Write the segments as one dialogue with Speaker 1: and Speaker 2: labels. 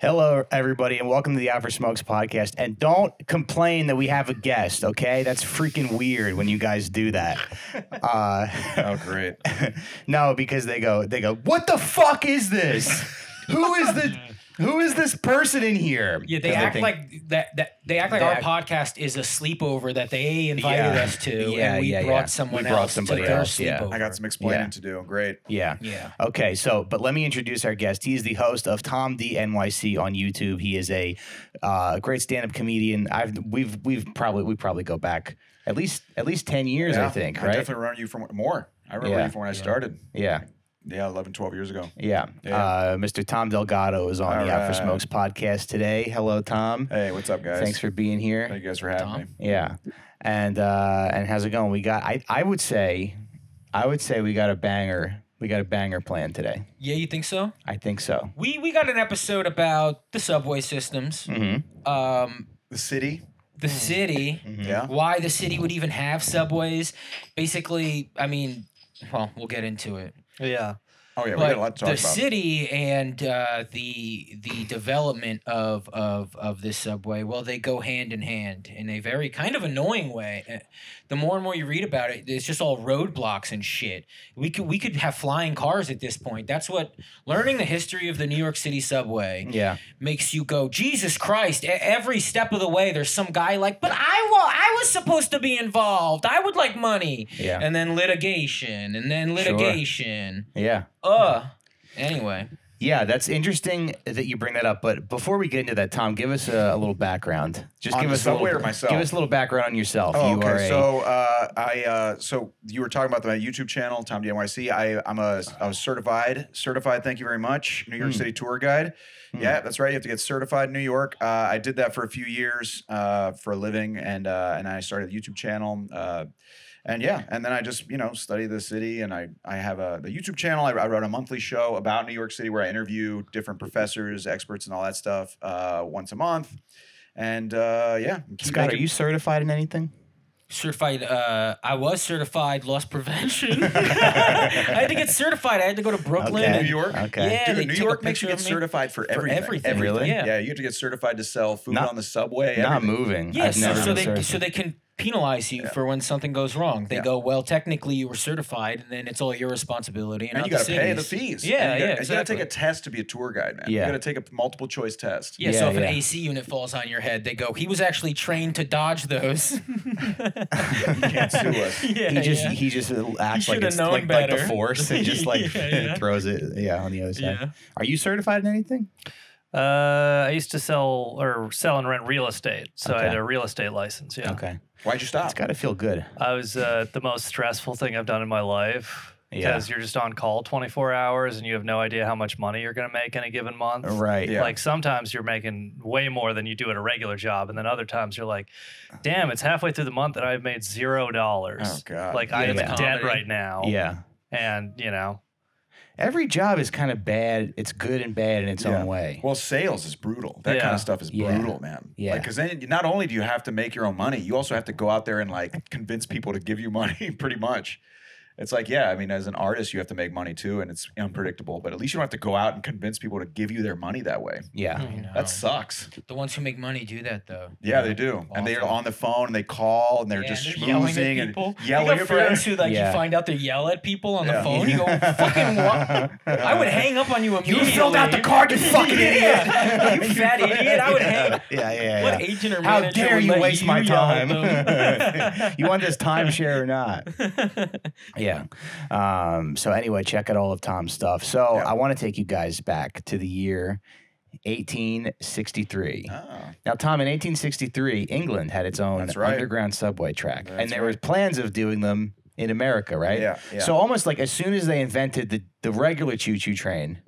Speaker 1: Hello, everybody, and welcome to the Out for Smokes podcast. And don't complain that we have a guest, okay? That's freaking weird when you guys do that. Uh,
Speaker 2: Oh, great.
Speaker 1: no, because they go, they go, what the fuck is this? Who is the, who is this person in here?
Speaker 3: Yeah, they
Speaker 1: And
Speaker 3: act
Speaker 1: think-
Speaker 3: like that, that. They act like
Speaker 2: They
Speaker 3: our
Speaker 2: act-
Speaker 3: podcast is a sleepover that they invited
Speaker 1: Yeah.
Speaker 3: us to,
Speaker 1: Yeah,
Speaker 3: and we
Speaker 1: yeah,
Speaker 3: brought
Speaker 1: yeah.
Speaker 3: someone
Speaker 1: We brought
Speaker 3: else
Speaker 1: somebody
Speaker 3: to their
Speaker 1: else, yeah.
Speaker 3: sleepover.
Speaker 2: I got some explaining
Speaker 1: Yeah.
Speaker 2: to do. Great.
Speaker 1: yeah.
Speaker 3: Yeah,
Speaker 1: Okay, so but let me introduce our guest. He is the host of Tom D NYC on YouTube. He is a uh, great stand-up comedian. I've we've we've probably we probably go back at least at least ten years. I
Speaker 2: Yeah,
Speaker 1: think
Speaker 2: I
Speaker 1: right.
Speaker 2: definitely remember you from more. I remember
Speaker 1: Yeah.
Speaker 2: you from when I started.
Speaker 1: yeah.
Speaker 2: Yeah, 11, 12 years ago.
Speaker 1: Yeah.
Speaker 2: Yeah.
Speaker 1: Uh, Mr. Tom Delgado is on
Speaker 2: All
Speaker 1: the Out for
Speaker 2: right.
Speaker 1: Smokes podcast today. Hello, Tom.
Speaker 2: Hey, what's up, guys?
Speaker 1: Thanks for being here.
Speaker 2: Thank you guys for having
Speaker 3: Tom.
Speaker 2: me.
Speaker 1: Yeah. And uh, and how's it going? We got I, I would say I would say we got a banger. We got a banger plan today.
Speaker 3: yeah. You think so?
Speaker 1: I think so.
Speaker 3: We we got an episode about the subway systems,
Speaker 1: hmm
Speaker 3: um,
Speaker 2: The city.
Speaker 3: the
Speaker 1: Mm-hmm.
Speaker 3: city,
Speaker 2: Yeah.
Speaker 3: why the city would even have subways. Basically, I mean, well, we'll get into it.
Speaker 4: Yeah.
Speaker 2: Oh, yeah. we
Speaker 3: but
Speaker 2: got a lot to
Speaker 3: the
Speaker 2: talk about.
Speaker 3: city and uh, the the development of, of of this subway, well, they go hand in hand in a very kind of annoying way. Uh, The more and more you read about it, it's just all roadblocks and shit. We could we could have flying cars at this point. That's what learning the history of the New York City subway
Speaker 1: Yeah.
Speaker 3: makes you go, Jesus Christ! e- Every step of the way, there's some guy like, but I will. I was supposed to be involved. I would like money.
Speaker 1: Yeah.
Speaker 3: And then litigation, and
Speaker 1: Sure.
Speaker 3: then litigation.
Speaker 1: Yeah.
Speaker 3: Uh. Anyway.
Speaker 1: Yeah, that's interesting that you bring that up. But before we get into that, Tom, give us a, a little background. Just
Speaker 2: On
Speaker 1: give
Speaker 2: the
Speaker 1: us a
Speaker 2: subway
Speaker 1: little,
Speaker 2: or myself?
Speaker 1: Give us a little background on yourself.
Speaker 2: Oh,
Speaker 1: you are
Speaker 2: okay.
Speaker 1: a,
Speaker 2: So uh, I uh, so you were talking about the YouTube channel, Tom DNYC. I I'm a I was certified certified. Thank you very much, New York
Speaker 1: Hmm.
Speaker 2: City tour guide.
Speaker 1: Hmm.
Speaker 2: Yeah, that's right. You have to get certified in New York. Uh, I did that for a few years uh, for a living, and uh, and I started a YouTube channel. Uh, and yeah, and then I just you know study the city, and I I have a the YouTube channel. I, I run a monthly show about New York City where I interview different professors, experts, and all that stuff uh, once a month. And uh, yeah, keep
Speaker 1: Scott, are
Speaker 2: making-
Speaker 1: you certified in anything?
Speaker 3: Certified. Uh, I was certified loss prevention. I had to get certified. I had to go to Brooklyn.
Speaker 1: Okay.
Speaker 2: New
Speaker 3: and-
Speaker 2: York?
Speaker 1: Okay.
Speaker 3: Yeah,
Speaker 2: Dude,
Speaker 3: they
Speaker 2: New
Speaker 3: took a
Speaker 2: York makes
Speaker 3: picture
Speaker 2: you get
Speaker 3: of me
Speaker 2: certified for everything.
Speaker 3: everything.
Speaker 1: Really?
Speaker 3: Yeah.
Speaker 2: Yeah, you have to get certified to sell food
Speaker 1: Not-
Speaker 2: on the subway.
Speaker 1: Not
Speaker 2: everything.
Speaker 1: moving.
Speaker 3: Yeah.
Speaker 1: I've
Speaker 3: So,
Speaker 1: never
Speaker 3: so
Speaker 1: been
Speaker 3: they
Speaker 1: certified.
Speaker 3: so they can penalize you for when something goes wrong. They
Speaker 2: Yeah.
Speaker 3: go, well, technically you were certified, and then it's all your responsibility. And,
Speaker 2: And
Speaker 3: not
Speaker 2: you got to
Speaker 3: the
Speaker 2: pay the
Speaker 3: city's.
Speaker 2: fees.
Speaker 3: Yeah,
Speaker 2: and you
Speaker 3: yeah,
Speaker 2: gotta, You got to
Speaker 3: exactly.
Speaker 2: take a test to be a tour guide, man.
Speaker 1: Yeah.
Speaker 2: You got to take a multiple choice test.
Speaker 3: Yeah,
Speaker 1: Yeah,
Speaker 3: so if an
Speaker 1: yeah.
Speaker 3: AC unit falls on your head, they go, he was actually trained to dodge those.
Speaker 2: Can't sue us.
Speaker 3: yeah,
Speaker 1: he just
Speaker 3: yeah.
Speaker 1: he just acts like
Speaker 3: shoulda
Speaker 1: it's
Speaker 3: known
Speaker 1: like, like the
Speaker 3: better.
Speaker 1: force and just like
Speaker 3: Yeah, yeah.
Speaker 1: throws it yeah on the other side.
Speaker 3: Yeah.
Speaker 1: Are you certified in anything?
Speaker 4: Uh, I used to sell or sell and rent real estate, so I had
Speaker 1: Okay.
Speaker 4: a real estate license. Yeah.
Speaker 1: Okay,
Speaker 2: Why'd you stop?
Speaker 1: it's got to feel good.
Speaker 4: I was uh, the most stressful thing I've done in my life
Speaker 1: Yeah.
Speaker 4: because you're just on call 24 hours and you have no idea how much money you're going to make in a given month.
Speaker 1: Right.
Speaker 2: Yeah.
Speaker 4: Like sometimes you're making way more than you do at a regular job, and then other times you're like, "Damn, it's halfway through the month and I've made zero dollars.
Speaker 2: Oh, God.
Speaker 4: Like I am
Speaker 1: Yeah.
Speaker 4: in debt
Speaker 3: Comedy.
Speaker 4: right now.
Speaker 1: Yeah.
Speaker 4: and you know,
Speaker 1: Every job is kind of bad. It's good and bad in its
Speaker 2: Yeah.
Speaker 1: own way.
Speaker 2: Well, sales is brutal. That kind
Speaker 4: Yeah.
Speaker 2: of stuff is
Speaker 1: Yeah.
Speaker 2: brutal, man.
Speaker 1: Yeah.
Speaker 2: Because then you- not only do you have to make your own money, you also have to go out there and like convince people to give you money, pretty much. It's like, yeah, I mean, as an artist, you have to make money too, and it's unpredictable, but at least you don't have to go out and convince people to give you their money that way.
Speaker 1: yeah.
Speaker 3: I know.
Speaker 2: That sucks.
Speaker 3: the ones who make money do that though.
Speaker 2: Yeah, they do. And they're
Speaker 3: Awful.
Speaker 2: on the phone and they call and they're
Speaker 3: Yeah,
Speaker 2: just
Speaker 3: they're yelling at
Speaker 2: schmoozing and
Speaker 3: people.
Speaker 2: yelling
Speaker 3: you got
Speaker 2: at
Speaker 3: friends
Speaker 2: friends.
Speaker 3: who like
Speaker 1: Yeah.
Speaker 3: you find out they yell at people on
Speaker 2: Yeah.
Speaker 3: the phone. You go fucking what? I would hang up on you immediately.
Speaker 1: card, you fucking
Speaker 3: Yeah. you fat idiot! I would hang.
Speaker 1: Yeah, yeah,
Speaker 3: What
Speaker 1: yeah.
Speaker 3: agent or
Speaker 1: How
Speaker 3: manager
Speaker 1: dare
Speaker 3: would
Speaker 1: you
Speaker 3: let
Speaker 1: waste my
Speaker 3: yell at
Speaker 1: time?
Speaker 3: them?
Speaker 1: you want this timeshare or not? Yeah. Um, so anyway, check out all of Tom's stuff. So
Speaker 2: Yeah.
Speaker 1: I want to take you guys back to the year
Speaker 3: Uh-huh.
Speaker 1: 1863.
Speaker 2: Ah,
Speaker 1: Now, Tom, in 1863, England had its own
Speaker 2: That's right.
Speaker 1: underground subway track, and
Speaker 2: That's
Speaker 1: there
Speaker 2: right.
Speaker 1: was plans of doing them in America, right?
Speaker 2: Yeah, yeah.
Speaker 1: So almost like as soon as they invented the, the regular choo-choo train,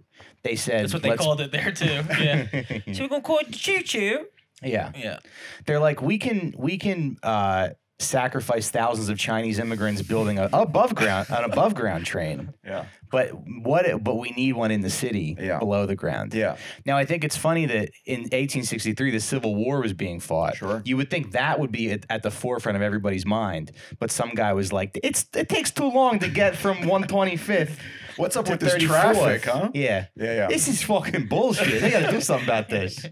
Speaker 1: they said,
Speaker 3: That's what they
Speaker 1: "Let's-"
Speaker 3: called it there too. Yeah. so we're gonna call it the choo choo.
Speaker 1: Yeah,
Speaker 3: Yeah.
Speaker 1: they're like, we can we can uh, sacrifice thousands of Chinese immigrants building a above ground an above ground train,
Speaker 2: yeah.
Speaker 1: But what? But we need one in the city
Speaker 2: Yeah.
Speaker 1: below the ground.
Speaker 2: Yeah.
Speaker 1: Now I think it's funny that in 1863 the Civil War was being fought.
Speaker 2: Sure.
Speaker 1: You would think that would be at, at the forefront of everybody's mind, but some guy was like, "It's it takes too long to get from 125th."
Speaker 2: What's up
Speaker 1: to
Speaker 2: with this
Speaker 1: 34th."
Speaker 2: traffic, huh?
Speaker 1: Yeah.
Speaker 2: Yeah, yeah.
Speaker 1: This is fucking bullshit. They gotta do something about this.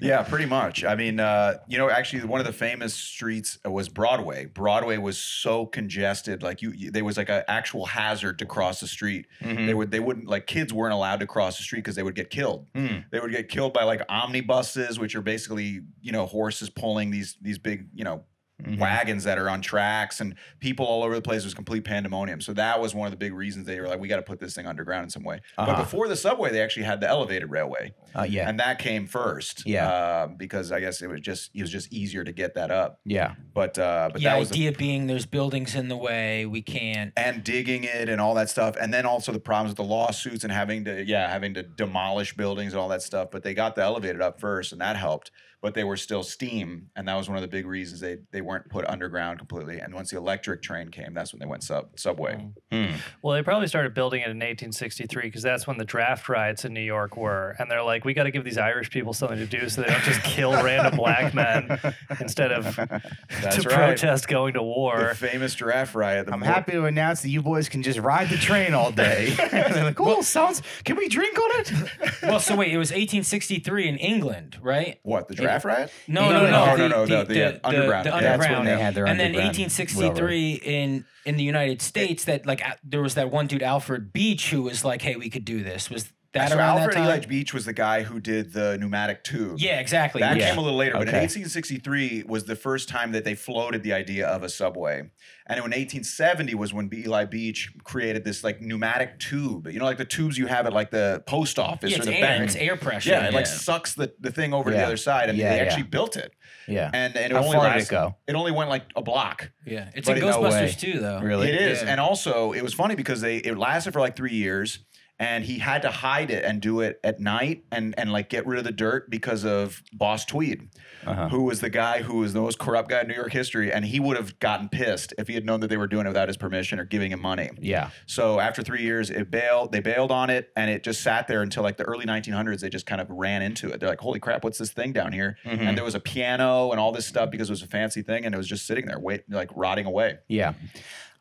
Speaker 2: Yeah, pretty much. I mean, uh, you know, actually, one of the famous streets was Broadway. Broadway was so congested, like you, you there was like an actual hazard to cross the street.
Speaker 3: Mm-hmm.
Speaker 1: Mm-hmm.
Speaker 2: They would, they wouldn't like kids weren't allowed to cross the street because they would get killed.
Speaker 3: Mm.
Speaker 2: They would get killed by like omnibuses, which are basically you know horses pulling these these big you know
Speaker 1: Mm-hmm.
Speaker 2: wagons that are on tracks and people all over the place. It was complete pandemonium. So that was one of the big reasons they were like, we got to put this thing underground in some way. But
Speaker 1: Uh-huh.
Speaker 2: before the subway, they actually had the elevated railway
Speaker 1: Uh, yeah.
Speaker 2: and that came first.
Speaker 1: Yeah.
Speaker 2: uh, because I guess it was just it was just easier to get that up.
Speaker 1: yeah.
Speaker 2: But uh, but
Speaker 3: the
Speaker 2: that was the-
Speaker 3: idea being there's buildings in the way, we can't.
Speaker 2: and digging it and all that stuff, and then also the problems with the lawsuits and having to yeah having to demolish buildings and all that stuff. But they got the elevated up first, and that helped. But they were still steam, and that was one of the big reasons they they weren't put underground completely. And once the electric train came, that's when they went sub subway.
Speaker 1: Hmm.
Speaker 4: Well, they probably started building it in 1863 because that's when the draft riots in New York were. And they're like, we got to give these Irish people something to do so they don't just kill random black men instead of to
Speaker 2: That's right.
Speaker 4: protest going to war.
Speaker 2: The famous giraffe riot. The
Speaker 1: I'm
Speaker 2: Mo-
Speaker 1: happy to announce that you boys can just ride the train all day. And they're like, cool, sounds. Can we drink on it?
Speaker 3: Well, so wait, it was 1863 in England, right?
Speaker 2: What the giraffe riot?
Speaker 1: No,
Speaker 3: No,
Speaker 1: no,
Speaker 3: no,
Speaker 2: no,
Speaker 3: no,
Speaker 2: no, no, the, uh, underground.
Speaker 3: the
Speaker 2: Yeah,
Speaker 1: That's when
Speaker 3: underground.
Speaker 1: they had their
Speaker 3: and then
Speaker 1: underground
Speaker 3: 1863 in in the United States, that like a- there was that one dude Alfred Beach who was like, "Hey, we could do this." Was that
Speaker 2: so
Speaker 3: around
Speaker 2: Alfred
Speaker 3: that time?
Speaker 2: Elijah Beach was the guy who did the pneumatic tube.
Speaker 3: yeah, exactly.
Speaker 2: That
Speaker 3: yeah.
Speaker 2: came a little later, but in
Speaker 1: Okay.
Speaker 2: 1863 was the first time that they floated the idea of a subway. And in 1870 was when Eli Beach created this like pneumatic tube, you know, like the tubes you have at like the post office
Speaker 3: yeah,
Speaker 2: or
Speaker 3: it's
Speaker 2: the
Speaker 3: air,
Speaker 2: bank.
Speaker 3: it's air pressure.
Speaker 2: yeah, it like sucks the, the thing over to
Speaker 1: Yeah.
Speaker 2: the other side, and
Speaker 1: Yeah,
Speaker 2: they
Speaker 1: yeah.
Speaker 2: actually built it.
Speaker 1: Yeah.
Speaker 2: And, and it
Speaker 1: How
Speaker 2: only
Speaker 1: far did it
Speaker 2: lasted-
Speaker 1: go?
Speaker 2: It only went like a block.
Speaker 3: yeah. It's in
Speaker 1: Buddy, no
Speaker 3: Ghostbusters
Speaker 1: way.
Speaker 3: too, though.
Speaker 1: Really?
Speaker 2: It is,
Speaker 3: Yeah.
Speaker 2: and also it was funny because they it lasted for like three years, and he had to hide it and do it at night and and like get rid of the dirt because of Boss Tweed,
Speaker 1: Uh-huh.
Speaker 2: who was the guy who was the most corrupt guy in New York history, and he would have gotten pissed if he had known that they were doing it without his permission or giving him money.
Speaker 1: Yeah.
Speaker 2: So after three years, it bailed. They bailed on it, and it just sat there until like the early 1900s. They just kind of ran into it. They're like, "Holy crap, what's this thing down here?"
Speaker 1: Mm-hmm.
Speaker 2: And there was a piano and all this stuff because it was a fancy thing, and it was just sitting there, wait, like rotting away.
Speaker 1: Yeah.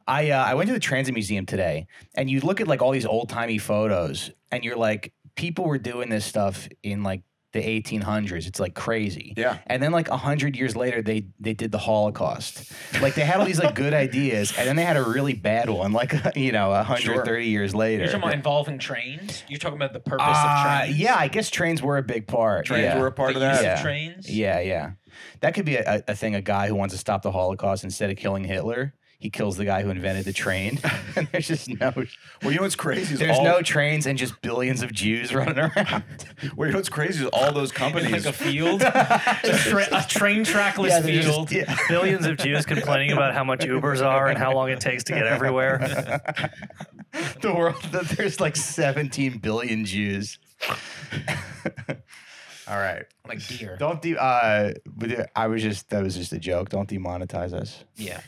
Speaker 1: I uh, I went to the transit museum today, and you look at like all these old timey photos, and you're like, people were doing this stuff in like the 1800s. It's like crazy.
Speaker 2: Yeah.
Speaker 1: And then like hundred years later, they they did the Holocaust. Like they had all these like good ideas, and then they had a really bad one. Like you know, 130 years later.
Speaker 3: You're talking about involving trains. You're talking about the purpose
Speaker 1: Uh,
Speaker 3: of trains.
Speaker 1: yeah, I guess trains were a big part.
Speaker 2: Trains
Speaker 1: yeah.
Speaker 2: were a part
Speaker 3: the
Speaker 2: of that.
Speaker 3: use
Speaker 1: Yeah.
Speaker 3: of trains.
Speaker 1: Yeah, yeah. That could be a, a- a thing. A guy who wants to stop the Holocaust instead of killing Hitler, he kills the guy who invented the train. and there's just no,
Speaker 2: Well, you know what's crazy is
Speaker 1: there's
Speaker 2: all,
Speaker 1: no trains and just billions of Jews running around.
Speaker 2: well, you know what's crazy is all those
Speaker 3: In
Speaker 2: companies.
Speaker 3: like a field, a, tra- a train trackless
Speaker 1: Yeah, they're just-
Speaker 3: field.
Speaker 1: yeah.
Speaker 4: Billions of Jews complaining about how much Ubers are and how long it takes to get everywhere.
Speaker 1: The world that there's like 17 billion Jews. All right.
Speaker 3: like deer.
Speaker 1: Don't de- uh but uh, I was just that was just a joke. Don't demonetize us.
Speaker 3: Yeah.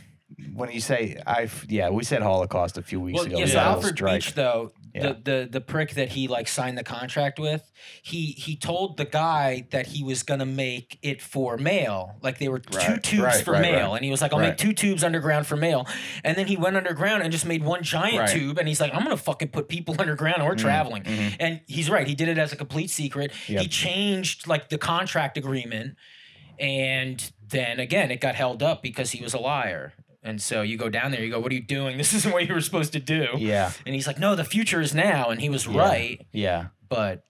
Speaker 1: When you say I yeah, we said Holocaust a few weeks
Speaker 3: Well,
Speaker 1: ago.
Speaker 3: yeah,
Speaker 1: We
Speaker 3: so
Speaker 1: had a little
Speaker 3: Alfred
Speaker 1: strike.
Speaker 3: Beach though,
Speaker 1: Yeah.
Speaker 3: the, the the prick that he like signed the contract with, he he told the guy that he was gonna make it for mail. Like they were two
Speaker 2: Right,
Speaker 3: tubes
Speaker 2: right,
Speaker 3: for
Speaker 2: right,
Speaker 3: mail.
Speaker 2: right.
Speaker 3: And he was like, I'll make
Speaker 2: Right.
Speaker 3: two tubes underground for mail. And then he went underground and just made one giant
Speaker 2: Right.
Speaker 3: tube and he's like, I'm gonna fucking put people underground
Speaker 1: Mm-hmm.
Speaker 3: or traveling. And he's right, he did it as a complete secret.
Speaker 1: Yep.
Speaker 3: He changed like the contract agreement and then again, it got held up because he was a liar. And so you go down there, you go, What are you doing? This isn't what you were supposed to do.
Speaker 1: Yeah.
Speaker 3: And he's like, No, the future is now. And he was
Speaker 1: Yeah.
Speaker 3: right,
Speaker 1: Yeah.
Speaker 3: but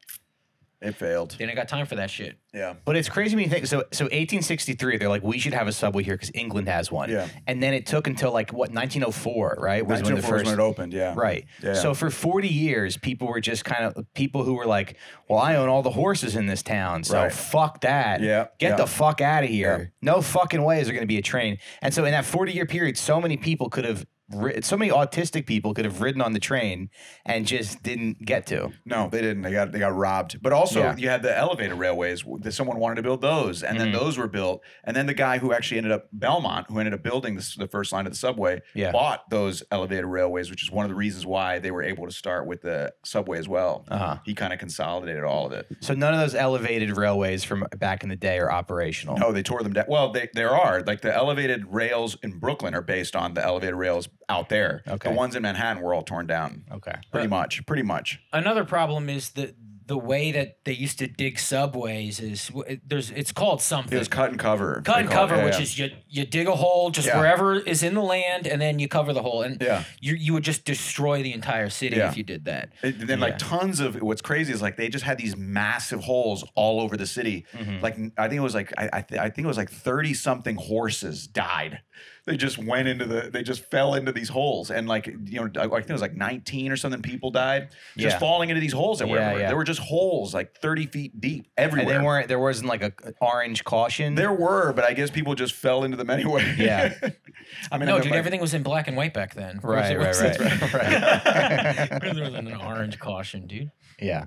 Speaker 2: it failed.
Speaker 3: they didn't got time for that shit.
Speaker 2: Yeah.
Speaker 1: But it's crazy when you think so. So 1863, they're like, we should have a subway here because England has one.
Speaker 2: Yeah.
Speaker 1: And then it took until like what 1904, right? Was when the
Speaker 2: 1904
Speaker 1: first.
Speaker 2: is when it opened. Yeah.
Speaker 1: Right.
Speaker 2: Yeah.
Speaker 1: So for 40 years, people were just kind of people who were like, well, I own all the horses in this town, so
Speaker 2: Right.
Speaker 1: fuck that.
Speaker 2: Yeah,
Speaker 1: Get
Speaker 2: yeah.
Speaker 1: the fuck out of here.
Speaker 2: Yeah.
Speaker 1: No fucking way is there going to be a train. And so in that 40 year period, so many people could have ri- so many autistic people could have ridden on the train and just didn't get to.
Speaker 2: No, they didn't. They got they got robbed. But also,
Speaker 1: Yeah.
Speaker 2: you had the elevator railways. w- That someone wanted to build those, and
Speaker 1: Mm-hmm.
Speaker 3: Mhm.
Speaker 2: then those were built. And then the guy who actually ended up Belmont, who ended up building this, the first line of the subway,
Speaker 1: Yeah.
Speaker 2: bought those elevator railways, which is one of the reasons why they were able to start with the subway as well.
Speaker 1: Uh-huh.
Speaker 2: He kind of consolidated all of it.
Speaker 1: So none of those elevated railways from back in the day are operational.
Speaker 2: No, Oh, they tore them down. Well, they, there are like the elevated rails in Brooklyn are based on the elevated rails out there.
Speaker 1: Okay.
Speaker 2: The ones in Manhattan were all torn down.
Speaker 1: Okay.
Speaker 2: Pretty much. Pretty much.
Speaker 3: Another problem is the the way that they used to dig subways is w- there's it's called something.
Speaker 2: It was cut and cover.
Speaker 3: cut
Speaker 2: they
Speaker 3: and
Speaker 2: call it.
Speaker 3: cover,
Speaker 2: Yeah,
Speaker 3: which
Speaker 2: yeah.
Speaker 3: is you you dig a hole just
Speaker 2: Yeah.
Speaker 3: wherever is in the land, and then you cover the hole, and
Speaker 2: Yeah.
Speaker 3: you you would just destroy the entire city
Speaker 2: Yeah.
Speaker 3: if you did that.
Speaker 2: It- then
Speaker 1: Yeah.
Speaker 2: like tons of what's crazy is like they just had these massive holes all over the city.
Speaker 1: Mm-hmm.
Speaker 2: Like I think it was like I I, th- I think it was like thirty something horses died. They just went into the they just fell into these holes and like you know I I think it was like nineteen or something people died just
Speaker 1: Yeah.
Speaker 2: falling into these holes that were
Speaker 1: Yeah,
Speaker 2: everywhere.
Speaker 1: yeah.
Speaker 2: There were just holes like thirty feet deep
Speaker 1: And
Speaker 2: everywhere.
Speaker 1: they weren't. There wasn't like a a orange caution.
Speaker 2: there were, but I guess people just fell into them anyway.
Speaker 1: Yeah.
Speaker 2: I mean, I
Speaker 3: No,
Speaker 2: know
Speaker 3: dude,
Speaker 2: my-
Speaker 3: everything was in black and white back then. Of course
Speaker 1: Right,
Speaker 3: it
Speaker 1: right,
Speaker 3: wasn't.
Speaker 1: right,
Speaker 3: Rather than an orange caution, dude.
Speaker 1: Yeah.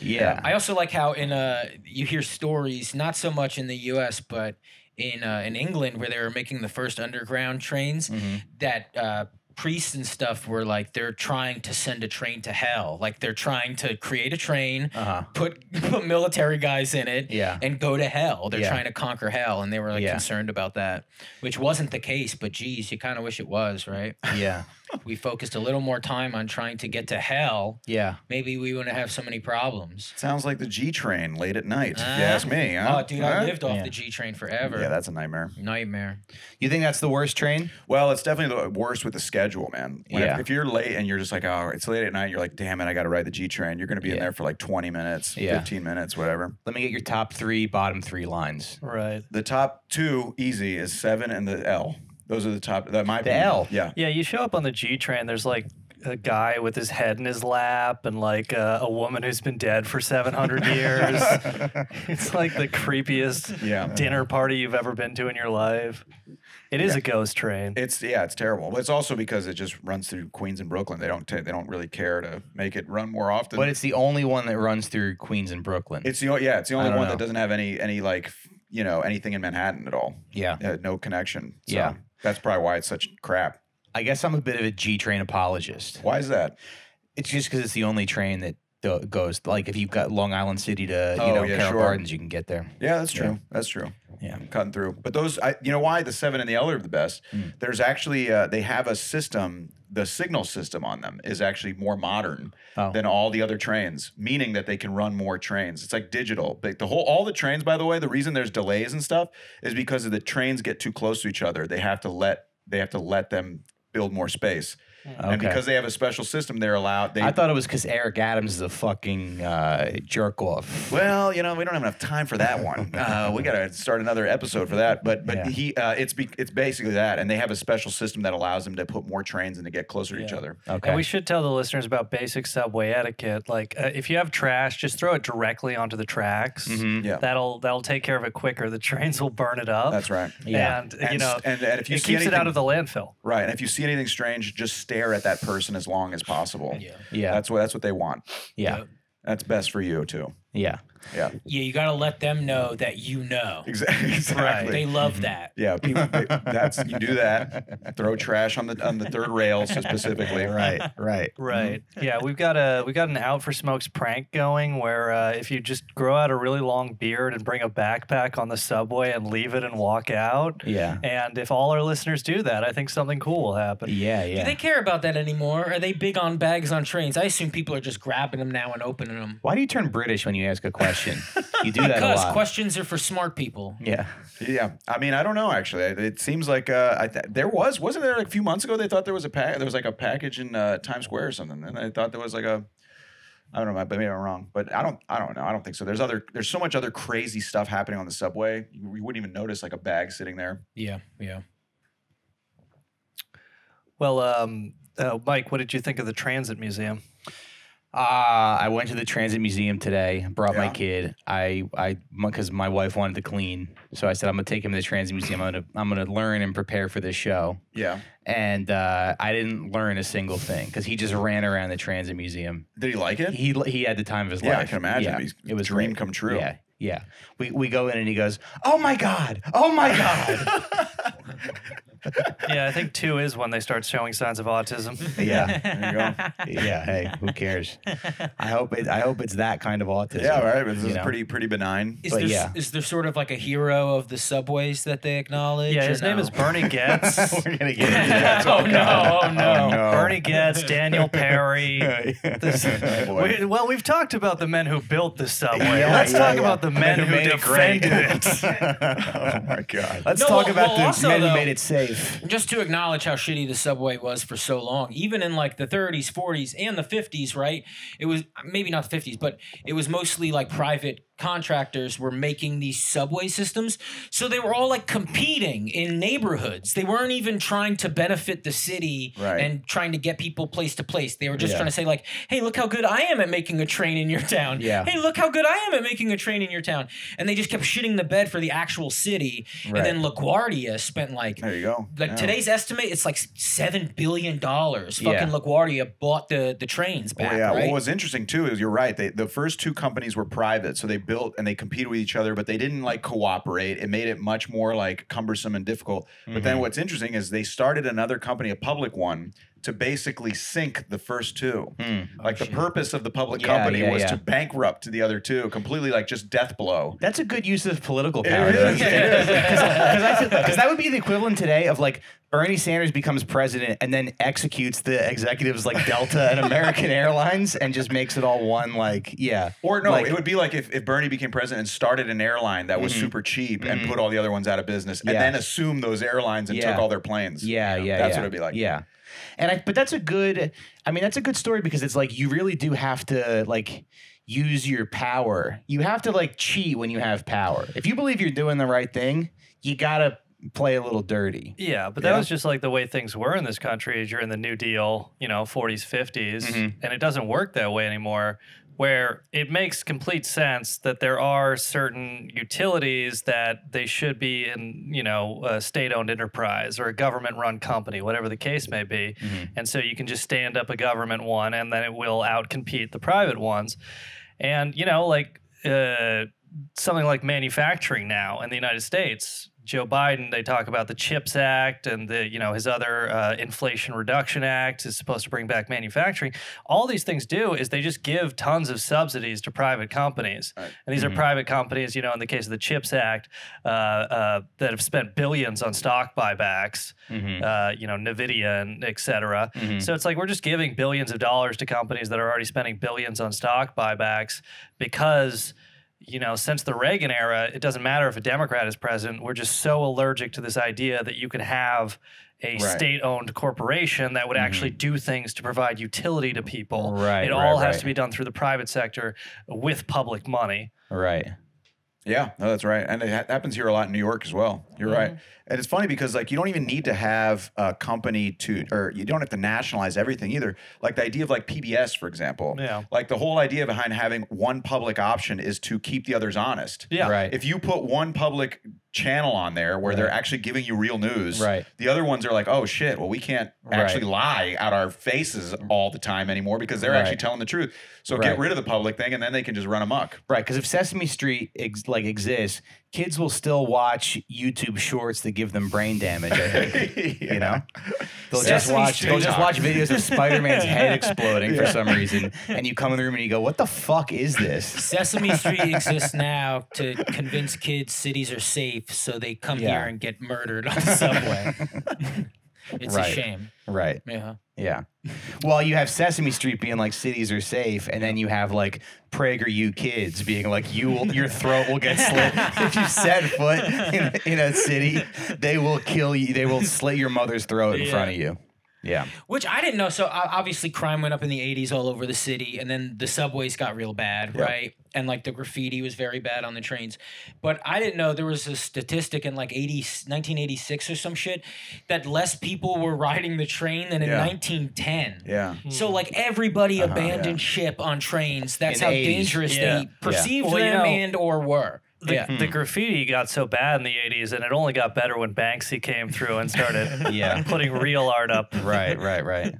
Speaker 1: Yeah.
Speaker 3: I also like how in uh you hear stories not so much in the U.S. but in uh, in England where they were making the first underground trains
Speaker 1: Mhm.
Speaker 3: that uh, priests and stuff were like they're trying to send a train to hell like they're trying to create a train
Speaker 1: Uh-huh.
Speaker 3: put put military guys in it
Speaker 1: Yeah.
Speaker 3: and go to hell they're
Speaker 1: Yeah.
Speaker 3: trying to conquer hell and they were like
Speaker 1: Yeah.
Speaker 3: concerned about that which wasn't the case but geez you kind of wish it was right
Speaker 1: Yeah.
Speaker 3: we focused a little more time on trying to get to hell
Speaker 1: Yeah.
Speaker 3: maybe we wouldn't have so many problems
Speaker 2: sounds like the G train late at night. if
Speaker 3: Uh,
Speaker 1: Ah.
Speaker 2: you ask me. Huh?
Speaker 3: oh dude i
Speaker 2: Huh?
Speaker 3: lived off
Speaker 1: Yeah.
Speaker 3: the g train forever
Speaker 2: Yeah, that's a nightmare.
Speaker 3: nightmare
Speaker 1: You think that's the worst train?
Speaker 2: Well, it's definitely the worst with the schedule, man. When-
Speaker 1: Yeah.
Speaker 2: If you're late and you're just like, oh, it's late at night, you're like, damn it, I got to ride the G train. You're going to be in
Speaker 1: Yeah.
Speaker 2: there for like 20 minutes,
Speaker 1: Yeah.
Speaker 2: 15 minutes, whatever.
Speaker 1: Let me get your top three, bottom three lines.
Speaker 4: Right.
Speaker 2: The top two easy is seven and the L. Those are the top. That might
Speaker 1: The
Speaker 2: be
Speaker 1: L?
Speaker 2: Yeah.
Speaker 4: Yeah, you show up on the G train. There's like a guy with his head in his lap, and like uh, a woman who's been dead for 700 years. it's like the creepiest
Speaker 2: Yeah.
Speaker 4: dinner party you've ever been to in your life. It is a ghost train.
Speaker 2: It's yeah, it's terrible. But it's also because it just runs through Queens and Brooklyn. They don't ta- they don't really care to make it run more often.
Speaker 1: But it's the only one that runs through Queens and Brooklyn.
Speaker 2: it's the o- yeah, it's the only
Speaker 1: don't
Speaker 2: one
Speaker 1: know.
Speaker 2: that doesn't have any any like f- you know anything in Manhattan at all.
Speaker 1: yeah.
Speaker 2: It had no connection. So
Speaker 1: Yeah.
Speaker 2: that's probably why it's such crap.
Speaker 1: I guess I'm a bit of a G train apologist.
Speaker 2: Why is that?
Speaker 1: It's just because it's the only train that go- goes. Like if you've got Long Island City to you
Speaker 2: Oh,
Speaker 1: know
Speaker 2: yeah,
Speaker 1: Carroll
Speaker 2: sure.
Speaker 1: Gardens, you can get there.
Speaker 2: Yeah, that's
Speaker 1: Yeah.
Speaker 2: true. That's true.
Speaker 1: Yeah.
Speaker 2: cutting through. But those, I, you know, why the seven and the other are the best?
Speaker 1: Hmm.
Speaker 2: There's actually uh, they have a system. The signal system on them is actually more modern
Speaker 1: Oh.
Speaker 2: than all the other trains, meaning that they can run more trains. It's like digital. But the whole, all the trains, by the way, the reason there's delays and stuff is because of the trains get too close to each other. They have to let they have to let them build more space,
Speaker 1: Okay.
Speaker 2: and because they have a special system, they're allowed. They,
Speaker 1: I thought it was because Eric Adams is a fucking uh, jerk off.
Speaker 2: Well, you know, we don't have enough time for that one. Uh, we got to start another episode for that. But but
Speaker 1: Yeah.
Speaker 2: he, uh, it's be, it's basically that, and they have a special system that allows them to put more trains and to get closer to each
Speaker 4: Yeah.
Speaker 2: other.
Speaker 1: Okay.
Speaker 4: And we should tell the listeners about basic subway etiquette. Like, uh, if you have trash, just throw it directly onto the tracks.
Speaker 1: Mhm.
Speaker 2: Yeah.
Speaker 4: That'll that'll take care of it quicker. The trains will burn it up.
Speaker 2: That's right.
Speaker 1: Yeah.
Speaker 4: And,
Speaker 2: And
Speaker 4: you
Speaker 2: s-
Speaker 4: know,
Speaker 2: and- and if you
Speaker 4: it
Speaker 2: see
Speaker 4: keeps it out
Speaker 2: anything-
Speaker 4: of the landfill.
Speaker 2: Right. And if you see anything strange, just stare at that person as long as possible.
Speaker 3: yeah
Speaker 1: Yeah.
Speaker 2: That's what that's what they want.
Speaker 1: yeah.
Speaker 2: That's best for you too.
Speaker 1: Yeah.
Speaker 2: Yeah.
Speaker 3: yeah you gotta let them know that you know
Speaker 2: Exactly. exactly.
Speaker 3: they
Speaker 1: Mhm.
Speaker 3: love that
Speaker 2: yeah, people, they- that's you do that. Throw trash on the on the third rail specifically.
Speaker 1: Right. Right.
Speaker 4: Right. Yeah, we've got a we got an out for smokes prank going where uh, if you just grow out a really long beard and bring a backpack on the subway and leave it and walk out.
Speaker 1: Yeah.
Speaker 4: And if all our listeners do that, I think something cool will happen.
Speaker 1: Yeah. Yeah.
Speaker 3: Do they care about that anymore? Are they big on bags on trains? I assume people are just grabbing them now and opening them.
Speaker 1: Why do you turn British when you ask a question? You do that a
Speaker 3: Because
Speaker 1: lot.
Speaker 3: questions are for smart people.
Speaker 1: yeah.
Speaker 2: Yeah, I mean, I don't know. Actually, It- it seems like uh, I th- there was wasn't there like a few months ago they thought there was a pack there was like a package in uh, Times Square or something, and they thought there was like a I don't know, maybe I'm wrong, but I don't I don't know. I don't think so. There's other there's so much other crazy stuff happening on the subway. You, you wouldn't even notice like a bag sitting there.
Speaker 3: Yeah, yeah.
Speaker 4: Well, um, uh, Mike, what did you think of the transit museum?
Speaker 1: Uh, I went to the transit museum today. Brought my
Speaker 2: Yeah.
Speaker 1: kid. I I because my wife wanted to clean, so I said I'm gonna take him to the transit museum. I'm gonna I'm gonna learn and prepare for this show.
Speaker 2: Yeah.
Speaker 1: And uh, I didn't learn a single thing because he just ran around the transit museum.
Speaker 2: Did he like it?
Speaker 1: He he had the time of his
Speaker 2: yeah,
Speaker 1: life.
Speaker 2: I can imagine.
Speaker 1: Yeah,
Speaker 2: He's-
Speaker 1: it was
Speaker 2: dream
Speaker 1: great.
Speaker 2: come true.
Speaker 1: Yeah, yeah. We we go in and he goes, "Oh my god! Oh my god!"
Speaker 4: Yeah, I think two is when they start showing signs of autism.
Speaker 1: yeah,
Speaker 2: There you go.
Speaker 1: yeah. Hey, who cares? I hope it. I hope it's that kind of autism.
Speaker 2: Yeah, all right. This
Speaker 1: you
Speaker 2: is
Speaker 1: know?
Speaker 2: pretty pretty benign.
Speaker 3: Is
Speaker 1: But
Speaker 3: there, s-
Speaker 1: yeah.
Speaker 3: is there sort of like a hero of the subways that they acknowledge?
Speaker 4: Yeah,
Speaker 3: or
Speaker 4: his name
Speaker 3: no?
Speaker 4: is Bernie Getz.
Speaker 1: We're gonna get into that.
Speaker 3: Oh, no, oh, no.
Speaker 4: Bernie Getz, Daniel Perry. This-
Speaker 2: Oh, boy.
Speaker 4: we, well, we've talked about the men who built the subway.
Speaker 1: Yeah,
Speaker 4: Let's
Speaker 1: yeah,
Speaker 4: talk
Speaker 1: yeah.
Speaker 4: about the men who, defended it.
Speaker 2: oh my god.
Speaker 1: Let's
Speaker 3: No,
Speaker 1: talk
Speaker 3: well-
Speaker 1: about
Speaker 3: well,
Speaker 1: the
Speaker 3: also,
Speaker 1: men
Speaker 3: though-
Speaker 1: who made it safe.
Speaker 3: just to acknowledge how shitty the subway was for so long even in like the 30s 40s and the 50s right it was maybe not the 50s but it was mostly like private contractors were making these subway systems so they were all like competing in neighborhoods they weren't even trying to benefit the city
Speaker 2: Right.
Speaker 3: and trying to get people place to place they were just
Speaker 1: Yeah.
Speaker 3: trying to say like hey look how good i am at making a train in your town
Speaker 1: Yeah.
Speaker 3: hey look how good i am at making a train in your town and they just kept shitting the bed for the actual city
Speaker 1: Right.
Speaker 3: and then laguardia spent like
Speaker 2: There you go.
Speaker 3: like
Speaker 2: Yeah.
Speaker 3: today's estimate, it's like seven billion dollars.
Speaker 1: Yeah.
Speaker 3: Fucking LaGuardia bought the the trains
Speaker 2: Oh,
Speaker 3: back,
Speaker 2: yeah.
Speaker 3: right?
Speaker 2: What was interesting too is you're right. They, the first two companies were private, so they built and they competed with each other, but they didn't like cooperate. It made it much more like cumbersome and difficult. But
Speaker 1: Mm-hmm.
Speaker 2: then what's interesting is they started another company, a public one, to basically sink the first two. Like the purpose of the public
Speaker 1: Hmm. Oh, Yeah,
Speaker 2: company
Speaker 1: yeah,
Speaker 2: was
Speaker 1: yeah.
Speaker 2: to bankrupt the other two, completely like just death blow.
Speaker 1: That's a good use of political power.
Speaker 2: is, it is.
Speaker 1: Because that would be the equivalent today of like Bernie Sanders becomes president and then executes the executives like Delta and American Airlines and just makes it all one like yeah.
Speaker 2: Or no,
Speaker 1: like, Mm-hmm.
Speaker 2: it would be like if, if Bernie became president and started an airline that was super cheap and put all the other ones out of business and
Speaker 1: Yeah.
Speaker 2: then assumed those airlines and
Speaker 1: Yeah.
Speaker 2: took all their planes.
Speaker 1: Yeah, yeah,
Speaker 2: That's
Speaker 1: yeah.
Speaker 2: what it'd be like.
Speaker 1: Yeah, and I, but that's a good. I mean, that's a good story because it's like you really do have to like use your power. You have to like cheat when you have power. If you believe you're doing the right thing, you gotta play a little dirty.
Speaker 4: Yeah, but that
Speaker 1: Yeah.
Speaker 4: was just like the way things were in this country during the New Deal, you know, 40s, 50s. And it doesn't work that way anymore, where it makes complete sense that there are certain utilities that they should be in, you know, a state owned enterprise or a government run company, whatever the case may be. And so you can just stand up a government one and then it will outcompete the private ones. And, you know, like, uh, something like manufacturing now in the United States. Joe Biden, they talk about the CHIPS Act and the you know his other uh, Inflation Reduction Act is supposed to bring back manufacturing. All these things do is they just give tons of subsidies to private companies,
Speaker 2: Right.
Speaker 4: and these are private companies. You know, in the case of the CHIPS Act, uh, uh, that have spent billions on stock buybacks.
Speaker 2: Mm-hmm.
Speaker 4: Uh, you know, Nvidia and et cetera.
Speaker 1: Hmm.
Speaker 4: So it's like we're just giving billions of dollars to companies that are already spending billions on stock buybacks because you know, since the Reagan era, it doesn't matter if a Democrat is president. We're just so allergic to this idea that you can have a
Speaker 2: Right.
Speaker 4: state owned corporation that would actually do things to provide utility to people.
Speaker 1: Mm-hmm. Right,
Speaker 4: It
Speaker 1: right,
Speaker 4: all has
Speaker 1: right.
Speaker 4: to be done through the private sector with public money.
Speaker 1: Right.
Speaker 2: Yeah, no, that's right, and it ha- happens here a lot in New York as well. You're right,
Speaker 1: Mm-hmm.
Speaker 2: and it's funny because like you don't even need to have a company to, or you don't have to nationalize everything either. Like the idea of like PBS, for example.
Speaker 4: Yeah.
Speaker 2: Like the whole idea behind having one public option is to keep the others honest.
Speaker 4: Yeah.
Speaker 1: Right.
Speaker 2: If you put one public channel on there where they're actually giving you real news,
Speaker 1: Right.
Speaker 2: the other ones are like, oh shit, well, we can't
Speaker 1: Right.
Speaker 2: actually lie out our faces all the time anymore because they're actually
Speaker 1: Right.
Speaker 2: telling the truth. So
Speaker 1: Right.
Speaker 2: get rid of the public thing and then they can just run amok.
Speaker 1: Right, because if Sesame Street ex- like exists, kids will still watch YouTube shorts that give them brain damage. I think.
Speaker 2: you
Speaker 1: know? They'll just
Speaker 2: Sesame
Speaker 1: watch.
Speaker 2: Street
Speaker 1: They'll just
Speaker 2: talk.
Speaker 1: watch videos of Spider Man's head exploding for some reason, and you come in the room and you go, "What the fuck is this?"
Speaker 3: Sesame Street exists now to convince kids cities are safe, so they come
Speaker 1: Yeah.
Speaker 3: here and get murdered on the subway. it's
Speaker 1: Right.
Speaker 3: a shame.
Speaker 1: Right.
Speaker 3: Yeah.
Speaker 1: Yeah. Well, you have Sesame Street being like cities are safe, and then you have like PragerU kids being like you will your throat will get slit if you set foot in, in a city. They will kill you. They will slit your mother's throat in front of you. Yeah.
Speaker 3: Which I didn't know. So o- obviously, crime went up in the '80s all over the city, and then the subways got real bad,
Speaker 2: Yeah.
Speaker 3: right? And like the graffiti was very bad on the trains. But I didn't know there was a statistic in like 80, 1986 or some shit that less people were riding the train than in
Speaker 2: Yeah.
Speaker 3: 1910.
Speaker 2: Yeah.
Speaker 3: So like everybody
Speaker 1: Uh-huh,
Speaker 3: abandoned ship on trains. That's
Speaker 1: In
Speaker 3: how
Speaker 1: the 80s,
Speaker 3: dangerous
Speaker 4: yeah.
Speaker 3: they perceived
Speaker 4: Well, you
Speaker 3: them
Speaker 4: know,
Speaker 3: and or were.
Speaker 4: The,
Speaker 1: Hmm.
Speaker 3: yeah.
Speaker 4: the graffiti got so bad in the 80s, and it only got better when Banksy came through and started
Speaker 1: Yeah.
Speaker 4: putting real art up.
Speaker 1: right. Right. Right.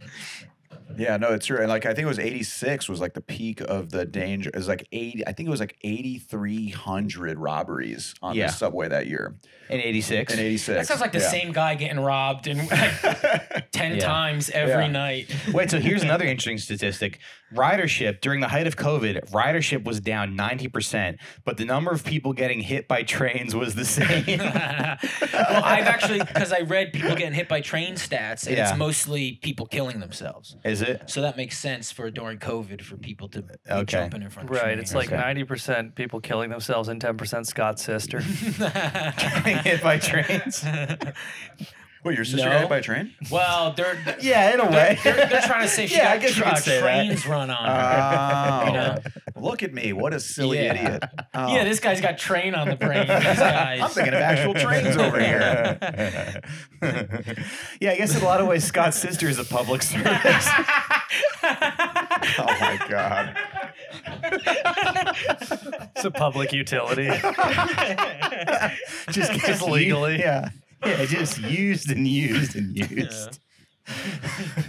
Speaker 2: Yeah, no, it's true. And like I think it was 86 was like the peak of the danger. It was like 80 I think it was like 8300 robberies on
Speaker 1: Yeah.
Speaker 2: the subway that year.
Speaker 1: In '86.
Speaker 2: In 86.
Speaker 3: That sounds like the
Speaker 2: yeah.
Speaker 3: same guy getting robbed and ten
Speaker 1: Yeah.
Speaker 3: times every
Speaker 2: Yeah.
Speaker 3: night.
Speaker 1: Wait, so here's another interesting statistic. Ridership during the height of COVID, ridership was down 90%, but the number of people getting hit by trains was the same.
Speaker 3: well, I've actually because I read people getting hit by train stats, and
Speaker 1: Yeah.
Speaker 3: it's mostly people killing themselves.
Speaker 1: Is it?
Speaker 3: So that makes sense for during COVID for people to be
Speaker 1: Okay.
Speaker 3: jumping in front of
Speaker 4: Right.
Speaker 3: trains.
Speaker 4: It's like 90% people killing themselves and 10% Scott's sister.
Speaker 1: Getting hit by trains?
Speaker 2: Well, your sister
Speaker 3: No.
Speaker 2: got hit by a train?
Speaker 3: well, they're
Speaker 1: Yeah, in a way.
Speaker 3: they're, they're trying to say she
Speaker 1: Yeah, I
Speaker 3: got
Speaker 1: guess you
Speaker 3: tra-
Speaker 1: could say that.
Speaker 3: trains run on her.
Speaker 2: Oh.
Speaker 3: know?
Speaker 2: Look at me. What a silly
Speaker 3: Yeah.
Speaker 2: idiot. Oh.
Speaker 3: Yeah, this guy's got train on the brain. These guys.
Speaker 2: I'm thinking of actual trains over here.
Speaker 1: yeah, I guess in a lot of ways, Scott's sister is a public service.
Speaker 2: Oh my god.
Speaker 4: It's a public utility.
Speaker 1: just gets
Speaker 4: legally.
Speaker 1: u- yeah. Yeah, just used and used and used.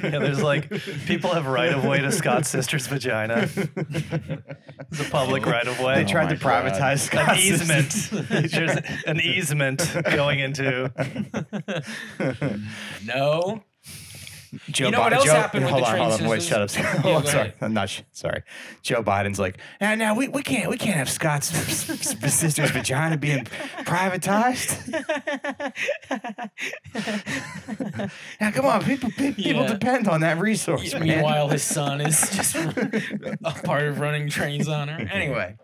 Speaker 4: Yeah, there's like people have right of way to Scott's sister's vagina. It's a public right of
Speaker 1: They
Speaker 4: way.
Speaker 1: tried
Speaker 2: Oh my
Speaker 1: to privatize
Speaker 4: an
Speaker 1: Scott's
Speaker 4: easement.
Speaker 1: sister.
Speaker 4: There's an easement going into.
Speaker 3: no.
Speaker 1: Joe
Speaker 3: You know what
Speaker 1: Biden-
Speaker 3: else
Speaker 1: Joe-
Speaker 3: happened with
Speaker 1: hold
Speaker 3: the
Speaker 1: on,
Speaker 3: train
Speaker 1: hold on, wait, shut up.
Speaker 3: systems?
Speaker 1: Scott.
Speaker 3: Yeah,
Speaker 1: I'm
Speaker 3: go
Speaker 1: sorry.
Speaker 3: ahead.
Speaker 1: I'm not sh- sorry. Joe Biden's like, now, now we, we can't we can't have Scott's sister's vagina being privatized. now come on, people pe- people
Speaker 3: Yeah.
Speaker 1: depend on that resource. man.
Speaker 3: Meanwhile, his son is just a part of running trains on her. Anyway,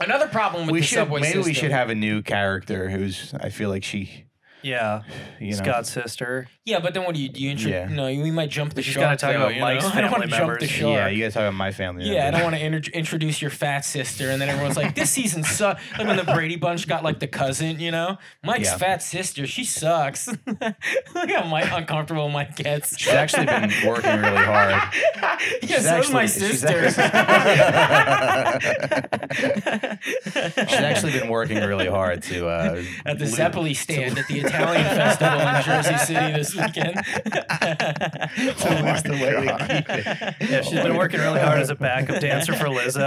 Speaker 3: another problem with
Speaker 1: we
Speaker 3: the
Speaker 1: should
Speaker 3: subway
Speaker 1: maybe
Speaker 3: system.
Speaker 1: we should have a new character who's I feel like she
Speaker 4: Yeah,
Speaker 1: you know
Speaker 4: Scott's sister.
Speaker 3: Yeah, but then what do you do? You intro-
Speaker 1: Yeah.
Speaker 3: No, we might jump the
Speaker 4: just
Speaker 3: shark.
Speaker 4: gotta talk
Speaker 3: though,
Speaker 4: about
Speaker 3: you
Speaker 4: Mike's
Speaker 3: know? I don't wanna
Speaker 4: family
Speaker 3: jump the
Speaker 4: members.
Speaker 3: shark.
Speaker 1: Yeah, you guys talk about my family.
Speaker 3: Yeah, I don't want to inter- introduce your fat sister, and then everyone's like, "This season sucks." Like when the Brady Bunch got like the cousin, you know, Mike's
Speaker 1: Yeah.
Speaker 3: fat sister, she sucks. Look how Mike uncomfortable Mike gets.
Speaker 1: She's actually been working really hard.
Speaker 3: yeah,
Speaker 1: she's
Speaker 3: so is my
Speaker 1: actually- she's
Speaker 3: sister.
Speaker 1: She's actually been working really hard to uh,
Speaker 3: at the
Speaker 1: lose-
Speaker 3: Zeppeli stand at the Italian festival in Jersey City this weekend.
Speaker 1: to lose the way we keep it. Oh.
Speaker 4: Yeah, she's been working really hard as a backup dancer for Lizzo.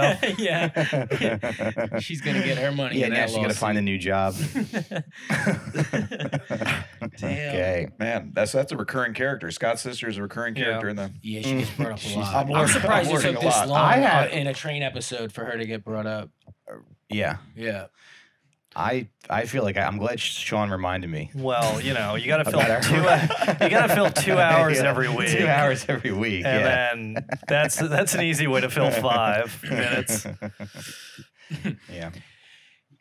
Speaker 3: yeah, she's gonna get her money.
Speaker 1: Yeah,
Speaker 3: in
Speaker 1: now
Speaker 3: that
Speaker 1: she's gonna find a new job.
Speaker 3: lawsuit. Damn.
Speaker 1: Okay.
Speaker 2: Man, that's that's a recurring character. Scott's sister is a recurring
Speaker 4: Yeah.
Speaker 2: character in the
Speaker 3: Yeah, she gets brought up a lot.
Speaker 2: I'm
Speaker 3: I'm,
Speaker 2: learning-
Speaker 3: surprised
Speaker 2: I'm
Speaker 3: it took
Speaker 2: learning a
Speaker 3: this
Speaker 2: lot.
Speaker 3: long
Speaker 1: I had-
Speaker 3: uh, in a train episode for her to get brought up.
Speaker 1: Yeah,
Speaker 3: Yeah.
Speaker 1: I I feel like I, I'm glad Sean reminded me.
Speaker 4: Well, you know, you gotta fill
Speaker 1: About our-
Speaker 4: two.
Speaker 1: uh,
Speaker 4: You gotta fill two hours
Speaker 1: Yeah,
Speaker 4: every week.
Speaker 1: Two hours every week.
Speaker 4: And
Speaker 1: yeah.
Speaker 4: then that's that's an easy way to fill five minutes.
Speaker 1: yeah.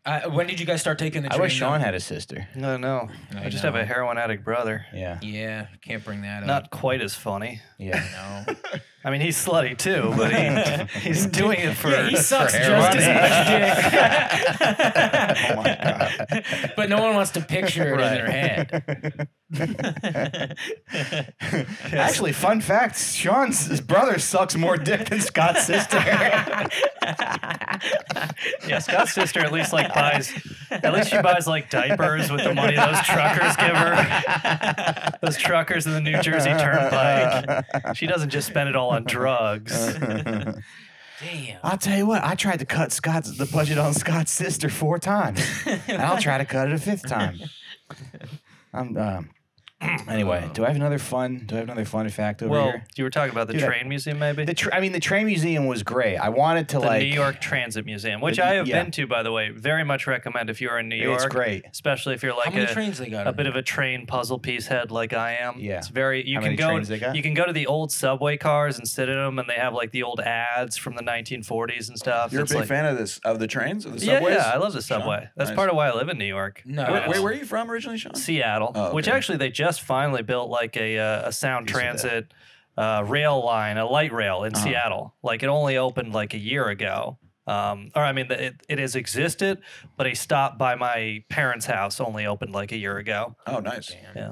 Speaker 3: Uh, when did you guys start taking
Speaker 1: I
Speaker 3: the train?
Speaker 1: wish Sean
Speaker 3: though?
Speaker 1: had a sister.
Speaker 4: No, no. I,
Speaker 3: I
Speaker 4: just
Speaker 3: know.
Speaker 4: have a heroin addict brother.
Speaker 1: Yeah.
Speaker 3: Yeah, can't bring that up.
Speaker 4: Not quite as funny.
Speaker 1: Yeah.
Speaker 3: No.
Speaker 4: I mean, he's slutty too, but he, he's doing it for.
Speaker 3: yeah, he sucks
Speaker 1: for
Speaker 3: just
Speaker 1: heroin.
Speaker 3: as
Speaker 2: Oh my
Speaker 3: much
Speaker 2: god.
Speaker 3: dick. but no one wants to picture it in their head.
Speaker 1: Actually, fun fact: Sean's brother sucks more dick than Scott's sister.
Speaker 4: yeah, Scott's sister at least like buys, at least she buys like diapers with the money those truckers give her. Those truckers in the New Jersey Turnpike. She doesn't just spend it all on drugs.
Speaker 3: Uh, Damn.
Speaker 1: I'll tell you what: I tried to cut Scott's the budget on Scott's sister four times, and I'll try to cut it a fifth time. I'm. Um, anyway, do I have another fun? Do I have another fun fact over
Speaker 4: Well,
Speaker 1: here?
Speaker 4: you were talking about the
Speaker 1: Dude, I-
Speaker 4: train museum, maybe
Speaker 1: The tr I mean, the train museum was great. I wanted to
Speaker 4: the
Speaker 1: like
Speaker 4: New York Transit Museum, which
Speaker 1: The-
Speaker 4: I have
Speaker 1: yeah.
Speaker 4: been to, by the way. Very much recommend if you're in New York.
Speaker 1: It's great.
Speaker 4: especially if you're
Speaker 3: How
Speaker 4: like
Speaker 3: many
Speaker 4: a,
Speaker 3: trains they got?
Speaker 4: a
Speaker 3: in
Speaker 4: bit
Speaker 3: there?
Speaker 4: of a train puzzle piece head like I am.
Speaker 1: Yeah.
Speaker 4: It's very you
Speaker 1: How
Speaker 4: can
Speaker 1: many trains they
Speaker 4: go
Speaker 1: got?
Speaker 4: you can go to the old subway cars and sit in them and they have like the old ads from the 1940s and stuff.
Speaker 2: You're a
Speaker 4: It's
Speaker 2: big
Speaker 4: like-
Speaker 2: fan of this of the trains of the
Speaker 4: Yeah,
Speaker 2: subways.
Speaker 4: yeah, I love the subway. That's
Speaker 2: Nice.
Speaker 4: part of why I live in New York.
Speaker 3: No.
Speaker 2: Where,
Speaker 4: It's
Speaker 2: where, where are you from originally, Sean?
Speaker 4: Seattle,
Speaker 2: Oh,
Speaker 4: which
Speaker 2: okay.
Speaker 4: actually they just just finally built like a uh, a sound
Speaker 2: Piece of that.
Speaker 4: transit uh, rail line, a light rail in
Speaker 2: Uh-huh.
Speaker 4: Seattle. Like it only opened like a year ago. Um, or I mean, it, it has existed, but a stop by my parents' house only opened like a year ago.
Speaker 2: Oh, nice.
Speaker 3: Damn.
Speaker 4: Yeah.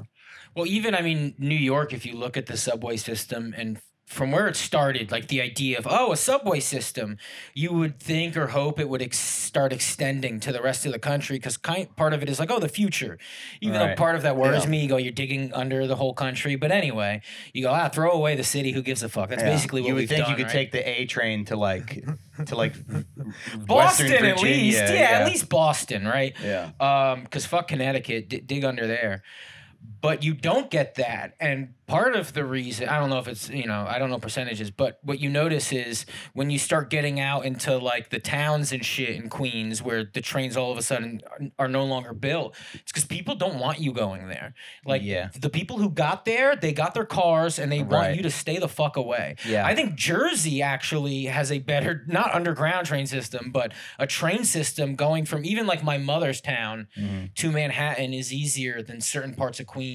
Speaker 3: Well, even I mean, New York. If you look at the subway system and from where it started, like the idea of oh, a subway system, you would think or hope it would ex- start extending to the rest of the country because kind part of it is like oh, the future. Even though
Speaker 1: Right.
Speaker 3: part of that worries
Speaker 2: Yeah.
Speaker 3: me, you go you're digging under the whole country. But anyway, you go ah, throw away the city. Who gives a fuck? That's
Speaker 2: Yeah.
Speaker 3: basically what
Speaker 1: you
Speaker 3: we've
Speaker 1: would think you
Speaker 3: done,
Speaker 1: could
Speaker 3: right?
Speaker 1: take the A train to like to like
Speaker 3: Boston
Speaker 1: Western
Speaker 3: at least,
Speaker 1: Virginia,
Speaker 3: yeah, at least Boston, right?
Speaker 2: Yeah.
Speaker 3: Um, cause fuck Connecticut, d- dig under there. But you don't get that, and part of the reason I don't know if it's you know I don't know percentages, but what you notice is when you start getting out into like the towns and shit in Queens where the trains all of a sudden are, are no longer built, it's because people don't want you going there. Like
Speaker 1: Yeah.
Speaker 3: the people who got there, they got their cars and they want
Speaker 1: Right.
Speaker 3: you to stay the fuck away.
Speaker 1: Yeah.
Speaker 3: I think Jersey actually has a better, not underground train system, but a train system going from even like my mother's town to Manhattan is easier than certain parts of Queens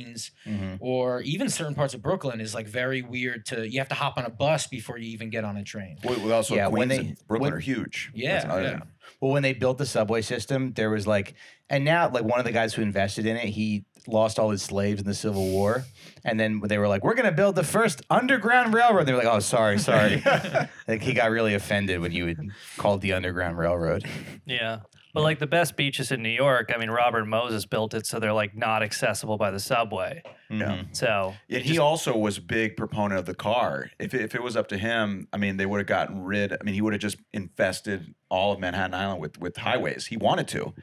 Speaker 3: or even certain parts of Brooklyn is like very weird to, you have to hop on a bus before you even get on a train.
Speaker 2: We, we also
Speaker 1: Yeah,
Speaker 2: Queens
Speaker 1: when they-
Speaker 2: and Brooklyn
Speaker 1: when-
Speaker 2: are huge.
Speaker 3: Yeah,
Speaker 2: That's another
Speaker 3: yeah.
Speaker 2: thing.
Speaker 1: Well, when they built the subway system, there was like, and now like one of the guys who invested in it, he lost all his slaves in the Civil War, and then they were like, "We're gonna build the first underground railroad." They were like, "Oh, sorry, sorry." like he got really offended when you would call it the underground railroad.
Speaker 4: Yeah. But like the best beaches in New York, I mean, Robert Moses built it, so they're like not accessible by the subway.
Speaker 1: Mm-hmm.
Speaker 2: Yeah.
Speaker 4: So
Speaker 2: Yet he also was a big proponent of the car. If it, if it was up to him, I mean, they would have gotten rid. I mean, he would have just infested all of Manhattan Island with with highways. He wanted to,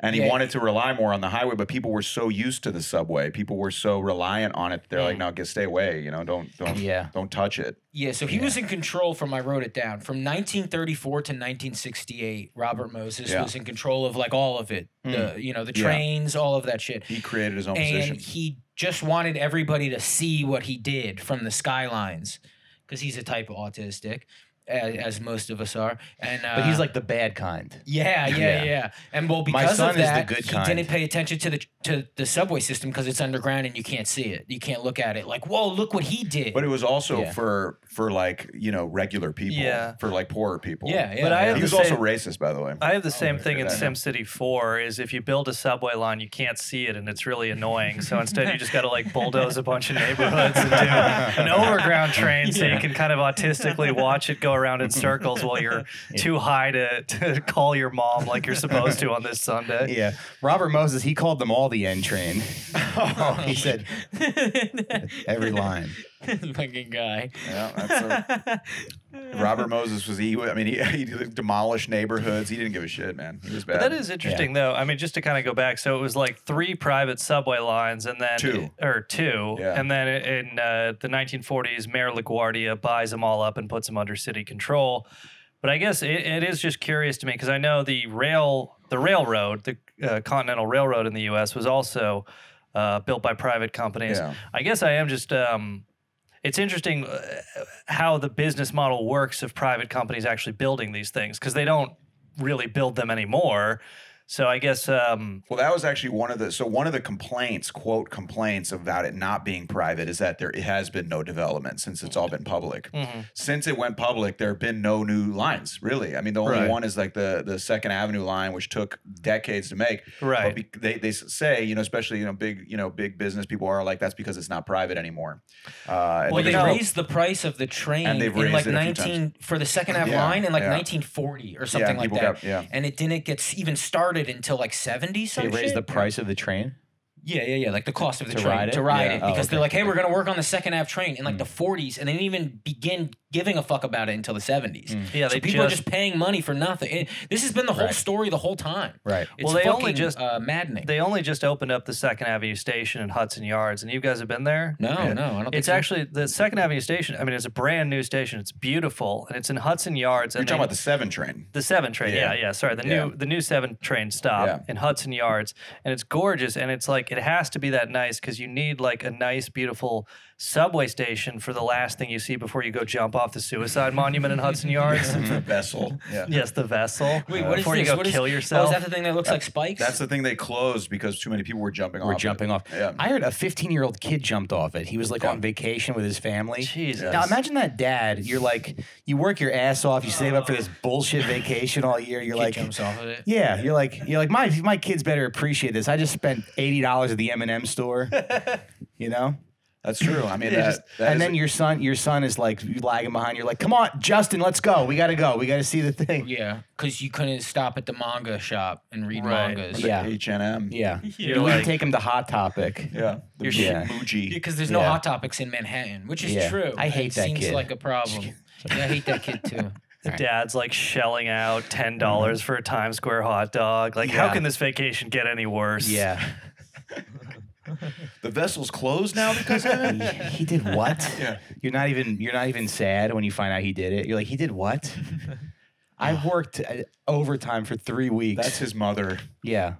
Speaker 2: and he
Speaker 3: Yeah.
Speaker 2: wanted to rely more on the highway. But people were so used to the subway, people were so reliant on it. They're like, no, get stay away. You know, don't don't
Speaker 1: Yeah.
Speaker 2: don't touch it.
Speaker 3: Yeah, so he was in control from I wrote it down from 1934 to 1968. Robert Moses
Speaker 2: Yeah.
Speaker 3: was in control of like all of it, the you know the
Speaker 2: Yeah.
Speaker 3: trains, all of that shit.
Speaker 2: He created his own
Speaker 3: and
Speaker 2: position.
Speaker 3: he just wanted everybody to see what he did from the skylines because he's a type of autistic as, as most of us are and uh,
Speaker 1: But he's like the bad kind.
Speaker 3: yeah, yeah, yeah,
Speaker 1: Yeah.
Speaker 3: And well,
Speaker 1: My
Speaker 3: because
Speaker 1: son
Speaker 3: of
Speaker 1: is the
Speaker 3: that,
Speaker 1: good
Speaker 3: he
Speaker 1: kind.
Speaker 3: didn't pay attention to the to the subway system because it's underground and you can't see it. You can't look at it. Like, whoa, look what he did.
Speaker 2: but it was also
Speaker 1: Yeah.
Speaker 2: for for like you know regular people,
Speaker 4: Yeah.
Speaker 2: for like poorer people.
Speaker 3: yeah, yeah.
Speaker 4: But I
Speaker 3: yeah.
Speaker 4: have
Speaker 2: He
Speaker 4: the
Speaker 2: was
Speaker 4: same-
Speaker 2: also racist, by the way.
Speaker 4: I have the same
Speaker 3: I
Speaker 4: thing in
Speaker 2: forgot.
Speaker 4: SimCity 4 is if you build a subway line, you can't see it and it's really annoying. So instead you just got to like bulldoze a bunch of neighborhoods and do an overground train so you can kind of autistically watch it go around in circles while you're too high to, to call your mom like you're supposed to on this Sunday.
Speaker 1: Yeah, Robert Moses, he called them all the N train. he said every line.
Speaker 3: fucking guy.
Speaker 2: Yeah, that's a, Robert Moses was he. I mean, he, he demolished neighborhoods. He didn't give a shit, man. He was bad.
Speaker 4: That is interesting, though. I mean, just to kind of go back, so it was like three private subway lines, and then
Speaker 2: Two.
Speaker 4: or two,
Speaker 2: Yeah.
Speaker 4: and then in uh, the 1940s, Mayor LaGuardia buys them all up and puts them under city control. But I guess it, it is just curious to me because I know the rail, the railroad, the uh, Continental Railroad in the U.S. was also uh, built by private companies.
Speaker 2: Yeah.
Speaker 4: I guess I am just. Um, it's interesting uh, how the business model works of private companies actually building these things because they don't really build them anymore. So I guess um,
Speaker 2: Well, that was actually one of the so one of the complaints, quote complaints about it not being private is that there has been no development since it's all been public.
Speaker 4: Mm-hmm.
Speaker 2: Since it went public, there have been no new lines, really. I mean, the only
Speaker 1: Right.
Speaker 2: one is like the the Second Avenue line, which took decades to make.
Speaker 4: Right.
Speaker 2: But be- they they say you know especially you know big you know big business people are like that's because it's not private anymore. Uh, and
Speaker 3: Well, they
Speaker 2: they just-
Speaker 3: raised the price of the train
Speaker 2: And they've
Speaker 3: in like
Speaker 2: raised it a few times.
Speaker 3: 19 for the second half
Speaker 2: Yeah,
Speaker 3: line in like
Speaker 2: yeah.
Speaker 3: 1940 or something like
Speaker 2: people
Speaker 3: that.
Speaker 2: got- yeah.
Speaker 3: And it didn't get s- even started until like 70
Speaker 1: They
Speaker 3: something.
Speaker 1: raised the price of the train.
Speaker 3: Yeah, yeah, yeah. Like the cost of the
Speaker 1: To
Speaker 3: train
Speaker 1: ride it?
Speaker 3: to ride
Speaker 2: Yeah.
Speaker 3: it
Speaker 1: Oh,
Speaker 3: because they're
Speaker 1: okay.
Speaker 3: like, hey, we're gonna work on the second half train in like the 40s, and they didn't even begin giving a fuck about it until the 70s.
Speaker 4: Yeah,
Speaker 3: so
Speaker 4: they
Speaker 3: people are
Speaker 4: just-
Speaker 3: just paying money for nothing. It- this has been the whole
Speaker 1: Right.
Speaker 3: story the whole time.
Speaker 1: Right.
Speaker 3: It's
Speaker 4: Well, they only
Speaker 3: fucking,
Speaker 4: just-
Speaker 3: uh, maddening.
Speaker 4: they only just opened up the Second Avenue Station in Hudson Yards, and you guys have been there.
Speaker 3: no, no, I don't. think
Speaker 4: It's
Speaker 3: so.
Speaker 4: actually the Second Avenue Station. I mean, it's a brand new station. It's beautiful, and it's in Hudson Yards.
Speaker 2: You're talking about the seven train.
Speaker 4: The seven train, yeah,
Speaker 2: Yeah.
Speaker 4: yeah. sorry, the
Speaker 2: Yeah.
Speaker 4: new the new seven train stop
Speaker 2: Yeah.
Speaker 4: in Hudson Yards, and it's gorgeous, and it's like it has to be that nice because you need like a nice, beautiful subway station for the last thing you see before you go jump off the suicide monument in Hudson Yards.
Speaker 2: vessel. Yeah.
Speaker 4: yes, the vessel.
Speaker 3: Wait,
Speaker 4: Uh,
Speaker 3: what is
Speaker 4: before
Speaker 3: this?
Speaker 4: you go
Speaker 3: What is-
Speaker 4: kill
Speaker 3: Oh,
Speaker 4: yourself.
Speaker 3: is that the thing that looks like spikes?
Speaker 2: That's the thing they closed because too many people were jumping off.
Speaker 1: We're
Speaker 2: it.
Speaker 1: jumping off.
Speaker 2: Yeah.
Speaker 1: I heard a 15 year old kid jumped off it. He was like
Speaker 2: Yeah.
Speaker 1: on vacation with his family.
Speaker 4: Jesus.
Speaker 1: Now imagine that dad. You're like, you work your ass off. You save up for this bullshit vacation all year. You're
Speaker 3: Kid
Speaker 1: like,
Speaker 3: jumps off of it.
Speaker 1: yeah. You're like, you're like, my my kids better appreciate this. I just spent eighty dollars at the M and M store. You know,
Speaker 2: That's true. I mean,
Speaker 4: Yeah,
Speaker 2: that,
Speaker 4: just-
Speaker 2: that
Speaker 1: and
Speaker 2: is-
Speaker 1: then your son, your son is like lagging behind. You're like, come on, Justin, let's go. We got to go. We got to see the thing.
Speaker 3: Yeah, because you couldn't stop at the manga shop and read
Speaker 4: Right.
Speaker 3: mangas.
Speaker 2: the
Speaker 1: Yeah.
Speaker 2: H&M.
Speaker 1: Yeah,
Speaker 4: You're
Speaker 1: you
Speaker 4: like-
Speaker 1: can take him to Hot Topic.
Speaker 2: Yeah. The Mu-
Speaker 4: Your
Speaker 1: shit-
Speaker 2: Muji.
Speaker 3: because there's no
Speaker 1: Yeah.
Speaker 3: hot topics in Manhattan, which is
Speaker 1: Yeah.
Speaker 3: true.
Speaker 1: I hate
Speaker 3: it
Speaker 1: that
Speaker 3: Seems
Speaker 1: kid.
Speaker 3: like a problem. yeah, I hate that kid too.
Speaker 4: The dad's like shelling out ten dollars for a Times Square hot dog. Like, how
Speaker 1: Yeah.
Speaker 4: can this vacation get any worse?
Speaker 1: Yeah,
Speaker 2: The vessel's closed now because of
Speaker 1: he,
Speaker 2: it?
Speaker 1: he did what?
Speaker 2: Yeah.
Speaker 1: You're not even you're not even sad when you find out he did it. You're like, he did what? I worked uh, overtime for three weeks.
Speaker 2: That's his mother.
Speaker 1: yeah.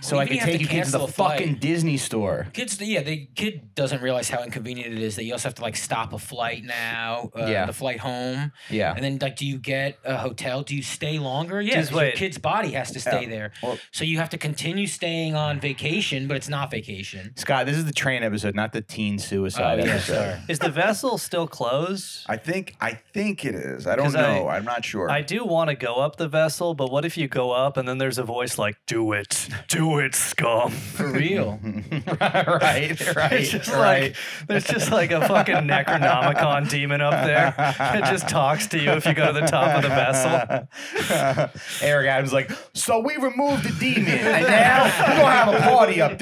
Speaker 1: So
Speaker 3: Well,
Speaker 1: I
Speaker 3: even
Speaker 1: could
Speaker 3: if you
Speaker 1: take
Speaker 3: have
Speaker 1: you
Speaker 3: to
Speaker 1: kids to the
Speaker 3: cancel a flight-
Speaker 1: fucking Disney store.
Speaker 3: Kids, yeah, the kid doesn't realize how inconvenient it is that you also have to like stop a flight now, uh,
Speaker 1: Yeah.
Speaker 3: the flight home,
Speaker 1: Yeah.
Speaker 3: and then like, do you get a hotel? Do you stay longer? Yeah,
Speaker 4: Just
Speaker 3: 'cause your
Speaker 4: wait.
Speaker 3: kid's body has to stay
Speaker 2: Yeah.
Speaker 3: there,
Speaker 2: Well-
Speaker 3: so you have to continue staying on vacation, but it's not vacation.
Speaker 1: Scott, this is the train episode, not the teen suicide
Speaker 3: Oh, yeah,
Speaker 1: episode.
Speaker 3: sorry.
Speaker 4: Is the vessel still closed?
Speaker 2: I think I think it is. I don't
Speaker 4: 'Cause I-
Speaker 2: know. I, am not sure.
Speaker 4: I do want to go up the vessel, but what if you go up and then there's a voice like, "Do it, do it, scum."
Speaker 3: For real.
Speaker 1: right, right.
Speaker 4: It's just
Speaker 1: right.
Speaker 4: like there's just like a fucking Necronomicon demon up there that just talks to you if you go to the top of the vessel.
Speaker 1: Eric Adams like, so we removed the demon and now we're gonna have a party up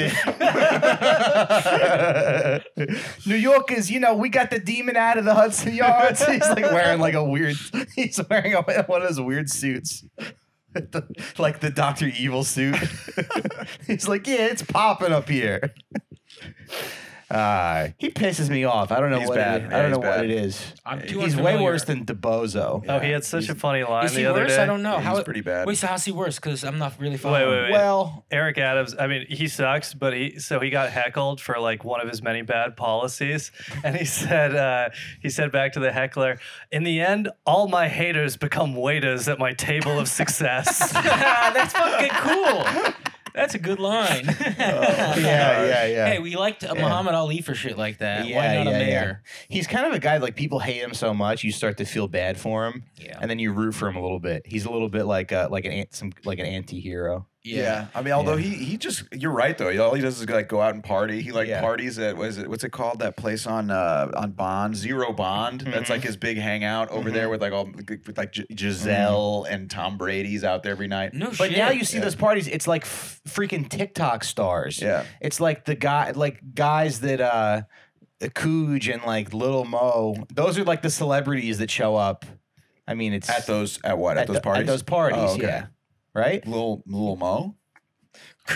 Speaker 1: there. New Yorkers, you know, we got the demon out of the Hudson Yards. He's like wearing like a weird he's wearing a, one of those weird suits. like the Doctor Evil suit. he's like, yeah, it's popping up here. Uh, he pisses me off. I don't know
Speaker 2: He's
Speaker 1: what
Speaker 2: bad.
Speaker 1: it,
Speaker 2: Yeah,
Speaker 1: I don't
Speaker 2: he's
Speaker 1: know what
Speaker 2: bad.
Speaker 1: it is.
Speaker 3: I'm too
Speaker 1: He's way
Speaker 3: unfamiliar.
Speaker 1: worse than DeBozo.
Speaker 4: Oh, he had such a funny line
Speaker 3: Is he
Speaker 4: the other
Speaker 3: worse?
Speaker 4: day.
Speaker 3: I don't know.
Speaker 2: Yeah,
Speaker 3: how
Speaker 2: he's
Speaker 3: it-
Speaker 2: pretty bad.
Speaker 3: Wait, so how's he worse? Because I'm not really following.
Speaker 4: wait.
Speaker 1: Well,
Speaker 4: Eric Adams, I mean, he sucks, but he so he got heckled for like one of his many bad policies, and he said uh, he said back to the heckler, "In the end, all my haters become waiters at my table of success."
Speaker 3: That's fucking cool. That's a good line.
Speaker 1: Oh, yeah, yeah, yeah.
Speaker 3: Hey, we liked uh, Muhammad Ali for shit like that. Why not a mayor?
Speaker 1: He's kind of a guy like people hate him so much, you start to feel bad for him,
Speaker 3: Yeah.
Speaker 1: and then you root for him a little bit. He's a little bit like a, like an ant- some like an anti-hero.
Speaker 2: yeah. I mean, although he he just you're right though. All he does is like go out and party. He like
Speaker 1: Yeah.
Speaker 2: parties at what is it? What's it called? That place on uh on Bond, Zero Bond. That's like his big hangout over there with like all with like Gi- Giselle and Tom Brady's out there every night.
Speaker 3: No
Speaker 1: But
Speaker 3: shit.
Speaker 1: now you see
Speaker 2: Yeah.
Speaker 1: those parties, it's like f- freaking TikTok stars.
Speaker 2: Yeah.
Speaker 1: It's like the guy like guys that uh Cooge and like Little Mo. Those are like the celebrities that show up. I mean, it's
Speaker 2: At those at what? At,
Speaker 1: at
Speaker 2: those
Speaker 1: the-
Speaker 2: parties?
Speaker 1: At those parties,
Speaker 2: Oh, okay.
Speaker 1: yeah. Right?
Speaker 2: Lil Lil Mo.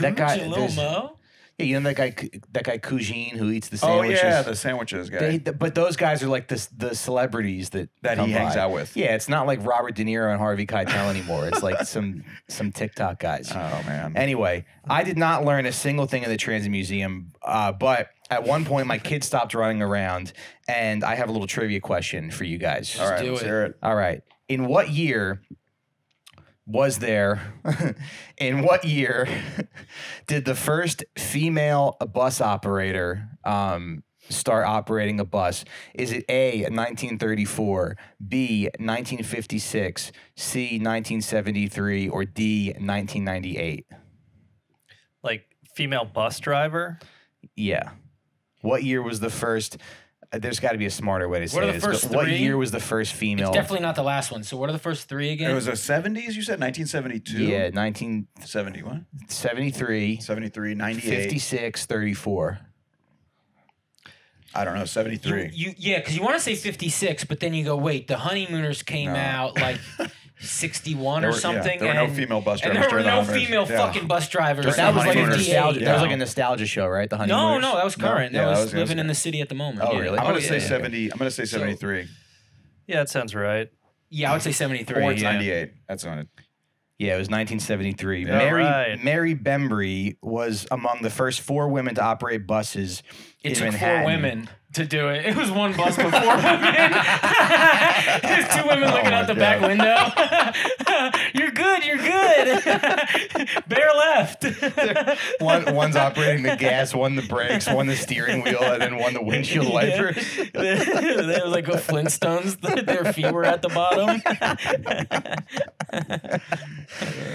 Speaker 1: that guy-
Speaker 3: Cooch and Lil
Speaker 1: there's-
Speaker 3: Mo.
Speaker 1: Yeah, you know that guy Coo- that guy Coogine who eats the
Speaker 2: Oh
Speaker 1: sandwiches.
Speaker 2: yeah, the sandwiches guy
Speaker 1: They, th- but those guys are like the the celebrities that
Speaker 2: that
Speaker 1: come
Speaker 2: he hangs
Speaker 1: by.
Speaker 2: out with.
Speaker 1: Yeah, it's not like Robert De Niro and Harvey Keitel anymore. It's like some some TikTok guys.
Speaker 2: Oh man.
Speaker 1: Anyway, I did not learn a single thing in the Transit Museum, uh, but at one point my kids stopped running around, and I have a little trivia question for you guys.
Speaker 2: all right,
Speaker 3: do
Speaker 2: let's
Speaker 3: it.
Speaker 2: hear it.
Speaker 1: All right. In what year was there? in what year did the first female bus operator um, start operating a bus? Is it A, 1934, B, 1956, C, 1973, or D, 1998?
Speaker 4: like female bus driver.
Speaker 1: Yeah. What year was the first? uh, There's got to be a smarter way to say
Speaker 3: are the
Speaker 1: this.
Speaker 3: first
Speaker 1: but what
Speaker 3: three?
Speaker 1: year was the first female?
Speaker 3: It's definitely not the last one. So what are the first three again?
Speaker 2: It was a 70s, you said 1972?
Speaker 1: yeah, 1973,
Speaker 2: 71, 73, 98.
Speaker 1: 56, 34.
Speaker 2: I don't know, 73.
Speaker 3: You, you yeah, because you want to say fifty six, but then you go wait. The honeymooners came
Speaker 2: No.
Speaker 3: out like sixty one
Speaker 2: There
Speaker 3: or
Speaker 2: were- yeah,
Speaker 3: something.
Speaker 2: there were no
Speaker 3: and,
Speaker 2: female bus
Speaker 3: and
Speaker 2: drivers
Speaker 3: there were
Speaker 2: during the
Speaker 3: no
Speaker 2: honeymooners.
Speaker 3: female
Speaker 2: Yeah.
Speaker 3: fucking bus drivers.
Speaker 2: There's
Speaker 1: That
Speaker 3: in
Speaker 1: was like a
Speaker 2: Honeymooners.
Speaker 1: nostalgia.
Speaker 3: 58.
Speaker 1: That was
Speaker 2: Yeah.
Speaker 1: like a nostalgia show, right? The
Speaker 3: No,
Speaker 1: honeymooners.
Speaker 3: no, that was current.
Speaker 2: Yeah,
Speaker 3: that
Speaker 2: that
Speaker 3: was,
Speaker 2: was- that was
Speaker 3: living in
Speaker 2: good.
Speaker 3: the city at the moment.
Speaker 1: Oh,
Speaker 3: yeah.
Speaker 1: really?
Speaker 2: I'm
Speaker 1: Oh,
Speaker 2: gonna
Speaker 1: yeah,
Speaker 2: say
Speaker 1: yeah,
Speaker 2: 70. I'm gonna say 73
Speaker 4: Yeah, it sounds right.
Speaker 3: Yeah, I would say seventy three.
Speaker 2: or it's
Speaker 3: yeah.
Speaker 2: 98. That's on it.
Speaker 1: Yeah, it was 1973.
Speaker 4: Yeah,
Speaker 1: Mary
Speaker 4: right.
Speaker 1: Mary Bembry was among the first four women to operate buses
Speaker 3: It
Speaker 1: in
Speaker 3: took
Speaker 1: Manhattan.
Speaker 3: four women to do it. It was one bus with four women. There's two women
Speaker 2: Oh
Speaker 3: looking
Speaker 2: my
Speaker 3: out the
Speaker 2: God.
Speaker 3: back window. you're good. You're good. Bear left.
Speaker 1: One, one's operating the gas, one the brakes, one the steering wheel, and then one the windshield wiper.
Speaker 3: they were like a Flintstones. Their feet were at the bottom.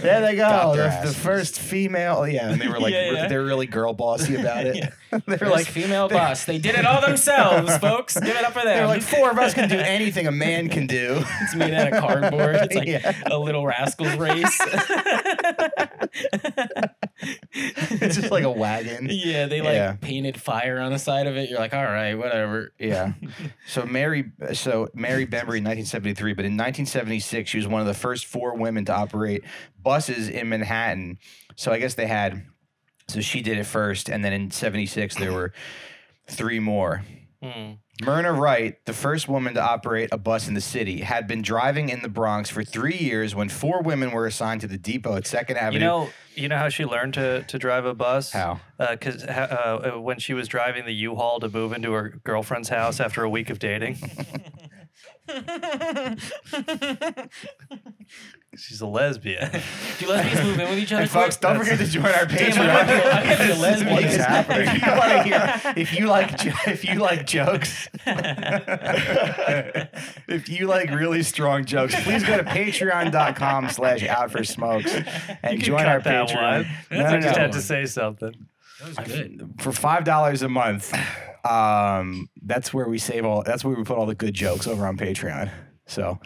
Speaker 1: There they go.
Speaker 2: Got their
Speaker 1: The, the
Speaker 2: asses.
Speaker 1: first female. Yeah, and they were like,
Speaker 3: Yeah, yeah.
Speaker 1: they're really girl bossy about it. they were
Speaker 3: They're like
Speaker 1: like,
Speaker 3: female boss. They did it all themselves, folks. Give it up for them.
Speaker 1: they're like, four of us can do anything a man can do.
Speaker 3: It's made out of cardboard. It's like
Speaker 1: Yeah.
Speaker 3: a little rascals race.
Speaker 1: it's just like a wagon.
Speaker 3: yeah, they like
Speaker 1: Yeah.
Speaker 3: painted fire on the side of it. You're like, all right, whatever.
Speaker 1: Yeah. So Mary, so Mary Bembury, in 1973, but in 1976, she was one of the first four women to operate buses in Manhattan. So I guess they had, so she did it first, and then in 76 there were three more.
Speaker 4: Hmm.
Speaker 1: Myrna Wright, the first woman to operate a bus in the city, had been driving in the Bronx for three years when four women were assigned to the depot at Second Avenue.
Speaker 4: You know, you know how she learned to, to drive a bus?
Speaker 1: How?
Speaker 4: Because uh, uh, when she was driving the U-Haul to move into her girlfriend's house after a week of dating, she's a lesbian.
Speaker 3: Do lesbians move in with each other?
Speaker 1: and folks,
Speaker 3: quick?
Speaker 1: don't forget to join our
Speaker 3: Damn, I might be- I
Speaker 1: Patreon.
Speaker 3: might be a lesbian.
Speaker 2: What is happening?
Speaker 1: if you want to hear, if you like, jo- if you like jokes, if you like really strong jokes, please go to patreon.com slash out for smokes and
Speaker 4: You can
Speaker 1: join
Speaker 4: cut
Speaker 1: our
Speaker 4: that
Speaker 1: Patreon.
Speaker 4: one.
Speaker 1: No, no,
Speaker 4: I just
Speaker 1: no.
Speaker 4: had to say something.
Speaker 3: That was good.
Speaker 1: for five dollars a month, um, that's where we save all. That's where we put all the good jokes over on Patreon. So,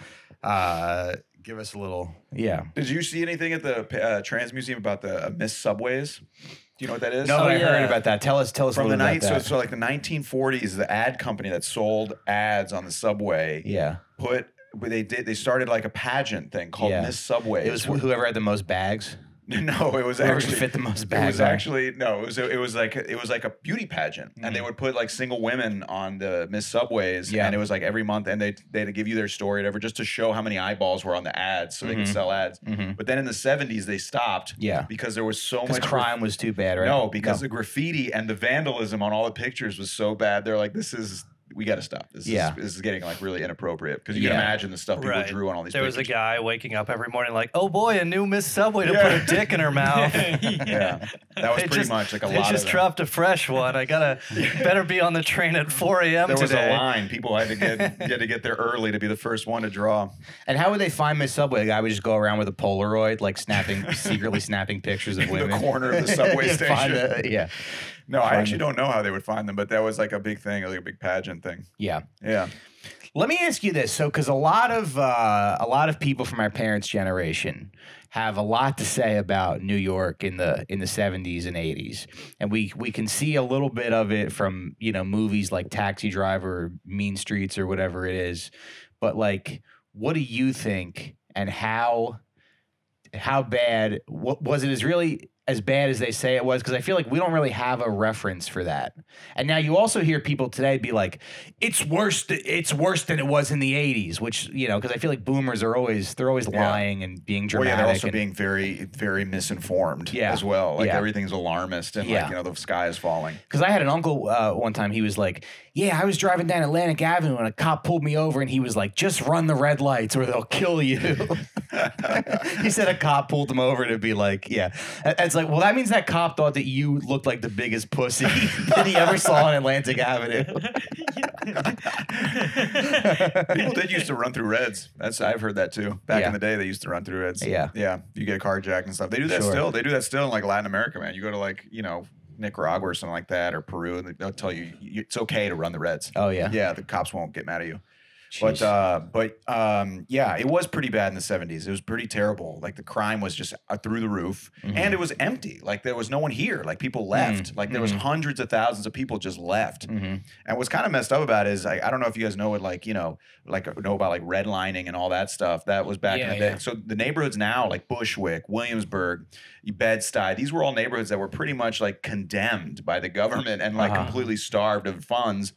Speaker 1: uh, give us a little. Yeah.
Speaker 2: Did you see anything at the uh, Trans Museum about the uh, missed subways? Do you know what that is?
Speaker 1: No, but I
Speaker 3: yeah.
Speaker 1: heard about that. Tell us. Tell us a
Speaker 2: From the
Speaker 1: little
Speaker 2: night,
Speaker 1: about
Speaker 2: so
Speaker 1: that.
Speaker 2: it's so like the 1940s, the ad company that sold ads on the subway
Speaker 1: yeah.
Speaker 2: put where they did they started like a pageant thing called
Speaker 1: Yeah.
Speaker 2: Miss Subway.
Speaker 1: It was wh- whoever had the most bags.
Speaker 2: no, it was
Speaker 1: Whoever could
Speaker 2: actually
Speaker 1: fit the most
Speaker 2: it was
Speaker 1: bags. on.
Speaker 2: actually no, it was it was like it was like a beauty pageant, and they would put like single women on the Miss Subways,
Speaker 1: Mm. Yeah.
Speaker 2: and it was like every month, and they they'd give you their story, or whatever, just to show how many eyeballs were on the ads, so they could sell ads.
Speaker 1: Mhm.
Speaker 2: But then in the 70s, they stopped,
Speaker 1: Yeah.
Speaker 2: because there was so
Speaker 1: Because
Speaker 2: much
Speaker 1: crime was too bad, right?
Speaker 2: No, because the graffiti and the vandalism on all the pictures was so bad. They're like, this is we got to stop. This
Speaker 1: Yeah.
Speaker 2: is this is getting like really inappropriate because you can
Speaker 1: Yeah.
Speaker 2: imagine the stuff people
Speaker 4: Right.
Speaker 2: drew on all these.
Speaker 4: There was a
Speaker 2: pictures.
Speaker 4: guy waking up every morning like, oh boy, a new Miss Subway to
Speaker 2: Yeah.
Speaker 4: put a dick in her mouth.
Speaker 2: Yeah, that was
Speaker 4: They
Speaker 2: pretty
Speaker 4: just-
Speaker 2: much like a
Speaker 4: they
Speaker 2: lot
Speaker 4: just
Speaker 2: of. them.
Speaker 4: dropped a fresh one. I gotta better be on the train at 4 a.m.
Speaker 2: There was
Speaker 4: today.
Speaker 2: a line. People had to get you had to get there early to be the first one to draw.
Speaker 1: And how would they find Miss Subway? The guy would just go around with a Polaroid, like snapping, secretly snapping pictures of
Speaker 2: the
Speaker 1: women.
Speaker 2: corner of the subway
Speaker 1: Yeah, find
Speaker 2: station.
Speaker 1: the- yeah.
Speaker 2: No, I
Speaker 1: Find
Speaker 2: actually don't know how they would find them, but that was like a big thing, like a big pageant thing.
Speaker 1: Yeah.
Speaker 2: Yeah.
Speaker 1: Let me ask you this, so because a lot of uh, a lot of people from our parents' generation have a lot to say about New York in the in the seventies and eighties, and we we can see a little bit of it from you know movies like Taxi Driver, Mean Streets, or whatever it is. But like, what do you think, and how how bad what, was it? Is really as bad as they say it was? Because I feel like we don't really have a reference for that. And now you also hear people today be like, "It's worse. Th- it's worse than it was in the '80s," which you know, because I feel like boomers are always they're always
Speaker 2: Yeah.
Speaker 1: lying and being
Speaker 2: Well,
Speaker 1: dramatic.
Speaker 2: yeah, they're also
Speaker 1: and-
Speaker 2: being very, very misinformed
Speaker 1: Yeah.
Speaker 2: as well. Like
Speaker 1: Yeah.
Speaker 2: everything's alarmist and
Speaker 1: Yeah.
Speaker 2: like you know the sky is falling.
Speaker 1: Because I had an uncle uh, one time, he was like, Yeah, I was driving down Atlantic Avenue and a cop pulled me over and he was like, Just run the red lights or they'll kill you. he said a cop pulled him over to be like, Yeah. And It's like, Well, that means that cop thought that you looked like the biggest pussy that he ever saw on Atlantic Avenue.
Speaker 2: People did used to run through reds. That's I've heard that too. Back
Speaker 1: Yeah.
Speaker 2: in the day, they used to run through reds.
Speaker 1: Yeah.
Speaker 2: yeah. You get carjacked and stuff. They do that
Speaker 1: Sure.
Speaker 2: still. They do that still in like Latin America, man. You go to like you know Nicaragua or something like that, or Peru, and they'll tell you you- it's okay to run the reds.
Speaker 1: Oh, yeah.
Speaker 2: yeah. The cops won't get mad at you.
Speaker 1: Jeez.
Speaker 2: But uh, but um, yeah, it was pretty bad in the '70s. It was pretty terrible. Like the crime was just uh, through the roof,
Speaker 1: Mm-hmm.
Speaker 2: and it was empty. Like there was no one here. Like people
Speaker 1: Mm.
Speaker 2: left. Like there was
Speaker 1: Mm-hmm.
Speaker 2: hundreds of thousands of people just left.
Speaker 3: Mm-hmm.
Speaker 2: And what's kind of messed up about it is I, I don't know if you guys know what like you know like uh, know about like redlining and all that stuff. That was back in
Speaker 3: Yeah,
Speaker 2: the day.
Speaker 3: yeah.
Speaker 2: So the neighborhoods now like Bushwick, Williamsburg, Bed Stuy. These were all neighborhoods that were pretty much like condemned by the government and like
Speaker 1: Uh-huh.
Speaker 2: completely starved of funds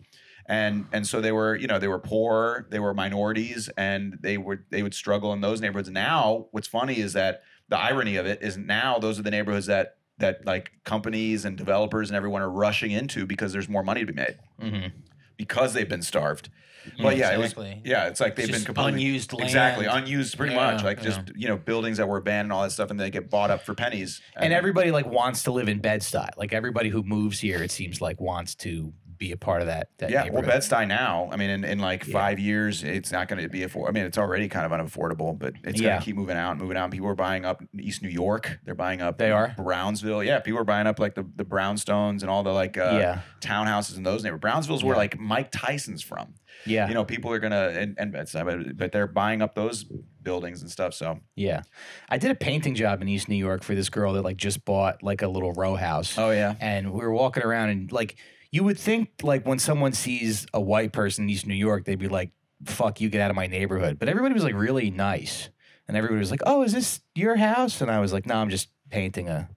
Speaker 2: and and so they were you know they were poor they were minorities and they were they would struggle in those neighborhoods now what's funny is that the irony of it is now those are the neighborhoods that that like companies and developers and everyone are rushing into because there's more money to be made Mm-hmm.
Speaker 1: Mhm.
Speaker 2: because they've been starved.
Speaker 3: Yeah,
Speaker 2: but yeah, it was,
Speaker 3: exactly.
Speaker 2: yeah, it's like they've
Speaker 3: just
Speaker 2: been completely
Speaker 3: unused land.
Speaker 2: Exactly, unused pretty
Speaker 3: Yeah,
Speaker 2: much. Like
Speaker 3: yeah.
Speaker 2: just you know buildings that were abandoned, and all that stuff, and they get bought up for pennies.
Speaker 1: And everybody like wants to live in Bed Stuy. Like everybody who moves here, it seems like wants to be a part of that. that
Speaker 2: yeah, well,
Speaker 1: neighborhood.
Speaker 2: Bed Stuy now. I mean, in, in like
Speaker 1: Yeah.
Speaker 2: five years, it's not going to be affordable. I mean, it's already kind of unaffordable, but it's going
Speaker 1: Yeah.
Speaker 2: to keep moving out, and moving out. People are buying up East New York. They're buying up.
Speaker 1: They are?
Speaker 2: Brownsville. Yeah, people are buying up like the the brownstones and all the like uh,
Speaker 1: yeah,
Speaker 2: townhouses in those neighborhoods. Brownsville's where
Speaker 1: Yeah.
Speaker 2: like Mike Tyson's from.
Speaker 1: yeah,
Speaker 2: You know, people are gonna and, and Bed Stuy, but, but they're buying up those buildings and stuff. So
Speaker 1: yeah. I did a painting job in East New York for this girl that like just bought like a little row house.
Speaker 2: oh yeah,
Speaker 1: and we were walking around and like you would think like when someone sees a white person in East New York, they'd be like, "Fuck you, get out of my neighborhood." But everybody was like really nice, and everybody was like, "Oh, is this your house?" And I was like, "No, I'm just painting a,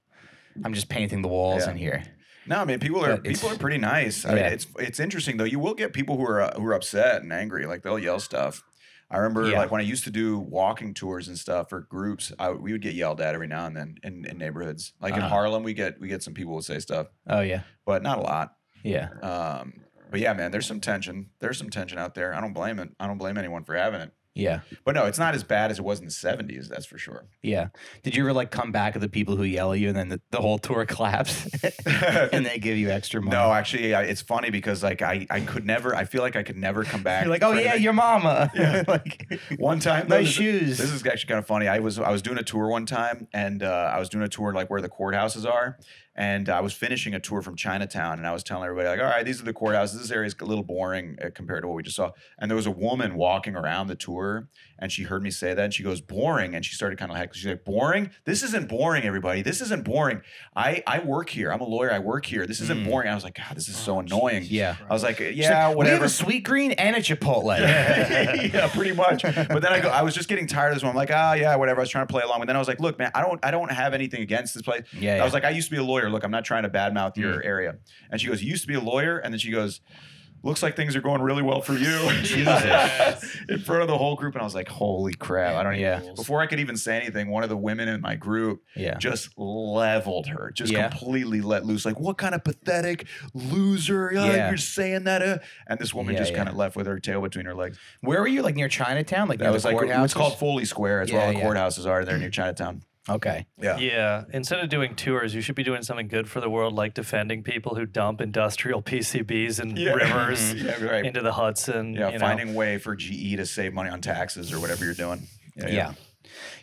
Speaker 1: I'm just painting the walls
Speaker 2: Yeah.
Speaker 1: in here."
Speaker 2: No, I mean people are
Speaker 1: But it's-
Speaker 2: people are pretty nice. I mean
Speaker 1: Yeah.
Speaker 2: it's it's interesting though. You will get people who are uh, who are upset and angry, like they'll yell stuff. I remember
Speaker 1: Yeah.
Speaker 2: like when I used to do walking tours and stuff for groups, I, we would get yelled at every now and then in, in neighborhoods. Like in
Speaker 1: Uh-huh.
Speaker 2: Harlem, we get we get some people who say stuff,
Speaker 1: Oh yeah,
Speaker 2: but not a lot.
Speaker 1: yeah,
Speaker 2: Um, but yeah, man, there's some tension. There's some tension out there. I don't blame it. I don't blame anyone for having it.
Speaker 1: yeah,
Speaker 2: But no, it's not as bad as it was in the '70s. That's for sure.
Speaker 1: yeah. Did you ever like come back at the people who yell at you, and then the, the whole tour claps, and they give you extra money?
Speaker 2: no, actually, I, it's funny because like I I could never. I feel like I could never come back.
Speaker 1: You're like, oh
Speaker 2: for
Speaker 1: yeah,
Speaker 2: anything."
Speaker 1: your mama.
Speaker 2: Yeah.
Speaker 1: like,
Speaker 2: One time, though,
Speaker 1: nice
Speaker 2: this-
Speaker 1: shoes.
Speaker 2: This is actually kind of funny. I was I was doing a tour one time, and uh, I was doing a tour like where the courthouses are, and I was finishing a tour from Chinatown, and I was telling everybody like, all right, these are the courthouses. This area is a little boring uh, compared to what we just saw. And there was a woman walking around the tour, and she heard me say that, and she goes boring, and she started kind of heckling. She's like, boring? This isn't boring, everybody. This isn't boring. I I work here. I'm a lawyer. I work here. This isn't
Speaker 1: Mm.
Speaker 2: boring. I was like, God, this is so
Speaker 3: Oh,
Speaker 2: annoying.
Speaker 3: Jesus
Speaker 1: Yeah.
Speaker 2: I was like,
Speaker 1: She's like,
Speaker 2: yeah,
Speaker 1: We have
Speaker 2: whatever.
Speaker 1: a sweet green and a Chipotle.
Speaker 2: yeah, pretty much. But then I go, I was just getting tired of this one. I'm like, ah, yeah, whatever. I was trying to play along, but then I was like, look, man, I don't, I don't have anything against this place.
Speaker 1: Yeah,
Speaker 2: I was like, I used to be a lawyer. Look, I'm not trying to badmouth your area. And she goes, you used to be a lawyer, and then she goes, looks like things are going really well for you.
Speaker 3: Jesus.
Speaker 2: in front of the whole group, and I was like, holy crap! I don't
Speaker 1: Yeah.
Speaker 2: even. Before I could even say anything, one of the women in my group
Speaker 1: yeah.
Speaker 2: just leveled her, just
Speaker 1: Yeah.
Speaker 2: completely let loose. Like, what kind of pathetic loser? Yeah,
Speaker 1: Yeah.
Speaker 2: you're saying that. Uh. And this woman
Speaker 1: Yeah,
Speaker 2: just
Speaker 1: yeah.
Speaker 2: kind of left with her tail between her legs.
Speaker 1: Where were you? Like near Chinatown? Like
Speaker 2: That
Speaker 1: near
Speaker 2: was
Speaker 1: the
Speaker 2: like
Speaker 1: courthouse?
Speaker 2: it's called Foley Square. It's where all
Speaker 1: Yeah,
Speaker 2: the
Speaker 1: yeah.
Speaker 2: courthouses are. They're near Chinatown.
Speaker 1: Okay.
Speaker 2: Yeah.
Speaker 4: Yeah. Instead of doing tours, you should be doing something good for the world, like defending people who dump industrial PCBs and rivers
Speaker 2: yeah, right.
Speaker 4: into the Hudson.
Speaker 2: yeah,
Speaker 4: you know.
Speaker 2: finding a way for GE to save money on taxes or whatever you're doing.
Speaker 1: Yeah.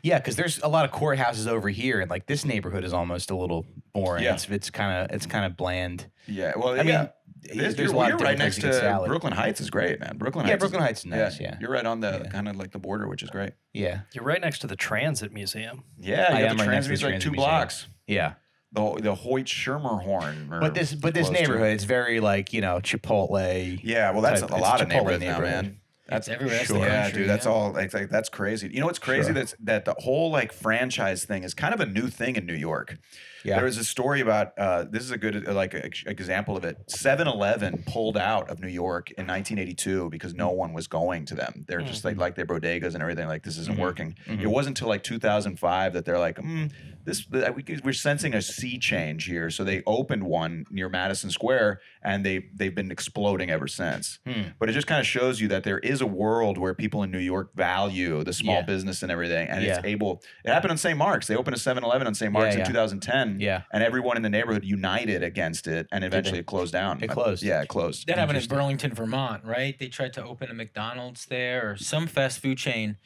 Speaker 1: Yeah, because there's a lot of courthouses over here, and like this neighborhood is almost a little boring.
Speaker 2: Yeah.
Speaker 1: It's it's kind of it's kind of bland.
Speaker 2: Yeah, Well,
Speaker 1: I
Speaker 2: yeah.
Speaker 1: mean,
Speaker 2: This,
Speaker 1: there's
Speaker 2: you're,
Speaker 1: a lot
Speaker 2: you're
Speaker 1: of
Speaker 2: right
Speaker 1: different
Speaker 2: next
Speaker 1: things you can
Speaker 2: to
Speaker 1: salad.
Speaker 2: Brooklyn Heights is great, man. Brooklyn
Speaker 1: Yeah,
Speaker 2: Heights.
Speaker 1: Brooklyn
Speaker 2: is,
Speaker 1: Heights is nice. Yeah.
Speaker 2: You're right on the
Speaker 1: Yeah.
Speaker 2: kind of like the border, which is great.
Speaker 1: Yeah.
Speaker 4: You're right next to the Transit Museum.
Speaker 2: Yeah,
Speaker 1: I
Speaker 2: you
Speaker 1: am
Speaker 2: have the
Speaker 1: right next
Speaker 2: trans
Speaker 1: to the
Speaker 2: like
Speaker 1: Transit
Speaker 2: two
Speaker 1: Museum.
Speaker 2: blocks.
Speaker 1: Yeah.
Speaker 2: the the Hoyt Schirmerhorn. or
Speaker 1: But this but this
Speaker 2: close to.
Speaker 1: neighborhood, it's very like you know Chipotle.
Speaker 2: Yeah, well, that's
Speaker 1: type-
Speaker 2: a
Speaker 1: it's
Speaker 2: lot of
Speaker 1: Chipotle
Speaker 2: neighborhoods
Speaker 1: neighborhood.
Speaker 2: now, man. That's
Speaker 3: everywhere. That's the
Speaker 2: yeah,
Speaker 3: country,
Speaker 2: dude. That's
Speaker 3: yeah.
Speaker 2: all. Like, like that's crazy. You know what's crazy?
Speaker 1: Sure.
Speaker 2: That's that the whole like franchise thing is kind of a new thing in New York.
Speaker 1: Yeah.
Speaker 2: There was a story about uh, this is a good uh, like ex- example of it. 7-Eleven pulled out of New York in 1982 because no one was going to them. They're just like like their bodegas and everything. Like this isn't
Speaker 1: Mhm.
Speaker 2: working.
Speaker 1: Mhm.
Speaker 2: It wasn't until like 2005 that they're like, mm, this th- we, we're sensing a sea change here. So they opened one near Madison Square, and they they've been exploding ever since.
Speaker 1: Hmm.
Speaker 2: But it just kind of shows you that there is a world where people in New York value the small
Speaker 1: Yeah.
Speaker 2: business and everything, and it's
Speaker 1: Yeah.
Speaker 2: able. It happened on St. Mark's. They opened a 7-Eleven on St. Mark's
Speaker 1: yeah.
Speaker 2: in 2010.
Speaker 1: Yeah.
Speaker 2: And everyone in the neighborhood united against it, and eventually it closed down.
Speaker 1: It closed.
Speaker 2: Yeah, it closed.
Speaker 3: That happened in
Speaker 1: Interesting.
Speaker 3: Burlington, Vermont, right? They tried to open a McDonald's there or some fast food chain,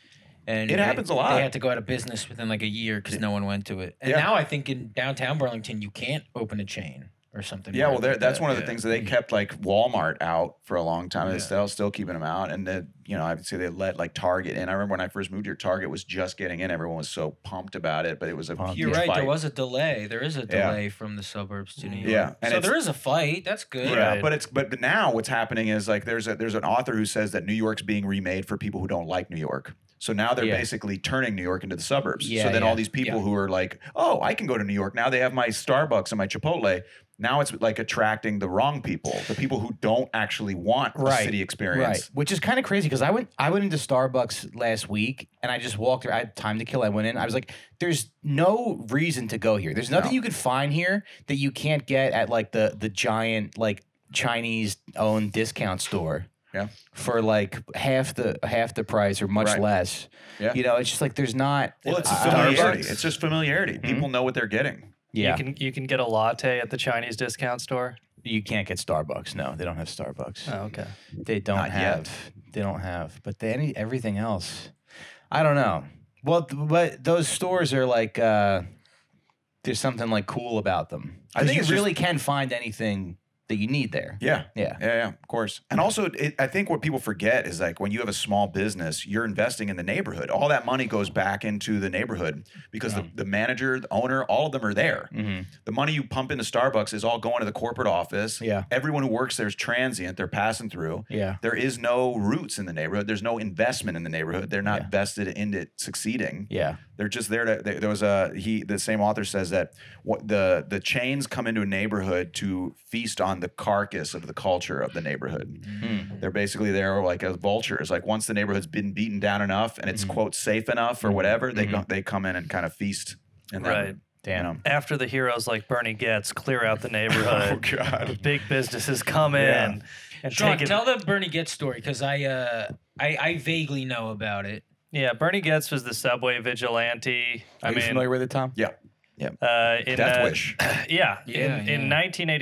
Speaker 3: and
Speaker 2: It
Speaker 3: they-
Speaker 2: happens a lot.
Speaker 3: They had to go out of business within like a year because no one went to it. And
Speaker 2: Yeah.
Speaker 3: now I think in downtown Burlington, you can't open a chain or something.
Speaker 2: Yeah,
Speaker 3: weird
Speaker 2: well, there-
Speaker 3: like
Speaker 2: that's
Speaker 3: that.
Speaker 2: one of the
Speaker 3: Yeah.
Speaker 2: things that they kept like Walmart out for a long time.
Speaker 4: Yeah.
Speaker 2: They're still still keeping them out, and then you know I would say they let like Target in. I remember when I first moved here, Target was just getting in. Everyone was so pumped about it, but it was a
Speaker 1: Pumped.
Speaker 2: huge
Speaker 3: You're right.
Speaker 2: fight.
Speaker 3: There was a delay. There is a
Speaker 2: Yeah. Mm-hmm.
Speaker 3: delay from the suburbs to New York.
Speaker 2: Yeah, and
Speaker 3: so
Speaker 2: it's-
Speaker 3: there is a fight. That's good.
Speaker 2: yeah,
Speaker 4: Right.
Speaker 2: but it's but now what's happening is like there's a there's an author who says that New York's being remade for people who don't like New York. So now they're
Speaker 1: Yeah.
Speaker 2: basically turning New York into the suburbs.
Speaker 1: Yeah,
Speaker 2: so then
Speaker 1: yeah,
Speaker 2: all these people
Speaker 3: yeah.
Speaker 2: who are like, oh, I can go to New York. Now they have my Starbucks and my Chipotle. Now it's like attracting the wrong people, the people who don't actually want the
Speaker 1: Right.
Speaker 2: city experience.
Speaker 1: Right, which is kind of crazy because I went I went into Starbucks last week and I just walked. I had time to kill. I went in. I was like, "There's no reason to go here. There's nothing
Speaker 2: No.
Speaker 1: you could find here that you can't get at like the the giant like Chinese owned discount store."
Speaker 2: Yeah.
Speaker 1: For like half the half the price or much
Speaker 2: Right.
Speaker 1: less.
Speaker 2: Yeah.
Speaker 1: You know, it's just like there's not.
Speaker 2: Well, it's
Speaker 1: I- I
Speaker 2: just
Speaker 1: don't know. Mm-hmm.
Speaker 2: familiarity.
Speaker 4: Starbucks.
Speaker 2: It's just familiarity. People know what they're getting.
Speaker 1: Yeah.
Speaker 4: You can you can get a latte at the Chinese discount store.
Speaker 1: you can't get Starbucks. No, they don't have Starbucks.
Speaker 4: Oh, okay.
Speaker 1: They don't
Speaker 2: Not yet.
Speaker 1: have. They don't have. But they, any everything else, I don't know. Well, th- but those stores are like uh, there's something like cool about them.
Speaker 2: I
Speaker 1: I
Speaker 2: think
Speaker 1: think you
Speaker 2: it's just-
Speaker 1: really can find anything that you need there.
Speaker 2: Yeah.
Speaker 1: Yeah.
Speaker 2: Yeah, yeah, of course. And also, it, I think what people forget is like when you have a small business, you're investing in the neighborhood. All that money goes back into the neighborhood because
Speaker 1: Yeah.
Speaker 2: the, the manager, the owner, all of them are there.
Speaker 1: Mm-hmm.
Speaker 2: The money you pump into Starbucks is all going to the corporate office.
Speaker 1: Yeah.
Speaker 2: Everyone who works there is transient, they're passing through.
Speaker 1: Yeah.
Speaker 2: There is no roots in the neighborhood. There's no investment in the neighborhood. They're not
Speaker 1: Yeah.
Speaker 2: vested in it succeeding
Speaker 1: Yeah.
Speaker 2: they're just there to they, there was a he the same author says that what the the chains come into a neighborhood to feast on the carcass of the culture of the neighborhood
Speaker 4: Hmm.
Speaker 2: they're basically there like as vultures like once the neighborhood's been beaten down enough and it's
Speaker 4: Hmm.
Speaker 2: quote safe enough or whatever they go, they come in and kind of feast and then,
Speaker 4: Right.
Speaker 2: you
Speaker 1: Damn.
Speaker 2: know
Speaker 4: After the heroes like Bernie Getz clear out the
Speaker 2: oh
Speaker 4: neighborhood,
Speaker 2: god
Speaker 4: big businesses come
Speaker 2: Yeah.
Speaker 4: in and
Speaker 3: Sean,
Speaker 4: take it.
Speaker 3: tell the Bernie Getz story because I, uh, I I vaguely know about it.
Speaker 4: yeah, Bernie Getz was the subway vigilante.
Speaker 1: Are
Speaker 4: I
Speaker 1: you
Speaker 4: mean,
Speaker 1: familiar with it, Tom?
Speaker 2: yeah
Speaker 4: uh, in
Speaker 2: death
Speaker 4: uh,
Speaker 2: wish
Speaker 4: Yeah,
Speaker 3: Yeah,
Speaker 4: in,
Speaker 3: yeah.
Speaker 4: in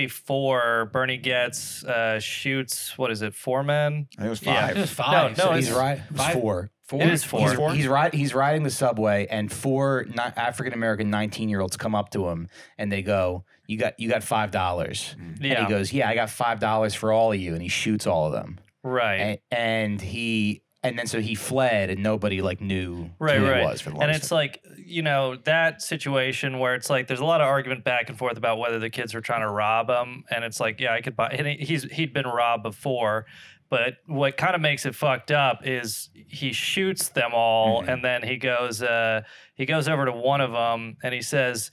Speaker 4: 1984, Bernie Getz uh, shoots what is it, four men?
Speaker 2: i think it was
Speaker 4: yeah.
Speaker 2: five
Speaker 3: It was five.
Speaker 4: no,
Speaker 3: so
Speaker 1: He's
Speaker 4: it's-
Speaker 1: right.
Speaker 3: five-
Speaker 1: Four.
Speaker 3: four.
Speaker 4: It is four.
Speaker 1: He's, he's ri- He's riding the subway, and four ni- African American nineteen year olds come up to him, and they go, "You got you got five dollars." And
Speaker 4: Yeah,
Speaker 1: he goes, "Yeah, I got five dollars for all of you," and he shoots all of them.
Speaker 4: right.
Speaker 1: and, and he and then so he fled and nobody like knew
Speaker 4: right,
Speaker 1: who
Speaker 4: right.
Speaker 1: it was for the
Speaker 4: and
Speaker 1: longest
Speaker 4: it's like you know that situation where it's like there's a lot of argument back and forth about whether the kids were trying to rob him, and it's like yeah, I could buy. And he- he's he'd been robbed before, but what kind of makes it fucked up is he shoots them all,
Speaker 1: Mm-hmm.
Speaker 4: and then he goes uh, he goes over to one of them and he says.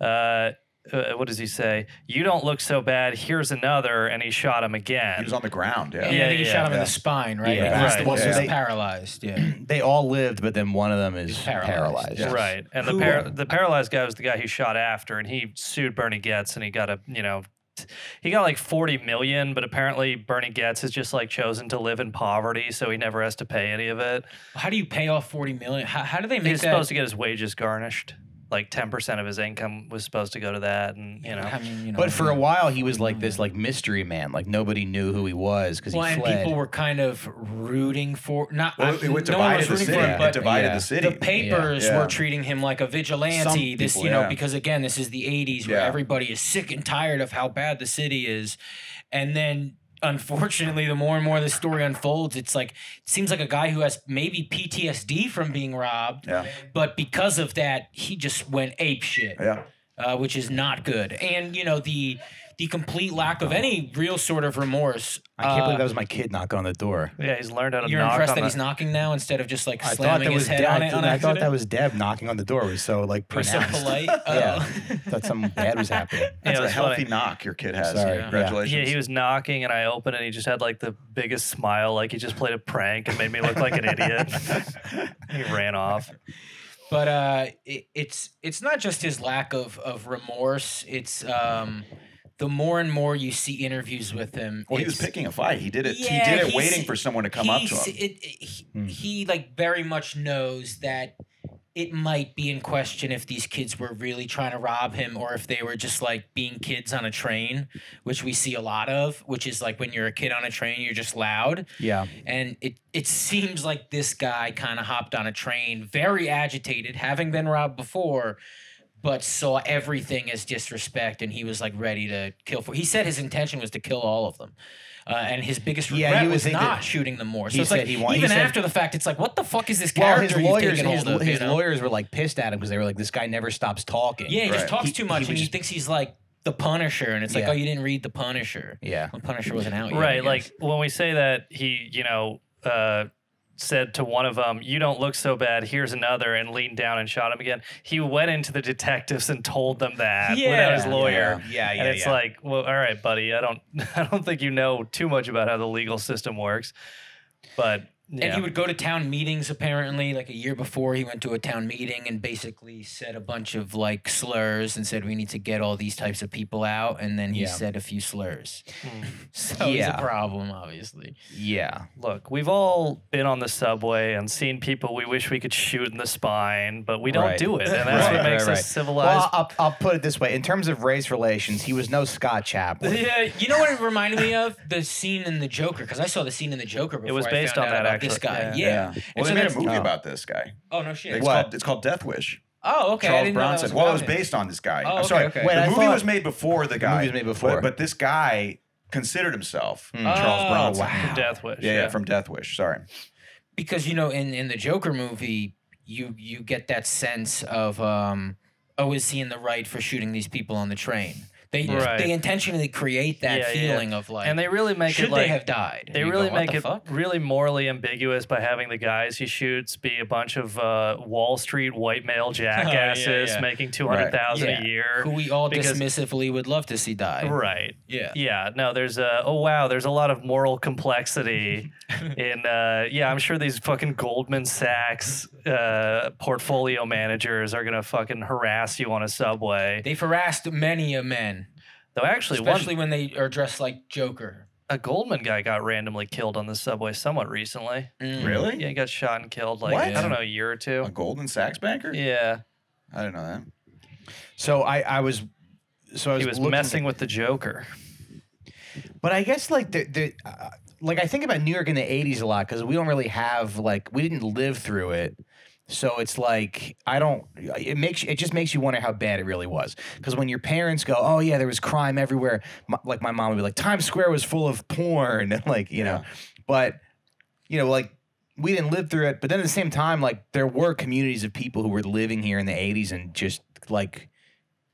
Speaker 4: Uh, uh, what does he say? You don't look so bad. Here's another, and he shot him again.
Speaker 2: he was on the ground yeah,
Speaker 3: Yeah,
Speaker 4: Yeah,
Speaker 3: I think he
Speaker 4: yeah,
Speaker 3: shot him in
Speaker 2: yeah.
Speaker 3: the spine, right?
Speaker 1: Yeah.
Speaker 3: Like, that's the
Speaker 4: Right.
Speaker 3: one
Speaker 2: Yeah.
Speaker 3: that's
Speaker 1: They-
Speaker 3: paralyzed. Yeah.
Speaker 1: time. they all lived but then one of them is
Speaker 3: He's
Speaker 1: paralyzed,
Speaker 3: paralyzed,
Speaker 2: yes.
Speaker 4: Right, and the
Speaker 3: Who,
Speaker 4: par-
Speaker 3: uh,
Speaker 4: the paralyzed guy was the guy who shot after, and he sued Bernie Getz, and he got a you know, t- he got like forty million, but apparently Bernie Getz has just like chosen to live in poverty, so he never has to pay any of it.
Speaker 3: How do you pay off forty million? How, how do they make
Speaker 4: He's
Speaker 3: that?
Speaker 4: supposed to get his wages garnished, like ten percent of his income was supposed to go to that, and you know,
Speaker 3: I mean, you know,
Speaker 1: but for a while he was like this like mystery man like nobody knew who he was because
Speaker 3: Well,
Speaker 1: he
Speaker 3: and
Speaker 1: fled
Speaker 3: people were kind of rooting for not.
Speaker 2: Well, it, it
Speaker 3: no one
Speaker 2: divided
Speaker 3: was
Speaker 2: the
Speaker 3: rooting
Speaker 2: city
Speaker 3: for him,
Speaker 2: it
Speaker 3: but
Speaker 2: divided
Speaker 1: yeah.
Speaker 2: the city
Speaker 3: the papers
Speaker 2: Yeah.
Speaker 3: were treating him like a vigilante.
Speaker 2: Some
Speaker 3: this,
Speaker 2: people,
Speaker 3: you know,
Speaker 2: yeah.
Speaker 3: because again, this is the '80s where
Speaker 2: Yeah.
Speaker 3: everybody is sick and tired of how bad the city is, and then. Unfortunately, the more and more this story unfolds, it's like it seems like a guy who has maybe PTSD from being robbed,
Speaker 2: yeah
Speaker 3: but because of that, he just went ape shit
Speaker 2: yeah
Speaker 3: uh, which is not good. And you know the the complete lack of any real sort of remorse.
Speaker 1: i can't
Speaker 3: uh,
Speaker 1: believe that was my kid knock on the door
Speaker 4: yeah, he's learned how to
Speaker 3: you're
Speaker 4: knock
Speaker 3: impressed
Speaker 4: on
Speaker 3: that
Speaker 4: the-
Speaker 3: he's knocking now instead of just like
Speaker 1: I thought,
Speaker 3: slamming
Speaker 1: that
Speaker 3: his
Speaker 1: was
Speaker 3: head
Speaker 1: Deb,
Speaker 3: on it. On
Speaker 1: I thought that
Speaker 3: accident?
Speaker 1: was Deb knocking on the door. It was so like
Speaker 3: It was so
Speaker 1: pronounced.
Speaker 3: polite.
Speaker 1: yeah,
Speaker 3: Oh.
Speaker 1: thought something bad was happening.
Speaker 4: Yeah,
Speaker 2: that's
Speaker 4: it
Speaker 2: a
Speaker 4: was
Speaker 2: healthy
Speaker 4: funny.
Speaker 2: knock your kid has
Speaker 1: Sorry, yeah.
Speaker 2: congratulations
Speaker 4: Yeah, he was knocking, and I opened, and he just had like the biggest smile, like he just played a prank and made me look like an idiot. he ran off.
Speaker 3: but uh, it, it's it's not just his lack of of remorse. It's um, the more and more you see interviews with him.
Speaker 2: Well, he was
Speaker 3: it's-
Speaker 2: picking a fight. He did it. he
Speaker 3: Yeah,
Speaker 2: did it
Speaker 3: he's-
Speaker 2: waiting for someone to come up to
Speaker 3: he's-
Speaker 2: him.
Speaker 3: It, it- he,
Speaker 1: Hmm.
Speaker 3: he, like very much knows that it might be in question if these kids were really trying to rob him or if they were just like being kids on a train, which we see a lot of, which is like when you're a kid on a train, you're just loud.
Speaker 1: Yeah,
Speaker 3: And it, it seems like this guy kind of hopped on a train, very agitated, having been robbed before. But saw everything as disrespect, and he was like ready to kill. For he said his intention was to kill all of them, uh, and his biggest
Speaker 1: Yeah,
Speaker 3: regret
Speaker 1: he was
Speaker 3: was
Speaker 1: thinking-
Speaker 3: not shooting them more. So
Speaker 1: he
Speaker 3: it's like
Speaker 1: said he wa- he
Speaker 3: even
Speaker 1: said-
Speaker 3: after the fact, it's like what the fuck is this
Speaker 1: well,
Speaker 3: character
Speaker 1: his
Speaker 3: you've
Speaker 1: lawyers,
Speaker 3: taken
Speaker 1: his,
Speaker 3: hold of? you
Speaker 1: his
Speaker 3: know?
Speaker 1: lawyers were like pissed at him because they were like, "This guy never stops talking."
Speaker 3: yeah, he
Speaker 2: Right.
Speaker 3: just talks
Speaker 1: He-
Speaker 3: too much,
Speaker 1: he
Speaker 3: and
Speaker 1: was
Speaker 3: he
Speaker 1: just-
Speaker 3: thinks he's like the Punisher, and it's like,
Speaker 1: Yeah.
Speaker 3: oh, you didn't read the Punisher.
Speaker 1: yeah.
Speaker 3: When Punisher wasn't out yet. I
Speaker 4: right
Speaker 3: guess.
Speaker 4: like when we say that he you know uh said to one of them, "You don't look so bad. Here's another," and leaned down and shot him again. He went into the detectives and told them that without his
Speaker 3: Yeah.
Speaker 4: lawyer.
Speaker 1: Yeah, yeah.
Speaker 4: and it's
Speaker 1: yeah.
Speaker 4: like, well, all right, buddy, I don't, I don't think you know too much about how the legal system works, but yeah,
Speaker 3: And he would go to town meetings apparently, like a year before he went to a town meeting and basically said a bunch of like slurs and said we need to get all these types of people out. And then he
Speaker 1: Yeah.
Speaker 3: said a few slurs.
Speaker 4: Mm.
Speaker 3: So
Speaker 1: Yeah.
Speaker 3: it's a problem, obviously.
Speaker 1: yeah.
Speaker 4: look, we've all been on the subway and seen people we wish we could shoot in the spine, but we don't
Speaker 1: Right.
Speaker 4: do it, and that's
Speaker 1: Right,
Speaker 4: what
Speaker 1: right,
Speaker 4: makes
Speaker 1: right.
Speaker 4: us civilized.
Speaker 1: Well, I'll, I'll put it this way: in terms of race relations, he was no Scott Chaplin.
Speaker 3: yeah, you know what it reminded me of? The scene in the Joker, because I saw the scene in the Joker before.
Speaker 4: was
Speaker 3: I
Speaker 4: based
Speaker 3: found
Speaker 4: on
Speaker 3: out
Speaker 4: that,
Speaker 3: about this
Speaker 4: actually.
Speaker 3: guy.
Speaker 4: Yeah.
Speaker 3: Yeah.
Speaker 2: Yeah. Well,
Speaker 3: And
Speaker 2: they
Speaker 3: so
Speaker 2: made a
Speaker 3: that's-
Speaker 2: movie
Speaker 1: oh.
Speaker 2: about this guy.
Speaker 3: Oh no shit.
Speaker 2: It's
Speaker 1: What?
Speaker 2: called, it's called Death Wish.
Speaker 3: Oh okay. I
Speaker 2: Charles
Speaker 3: didn't know that
Speaker 2: Bronson.
Speaker 3: was
Speaker 2: well, it
Speaker 3: about
Speaker 2: was
Speaker 3: him.
Speaker 2: based on this guy.
Speaker 3: Oh,
Speaker 2: I'm
Speaker 3: okay,
Speaker 2: sorry.
Speaker 3: okay.
Speaker 1: Wait,
Speaker 2: the
Speaker 1: I
Speaker 2: movie
Speaker 1: thought-
Speaker 2: was made before the
Speaker 1: The
Speaker 2: guy.
Speaker 1: movie was made before.
Speaker 2: But, but this guy considered himself Charles
Speaker 3: Oh,
Speaker 2: Bronson.
Speaker 1: wow.
Speaker 4: Death wish.
Speaker 2: Yeah, yeah, from Death Wish. Sorry.
Speaker 3: because you know in in the Joker movie you you get that sense of um oh is he in the right for shooting these people on the train they
Speaker 4: Right.
Speaker 3: they intentionally create that
Speaker 4: Yeah, yeah.
Speaker 3: feeling of like
Speaker 4: and they really make
Speaker 3: should
Speaker 4: it like
Speaker 3: they have died
Speaker 4: They
Speaker 3: And you
Speaker 4: really
Speaker 3: go, "What
Speaker 4: make
Speaker 3: the
Speaker 4: it
Speaker 3: fuck?"
Speaker 4: really morally ambiguous by having the guys he shoots be a bunch of uh, Wall Street white male jackasses
Speaker 3: Oh, yeah.
Speaker 4: making two hundred thousand
Speaker 3: Yeah.
Speaker 4: a year.
Speaker 3: who we all
Speaker 4: because-
Speaker 3: dismissively would love to see die
Speaker 4: Right.
Speaker 3: yeah
Speaker 4: Yeah. No. There's a. Oh wow. There's a lot of moral complexity. in uh, yeah, I'm sure these fucking Goldman Sachs uh, portfolio managers are gonna fucking harass you on a subway.
Speaker 3: they've harassed many a men
Speaker 4: Though actually, one
Speaker 3: especially when they are dressed like Joker
Speaker 4: a Goldman guy got randomly killed on the subway somewhat recently.
Speaker 3: Mm.
Speaker 2: Really?
Speaker 4: Yeah, he got shot and killed like
Speaker 2: What?
Speaker 4: I don't know a year or two.
Speaker 2: A Goldman Sachs banker?
Speaker 4: Yeah.
Speaker 2: I didn't know that.
Speaker 1: So I, I was, so I was,
Speaker 4: he was
Speaker 1: looking-
Speaker 4: messing with the Joker.
Speaker 1: But I guess like the the. Uh, like I think about New York in the '80s a lot because we don't really have like we didn't live through it, so it's like I don't. It makes it just makes you wonder how bad it really was because when your parents go, "Oh yeah, there was crime everywhere," my, like my mom would be like, "Times Square was full of porn," and like you know, but you know like we didn't live through it. But then at the same time, like there were communities of people who were living here in the '80s and just like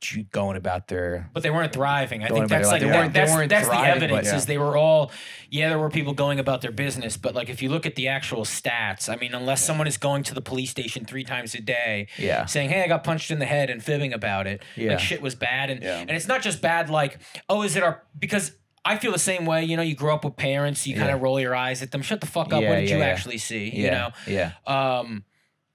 Speaker 1: ju- going about their
Speaker 3: But they weren't thriving. I
Speaker 1: Going
Speaker 3: think
Speaker 1: about
Speaker 3: that's
Speaker 1: their
Speaker 3: like
Speaker 1: life. They
Speaker 3: that-
Speaker 1: weren't- they weren't
Speaker 3: that's, that's
Speaker 1: thriving,
Speaker 3: the
Speaker 1: but-
Speaker 3: evidence
Speaker 1: Yeah.
Speaker 3: is they were all yeah there were people going about their business, but like if you look at the actual stats, I mean unless someone is going to the police station three times a day
Speaker 1: yeah
Speaker 3: saying hey I got punched in the head and fibbing about it,
Speaker 1: Yeah.
Speaker 3: like shit was bad and
Speaker 2: Yeah.
Speaker 3: and it's not just bad like oh is it our because. I feel the same way. You know, you grow up with parents, you kind
Speaker 1: Yeah.
Speaker 3: of roll your eyes at them. Shut the fuck up.
Speaker 1: Yeah,
Speaker 3: what did
Speaker 1: yeah,
Speaker 3: you
Speaker 1: yeah.
Speaker 3: actually see?
Speaker 1: yeah
Speaker 3: You know,
Speaker 1: yeah
Speaker 3: um,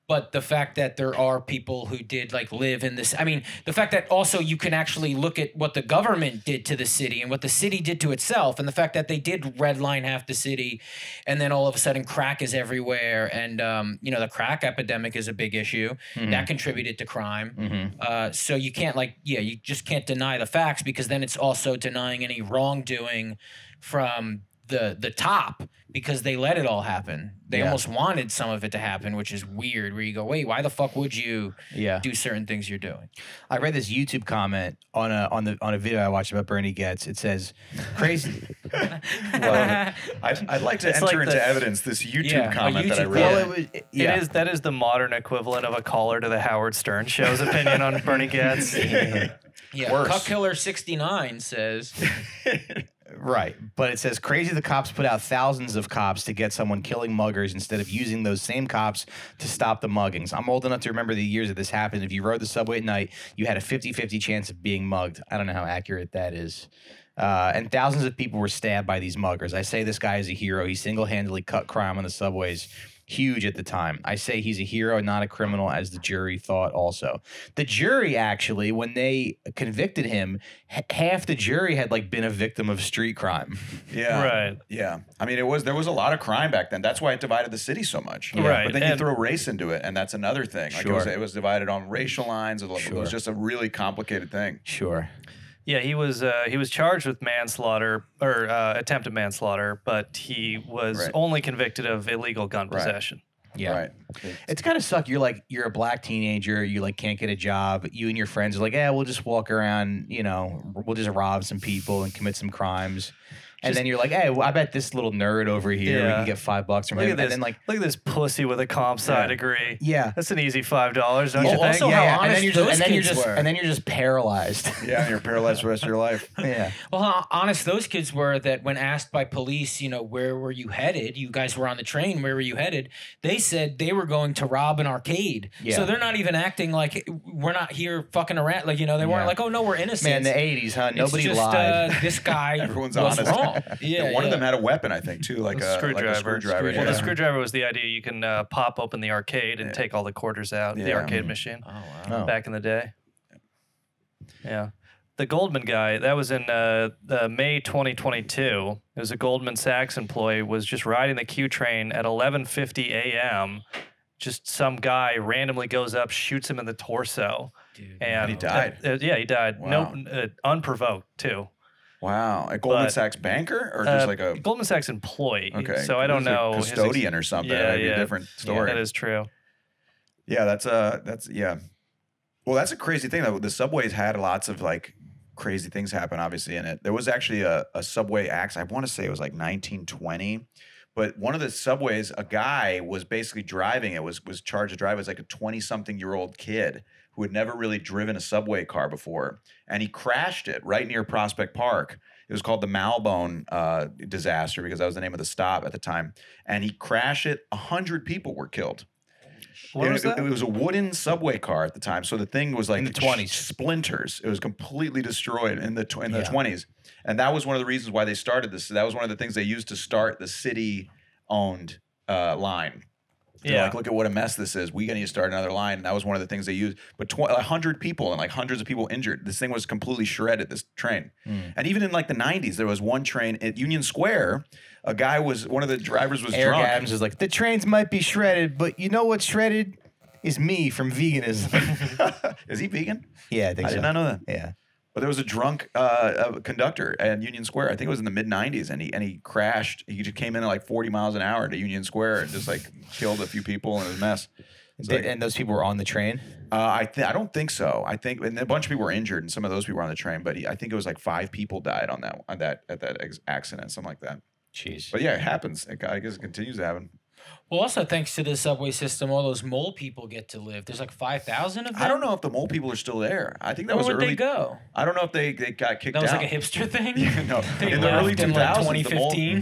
Speaker 3: but the fact that there are people who did like live in this, I mean, the fact that also you can actually look at what the government did to the city and what the city did to itself, and the fact that they did redline half the city, and then all of a sudden crack is everywhere, and um, you know the crack epidemic is a big issue that contributed to crime.
Speaker 1: Mhm.
Speaker 3: Uh, so you can't like yeah, you just can't deny the facts because then it's also denying any wrongdoing from the the top because they let it all happen. They
Speaker 1: Yeah.
Speaker 3: almost wanted some of it to happen, which is weird. Where you go, wait, why the fuck would you
Speaker 1: yeah.
Speaker 3: do certain things you're doing?
Speaker 1: I read this YouTube comment on a on the on a video I watched about Bernie Getz. It says, "Crazy."
Speaker 2: Well, I'd, I'd like to
Speaker 4: It's
Speaker 2: enter
Speaker 4: like
Speaker 2: into
Speaker 4: the-
Speaker 2: evidence this YouTube
Speaker 3: Yeah, a
Speaker 2: comment that I
Speaker 3: YouTube-
Speaker 2: read.
Speaker 3: Well,
Speaker 1: was,
Speaker 4: It is that is the modern equivalent of a caller to the Howard Stern show's opinion on Bernie Getz.
Speaker 3: Yeah,
Speaker 2: Worse.
Speaker 3: Cuck Killer sixty nine says
Speaker 1: right, but it says, "Crazy." The cops put out thousands of cops to get someone killing muggers instead of using those same cops to stop the muggings. I'm old enough to remember the years that this happened. If you rode the subway at night, you had a 50-50 chance of being mugged. I don't know how accurate that is. Uh, and thousands of people were stabbed by these muggers. I say this guy is a hero. He single-handedly cut crime on the subways. Huge at the time. I say he's a hero, not a criminal, as the jury thought. Also, the jury actually, when they convicted him, h- half the jury had like been a victim of street crime.
Speaker 2: yeah.
Speaker 4: right.
Speaker 2: Yeah. I mean, it was there was a lot of crime back then. That's why it divided the city so much.
Speaker 4: Yeah. Right,
Speaker 2: But then you
Speaker 4: and-
Speaker 2: throw race into it, and that's another thing. Like it, was,
Speaker 1: Sure.
Speaker 2: it was divided on racial lines. It was, it
Speaker 1: Sure.
Speaker 2: was just a really complicated thing.
Speaker 1: Sure.
Speaker 4: Yeah, he was uh, he was charged with manslaughter or uh, attempted manslaughter, but he was
Speaker 2: Right.
Speaker 4: only convicted of illegal gun
Speaker 2: Right.
Speaker 4: possession.
Speaker 1: Yeah.
Speaker 2: Right.
Speaker 1: It's kind of suck. You're like you're a black teenager. You like can't get a job. You and your "Eh, friends are like, yeah, we'll just walk around. You know, we'll just rob some people and commit some crimes. and then you're like, hey, well, I bet this little nerd over here we
Speaker 4: Yeah.
Speaker 1: can get five bucks from
Speaker 4: Look
Speaker 1: him. And
Speaker 4: at this.
Speaker 1: then like,
Speaker 4: look at this pussy with a comp sci
Speaker 2: Yeah.
Speaker 4: degree.
Speaker 1: yeah.
Speaker 4: That's an easy five dollars, don't you
Speaker 1: Oh,
Speaker 4: think?
Speaker 1: also,
Speaker 2: Yeah,
Speaker 1: how
Speaker 2: yeah.
Speaker 1: honest
Speaker 3: And then you're
Speaker 1: those-
Speaker 3: just-
Speaker 1: and then you're
Speaker 3: those
Speaker 1: just
Speaker 3: kids were.
Speaker 1: and then you're just paralyzed.
Speaker 2: Yeah, and you're paralyzed for the rest of your life.
Speaker 1: yeah.
Speaker 3: Well, how honest those kids were that when asked by police, you know, where were you headed? You guys were on the train. Where were you headed? They said they were going to rob an arcade.
Speaker 1: Yeah.
Speaker 3: So they're not even acting like eh, we're not here fucking around. Like, you know, they
Speaker 1: Yeah.
Speaker 3: weren't like, oh, no, we're innocent.
Speaker 1: Man, the '80s, huh?
Speaker 3: It's
Speaker 1: Nobody
Speaker 3: just,
Speaker 1: lied.
Speaker 3: Uh, this guy
Speaker 2: Everyone's
Speaker 3: was
Speaker 2: honest.
Speaker 3: wrong. Yeah,
Speaker 2: Yeah, one of
Speaker 3: yeah.
Speaker 2: them had a weapon, I think, too, like a,
Speaker 4: screwdriver.
Speaker 2: Like a screwdriver.
Speaker 4: Well,
Speaker 2: yeah.
Speaker 4: the screwdriver was the idea. You can uh, pop open the arcade and
Speaker 2: Yeah.
Speaker 4: take all the quarters out. The
Speaker 2: Yeah.
Speaker 4: arcade machine.
Speaker 3: Oh, wow.
Speaker 1: Oh.
Speaker 4: back in the day. Yeah. The Goldman guy, that was in uh, uh, May 2022. It was a Goldman Sachs employee was just riding the Q train at 11:50 a.m. Just some guy randomly goes up, shoots him in the torso,
Speaker 3: Dude.
Speaker 4: and
Speaker 2: he died.
Speaker 4: uh, uh, yeah, he died.
Speaker 2: Wow.
Speaker 4: No, uh, unprovoked too.
Speaker 2: Wow, a Goldman
Speaker 4: But-
Speaker 2: Sachs banker or just
Speaker 4: Uh,
Speaker 2: like a
Speaker 4: Goldman Sachs employee.
Speaker 2: okay.
Speaker 4: So I don't
Speaker 2: He's a
Speaker 4: know. his ex-
Speaker 2: custodian or something.
Speaker 4: Yeah,
Speaker 2: That'd be a
Speaker 4: yeah.
Speaker 2: different story.
Speaker 4: that is true.
Speaker 2: Yeah, that's uh that's yeah. Well, that's a crazy thing though. The subways had lots of like crazy things happen, obviously, in it. There was actually a, a subway accident. I want to say it was like 1920. But one of the subways, a guy was basically driving it, was was charged to drive. It was like a 20-something-year-old kid who had never really driven a subway car before. And he crashed it right near Prospect Park. It was called the Malbone uh, disaster because that was the name of the stop at the time. And he crashed it. A hundred people were killed.
Speaker 4: What
Speaker 2: It-
Speaker 4: was
Speaker 2: it,
Speaker 4: that?
Speaker 2: it was a wooden subway car at the time, so the thing was like
Speaker 1: the
Speaker 2: sh-
Speaker 1: 20s.
Speaker 2: splinters. It was completely destroyed in the tw- in the
Speaker 1: Yeah.
Speaker 2: twenties, and that was one of the reasons why they started this. That was one of the things they used to start the city owned uh, line. They're
Speaker 4: Yeah.
Speaker 2: like, look at what a mess this is. We're going to start another line. And that was one of the things they used. But tw- 100 people and like hundreds of people injured. This thing was completely shredded, this train.
Speaker 4: Hmm.
Speaker 1: Mm.
Speaker 2: And even in like the 90s, there was one train at Union Square. A guy was, one of the drivers was
Speaker 1: Eric
Speaker 2: drunk.
Speaker 1: Adams is like, the trains might be shredded, but you know what's shredded is me from veganism.
Speaker 2: is he vegan?
Speaker 1: yeah, I think
Speaker 2: I
Speaker 1: so.
Speaker 2: did not know that.
Speaker 1: Yeah.
Speaker 2: But there was a drunk uh, uh, conductor at Union Square. I think it was in the mid '90s, and he and he crashed. He just came in at like 40 miles an hour to Union Square and just like killed a few people and it was a mess. It's
Speaker 1: Did-
Speaker 2: like,
Speaker 1: and those people were on the train.
Speaker 2: uh, I th- I don't think so. I think and a bunch of people were injured, and some of those people were on the train. But he, I think it was like five people died on that on that at that ex- accident, something like that.
Speaker 1: Jeez.
Speaker 2: But yeah, it happens. It, I guess it continues to happen.
Speaker 3: Well, also thanks to the subway system, all those mole people get to live. There's like five thousand of them.
Speaker 2: I don't know if the mole people are still there. I think that
Speaker 3: Where
Speaker 2: was
Speaker 3: would
Speaker 2: early.
Speaker 3: they go?
Speaker 2: I don't know if they, they got kicked
Speaker 3: That was
Speaker 2: out.
Speaker 3: like a hipster thing.
Speaker 2: Yeah, no,
Speaker 3: They
Speaker 2: in the early
Speaker 3: left in, like,
Speaker 2: 2000s, the mole- Mm-hmm.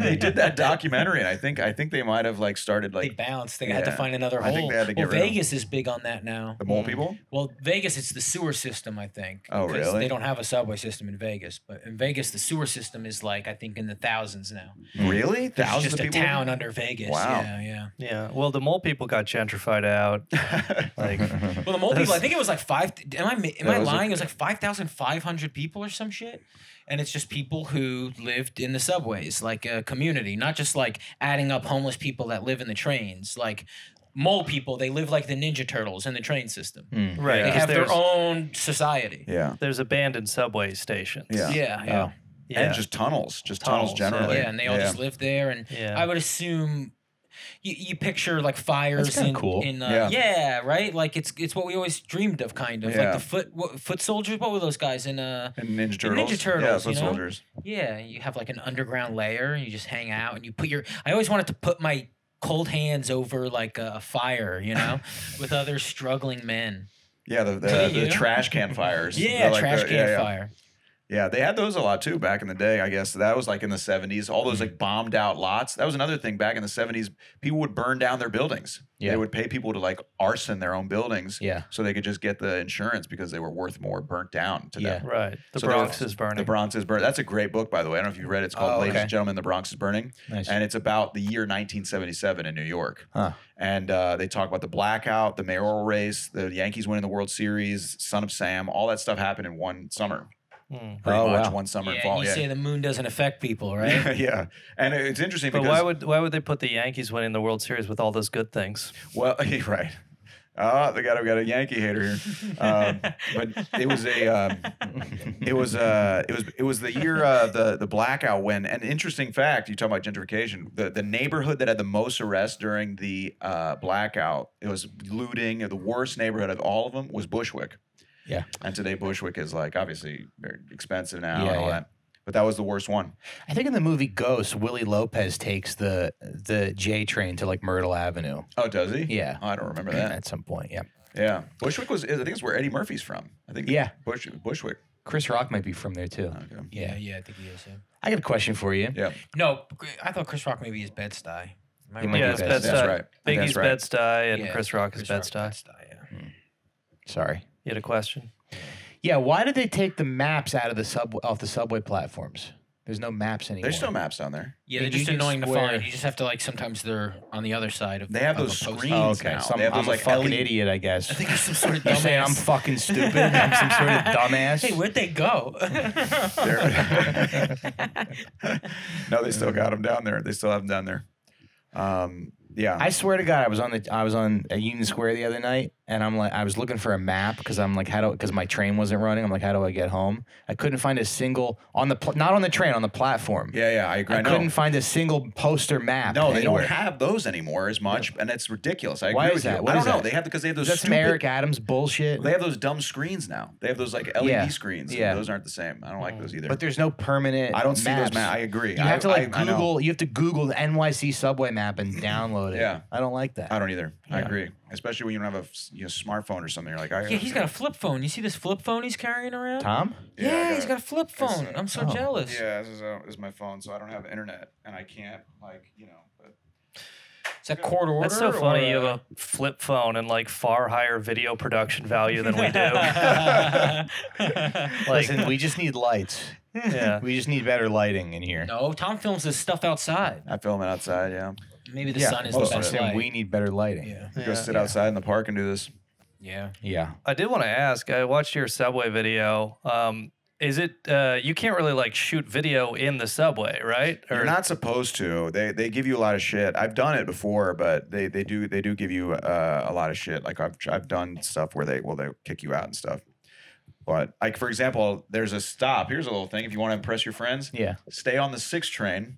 Speaker 2: they did that documentary, and I think I think they might have like started
Speaker 3: They
Speaker 2: like
Speaker 3: bounced. They had to
Speaker 2: Yeah.
Speaker 3: find another
Speaker 2: I
Speaker 3: hole.
Speaker 2: think they had to get
Speaker 3: well,
Speaker 2: rid of 'em.
Speaker 3: Vegas is big on that now.
Speaker 2: The mole people?
Speaker 3: Well, Vegas, it's the sewer system, I think.
Speaker 2: Oh,
Speaker 3: 'cause
Speaker 2: really?
Speaker 3: They don't have a subway system in Vegas, but in Vegas, the sewer system is like I think in the thousands now.
Speaker 2: Really?
Speaker 3: Mm-hmm. There's
Speaker 2: Thousands
Speaker 3: just
Speaker 2: of
Speaker 3: a
Speaker 2: people?
Speaker 3: town under Vegas.
Speaker 2: Wow.
Speaker 3: Yeah, yeah.
Speaker 4: Yeah. Well, the mole people got gentrified out. Like,
Speaker 3: Well, the mole
Speaker 4: That's-
Speaker 3: people, I think it was like five. Am I am
Speaker 2: That
Speaker 3: I
Speaker 2: was a-
Speaker 3: lying? it was like five thousand five hundred people or some shit, and it's just people who lived in the subways, like a community, not just like adding up homeless people that live in the trains, like mole people. They live like the Ninja Turtles in the train system.
Speaker 2: Hmm.
Speaker 4: right.
Speaker 3: They
Speaker 4: 'cause
Speaker 3: have their
Speaker 4: there's-
Speaker 3: own society.
Speaker 2: Yeah.
Speaker 4: there's abandoned subway stations.
Speaker 2: Yeah.
Speaker 3: yeah. yeah.
Speaker 2: Oh. And just tunnels, just tunnels,
Speaker 4: Tunnels, yeah.
Speaker 2: generally.
Speaker 3: Yeah, and they all just live there. And
Speaker 4: Yeah.
Speaker 3: I would assume you, you picture like fires
Speaker 1: kinda
Speaker 3: in,
Speaker 1: cool.
Speaker 3: in
Speaker 2: Yeah.
Speaker 3: uh, yeah. right? Like it's it's what we always dreamed of, kind of like
Speaker 2: Yeah.
Speaker 3: the foot what, foot soldiers. What were those guys in? Uh,
Speaker 2: and Ninja
Speaker 3: The Ninja
Speaker 2: Turtles. Yeah,
Speaker 3: Turtles,
Speaker 2: foot
Speaker 3: you know?
Speaker 2: soldiers.
Speaker 3: yeah, you have like an underground layer, and you just hang out, and you put your. I always wanted to put my cold hands over like a, a fire, you know, with other struggling men.
Speaker 2: Yeah, the, the,
Speaker 3: Yeah,
Speaker 2: the
Speaker 3: yeah.
Speaker 2: trash can fires.
Speaker 3: Yeah,
Speaker 2: They're like
Speaker 3: trash
Speaker 2: the-
Speaker 3: can
Speaker 2: yeah, yeah.
Speaker 3: fire.
Speaker 2: Yeah, they had those a lot too back in the day, I guess. That was like in the 70s, all those
Speaker 3: Mm-hmm.
Speaker 2: like bombed out lots. That was another thing back in the 70s. People would burn down their buildings.
Speaker 1: Yeah.
Speaker 2: They would pay people to like arson their own buildings
Speaker 1: Yeah.
Speaker 2: so they could just get the insurance because they were worth more burnt down to them.
Speaker 1: Yeah.
Speaker 4: Right. The
Speaker 2: So there
Speaker 4: Bronx
Speaker 2: was-
Speaker 4: is burning.
Speaker 2: The Bronx is Burning. That's a great book, by the way. I don't know if you've read it. It's called
Speaker 1: Oh,
Speaker 2: Ladies
Speaker 1: okay.
Speaker 2: and Gentlemen, The Bronx is Burning.
Speaker 1: Nice.
Speaker 2: And it's about the year 1977 in New York.
Speaker 1: Huh.
Speaker 2: And uh, they talk about the blackout, the mayoral race, the Yankees winning the World Series, Son of Sam. All that stuff happened in one summer,
Speaker 4: Mm.
Speaker 2: pretty
Speaker 1: Oh,
Speaker 2: much
Speaker 1: wow.
Speaker 2: one summer
Speaker 3: Yeah,
Speaker 2: and
Speaker 3: and
Speaker 2: fall.
Speaker 3: you
Speaker 2: yeah.
Speaker 3: say the moon doesn't affect people, right?
Speaker 2: yeah, yeah. And it- it's interesting
Speaker 4: But
Speaker 2: because
Speaker 4: why would why would they put the Yankees winning the World Series with all those good things?
Speaker 2: Well, right. Ah, they got we got a Yankee hater here. Um, but it was a um, it was uh it was it was the year uh, the the blackout when an interesting fact you talk about gentrification the the neighborhood that had the most arrests during the uh, blackout it was looting the worst neighborhood of all of them was Bushwick
Speaker 1: Yeah.
Speaker 2: and today Bushwick is like obviously very expensive now
Speaker 1: Yeah,
Speaker 2: and all
Speaker 1: yeah.
Speaker 2: that but that was the worst one.
Speaker 1: I think in the movie Ghost, Willie Lopez takes the the J train to like Myrtle Avenue.
Speaker 2: Oh, does he?
Speaker 1: Yeah.
Speaker 2: Oh, I don't remember that.
Speaker 1: At some point, yeah.
Speaker 2: Yeah, Bushwick was. I think it's where Eddie Murphy's from. I think.
Speaker 1: Yeah.
Speaker 2: Bush, Bushwick.
Speaker 1: Chris Rock might be from there too.
Speaker 2: Okay.
Speaker 3: Yeah, yeah, I think he is. Yeah.
Speaker 1: I got a question for you.
Speaker 2: Uh, Yeah,
Speaker 3: No, I thought Chris Rock maybe is Bed Stuy.
Speaker 1: He might
Speaker 4: Yeah,
Speaker 1: be
Speaker 4: it's
Speaker 1: Bed
Speaker 4: Bed
Speaker 1: Stuy.
Speaker 2: that's
Speaker 4: Stuy.
Speaker 2: right.
Speaker 4: Biggie's
Speaker 2: That's right.
Speaker 4: Bed Stuy and Chris Rock is Bed Stuy.
Speaker 1: Mm-hmm.
Speaker 3: yeah.
Speaker 1: Sorry.
Speaker 4: You had a question?
Speaker 1: Yeah, why did they take the maps out of the subway off the subway platforms? There's no maps anymore.
Speaker 2: There's no maps down there.
Speaker 3: yeah, they're
Speaker 1: And you
Speaker 3: just
Speaker 1: can
Speaker 3: annoying to
Speaker 1: swear-
Speaker 3: find. You just have to like sometimes they're on the other side of.
Speaker 2: They have
Speaker 3: of
Speaker 2: those
Speaker 3: a post-
Speaker 2: screens
Speaker 1: Oh, okay.
Speaker 2: now.
Speaker 1: So I'm,
Speaker 2: They have
Speaker 1: I'm
Speaker 2: those,
Speaker 1: a
Speaker 2: like,
Speaker 1: fucking
Speaker 2: LED
Speaker 1: idiot, I guess.
Speaker 3: I think it's some sort of
Speaker 1: You're
Speaker 3: dumbass.
Speaker 1: saying I'm fucking stupid. I'm some sort of dumbass.
Speaker 3: Hey, where'd they go?
Speaker 2: no, they still got them down there. They still have them down there. Um, yeah.
Speaker 1: I swear to God, I was on the I was on at Union Square the other night, and I'm like, I was looking for a map because I'm like, how do because my train wasn't running. I'm like, how do I get home? I couldn't find a single on the pl- not on the train on the platform.
Speaker 2: yeah, yeah. I agree.
Speaker 1: I
Speaker 2: no.
Speaker 1: couldn't find a single poster map.
Speaker 2: no, they
Speaker 1: anywhere.
Speaker 2: don't have those anymore as much, and it's ridiculous. I agree
Speaker 1: Why
Speaker 2: with
Speaker 1: is
Speaker 2: you.
Speaker 1: that? What
Speaker 2: I don't
Speaker 1: is
Speaker 2: know.
Speaker 1: that?
Speaker 2: They have because they have those
Speaker 1: That's some
Speaker 2: stupid-
Speaker 1: Eric Adams bullshit.
Speaker 2: They have those dumb screens now. They have those like LED
Speaker 1: Yeah.
Speaker 2: screens. and
Speaker 1: Yeah.
Speaker 2: those aren't the same. I don't like those either.
Speaker 1: but there's no permanent.
Speaker 2: I don't see
Speaker 1: maps.
Speaker 2: those maps. I agree.
Speaker 1: You
Speaker 2: I,
Speaker 1: have to like
Speaker 2: I- I know.
Speaker 1: Google. You have to Google the NYC subway map and download it.
Speaker 2: Yeah.
Speaker 1: I don't like that.
Speaker 2: I don't either. I agree, especially when you don't have a f- you know, smartphone or something. You're like, I,
Speaker 3: yeah, he's got a flip phone. You see this flip phone he's carrying around?
Speaker 1: Tom,
Speaker 3: Yeah,
Speaker 2: I
Speaker 3: he's
Speaker 2: gotta-
Speaker 3: got a flip phone.
Speaker 2: It's, uh,
Speaker 3: I'm so
Speaker 1: oh.
Speaker 3: jealous.
Speaker 2: Yeah, this is, uh, this is my phone, so I don't have internet, and I can't like you know. But
Speaker 3: Is that court order?
Speaker 4: That's so funny.
Speaker 3: or,
Speaker 4: You have
Speaker 3: uh,
Speaker 4: a flip phone and like far higher video production value than we do. like,
Speaker 1: listen, we just need lights.
Speaker 4: yeah.
Speaker 1: We just need better lighting in here.
Speaker 3: no, Tom films his stuff outside.
Speaker 2: I film it outside. Yeah,
Speaker 3: Maybe the
Speaker 1: Yeah, Oh,
Speaker 3: sun is
Speaker 1: well,
Speaker 3: the
Speaker 2: most
Speaker 1: I'm
Speaker 3: best
Speaker 1: saying
Speaker 3: light.
Speaker 1: We need better lighting.
Speaker 3: yeah.
Speaker 2: go
Speaker 4: yeah.
Speaker 2: sit outside in the park and do this.
Speaker 3: Yeah.
Speaker 1: Yeah.
Speaker 4: I did want to ask. I watched your subway video. Um, is it uh, you can't really like shoot video in the subway, right?
Speaker 2: You're not supposed to. They they give you a lot of shit. I've done it before, but they they do they do give you uh, a lot of shit. Like I've I've done stuff where they will they kick you out and stuff. But like for example, there's a stop. Here's a little thing. If you want to impress your friends,
Speaker 1: Yeah.
Speaker 2: stay on the six train.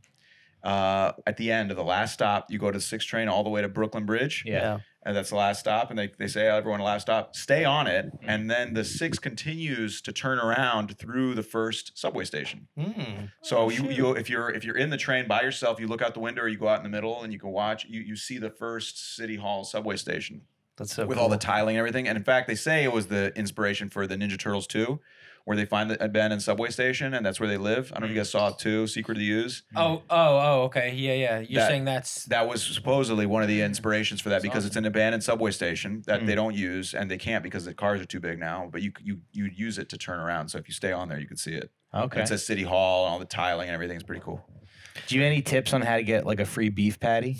Speaker 2: Uh, at the end of the last stop, you go to the six train all the way to Brooklyn Bridge.
Speaker 1: Yeah.
Speaker 2: and that's the last stop. And they, they say, "Oh, everyone, last stop, stay on it.
Speaker 4: Mm-hmm.
Speaker 2: And then the six continues to turn around through the first subway station.
Speaker 4: Mm.
Speaker 2: So you, you if you're if you're in the train by yourself, you look out the window or you go out in the middle and you can watch. You you see the first City Hall subway station
Speaker 4: That's so.
Speaker 2: with all the
Speaker 4: cool.
Speaker 2: tiling and everything. And in fact, they say it was the inspiration for the Ninja Turtles two. Where they find the abandoned subway station, and that's where they live. I don't know if
Speaker 4: Mm.
Speaker 2: you guys saw it too, Secret of the Use.
Speaker 3: Oh, oh, oh, okay. Yeah, yeah. You're
Speaker 2: That-
Speaker 3: saying that's
Speaker 2: That was supposedly one of the inspirations for that because it's an abandoned subway station that
Speaker 4: Mm.
Speaker 2: they don't use and they can't because the cars are too big now. But you you you use it to turn around. So if you stay on there, you can see it.
Speaker 1: Okay.
Speaker 2: It says City Hall and all the tiling and everything is pretty cool.
Speaker 1: Do you have any tips on how to get like a free beef patty?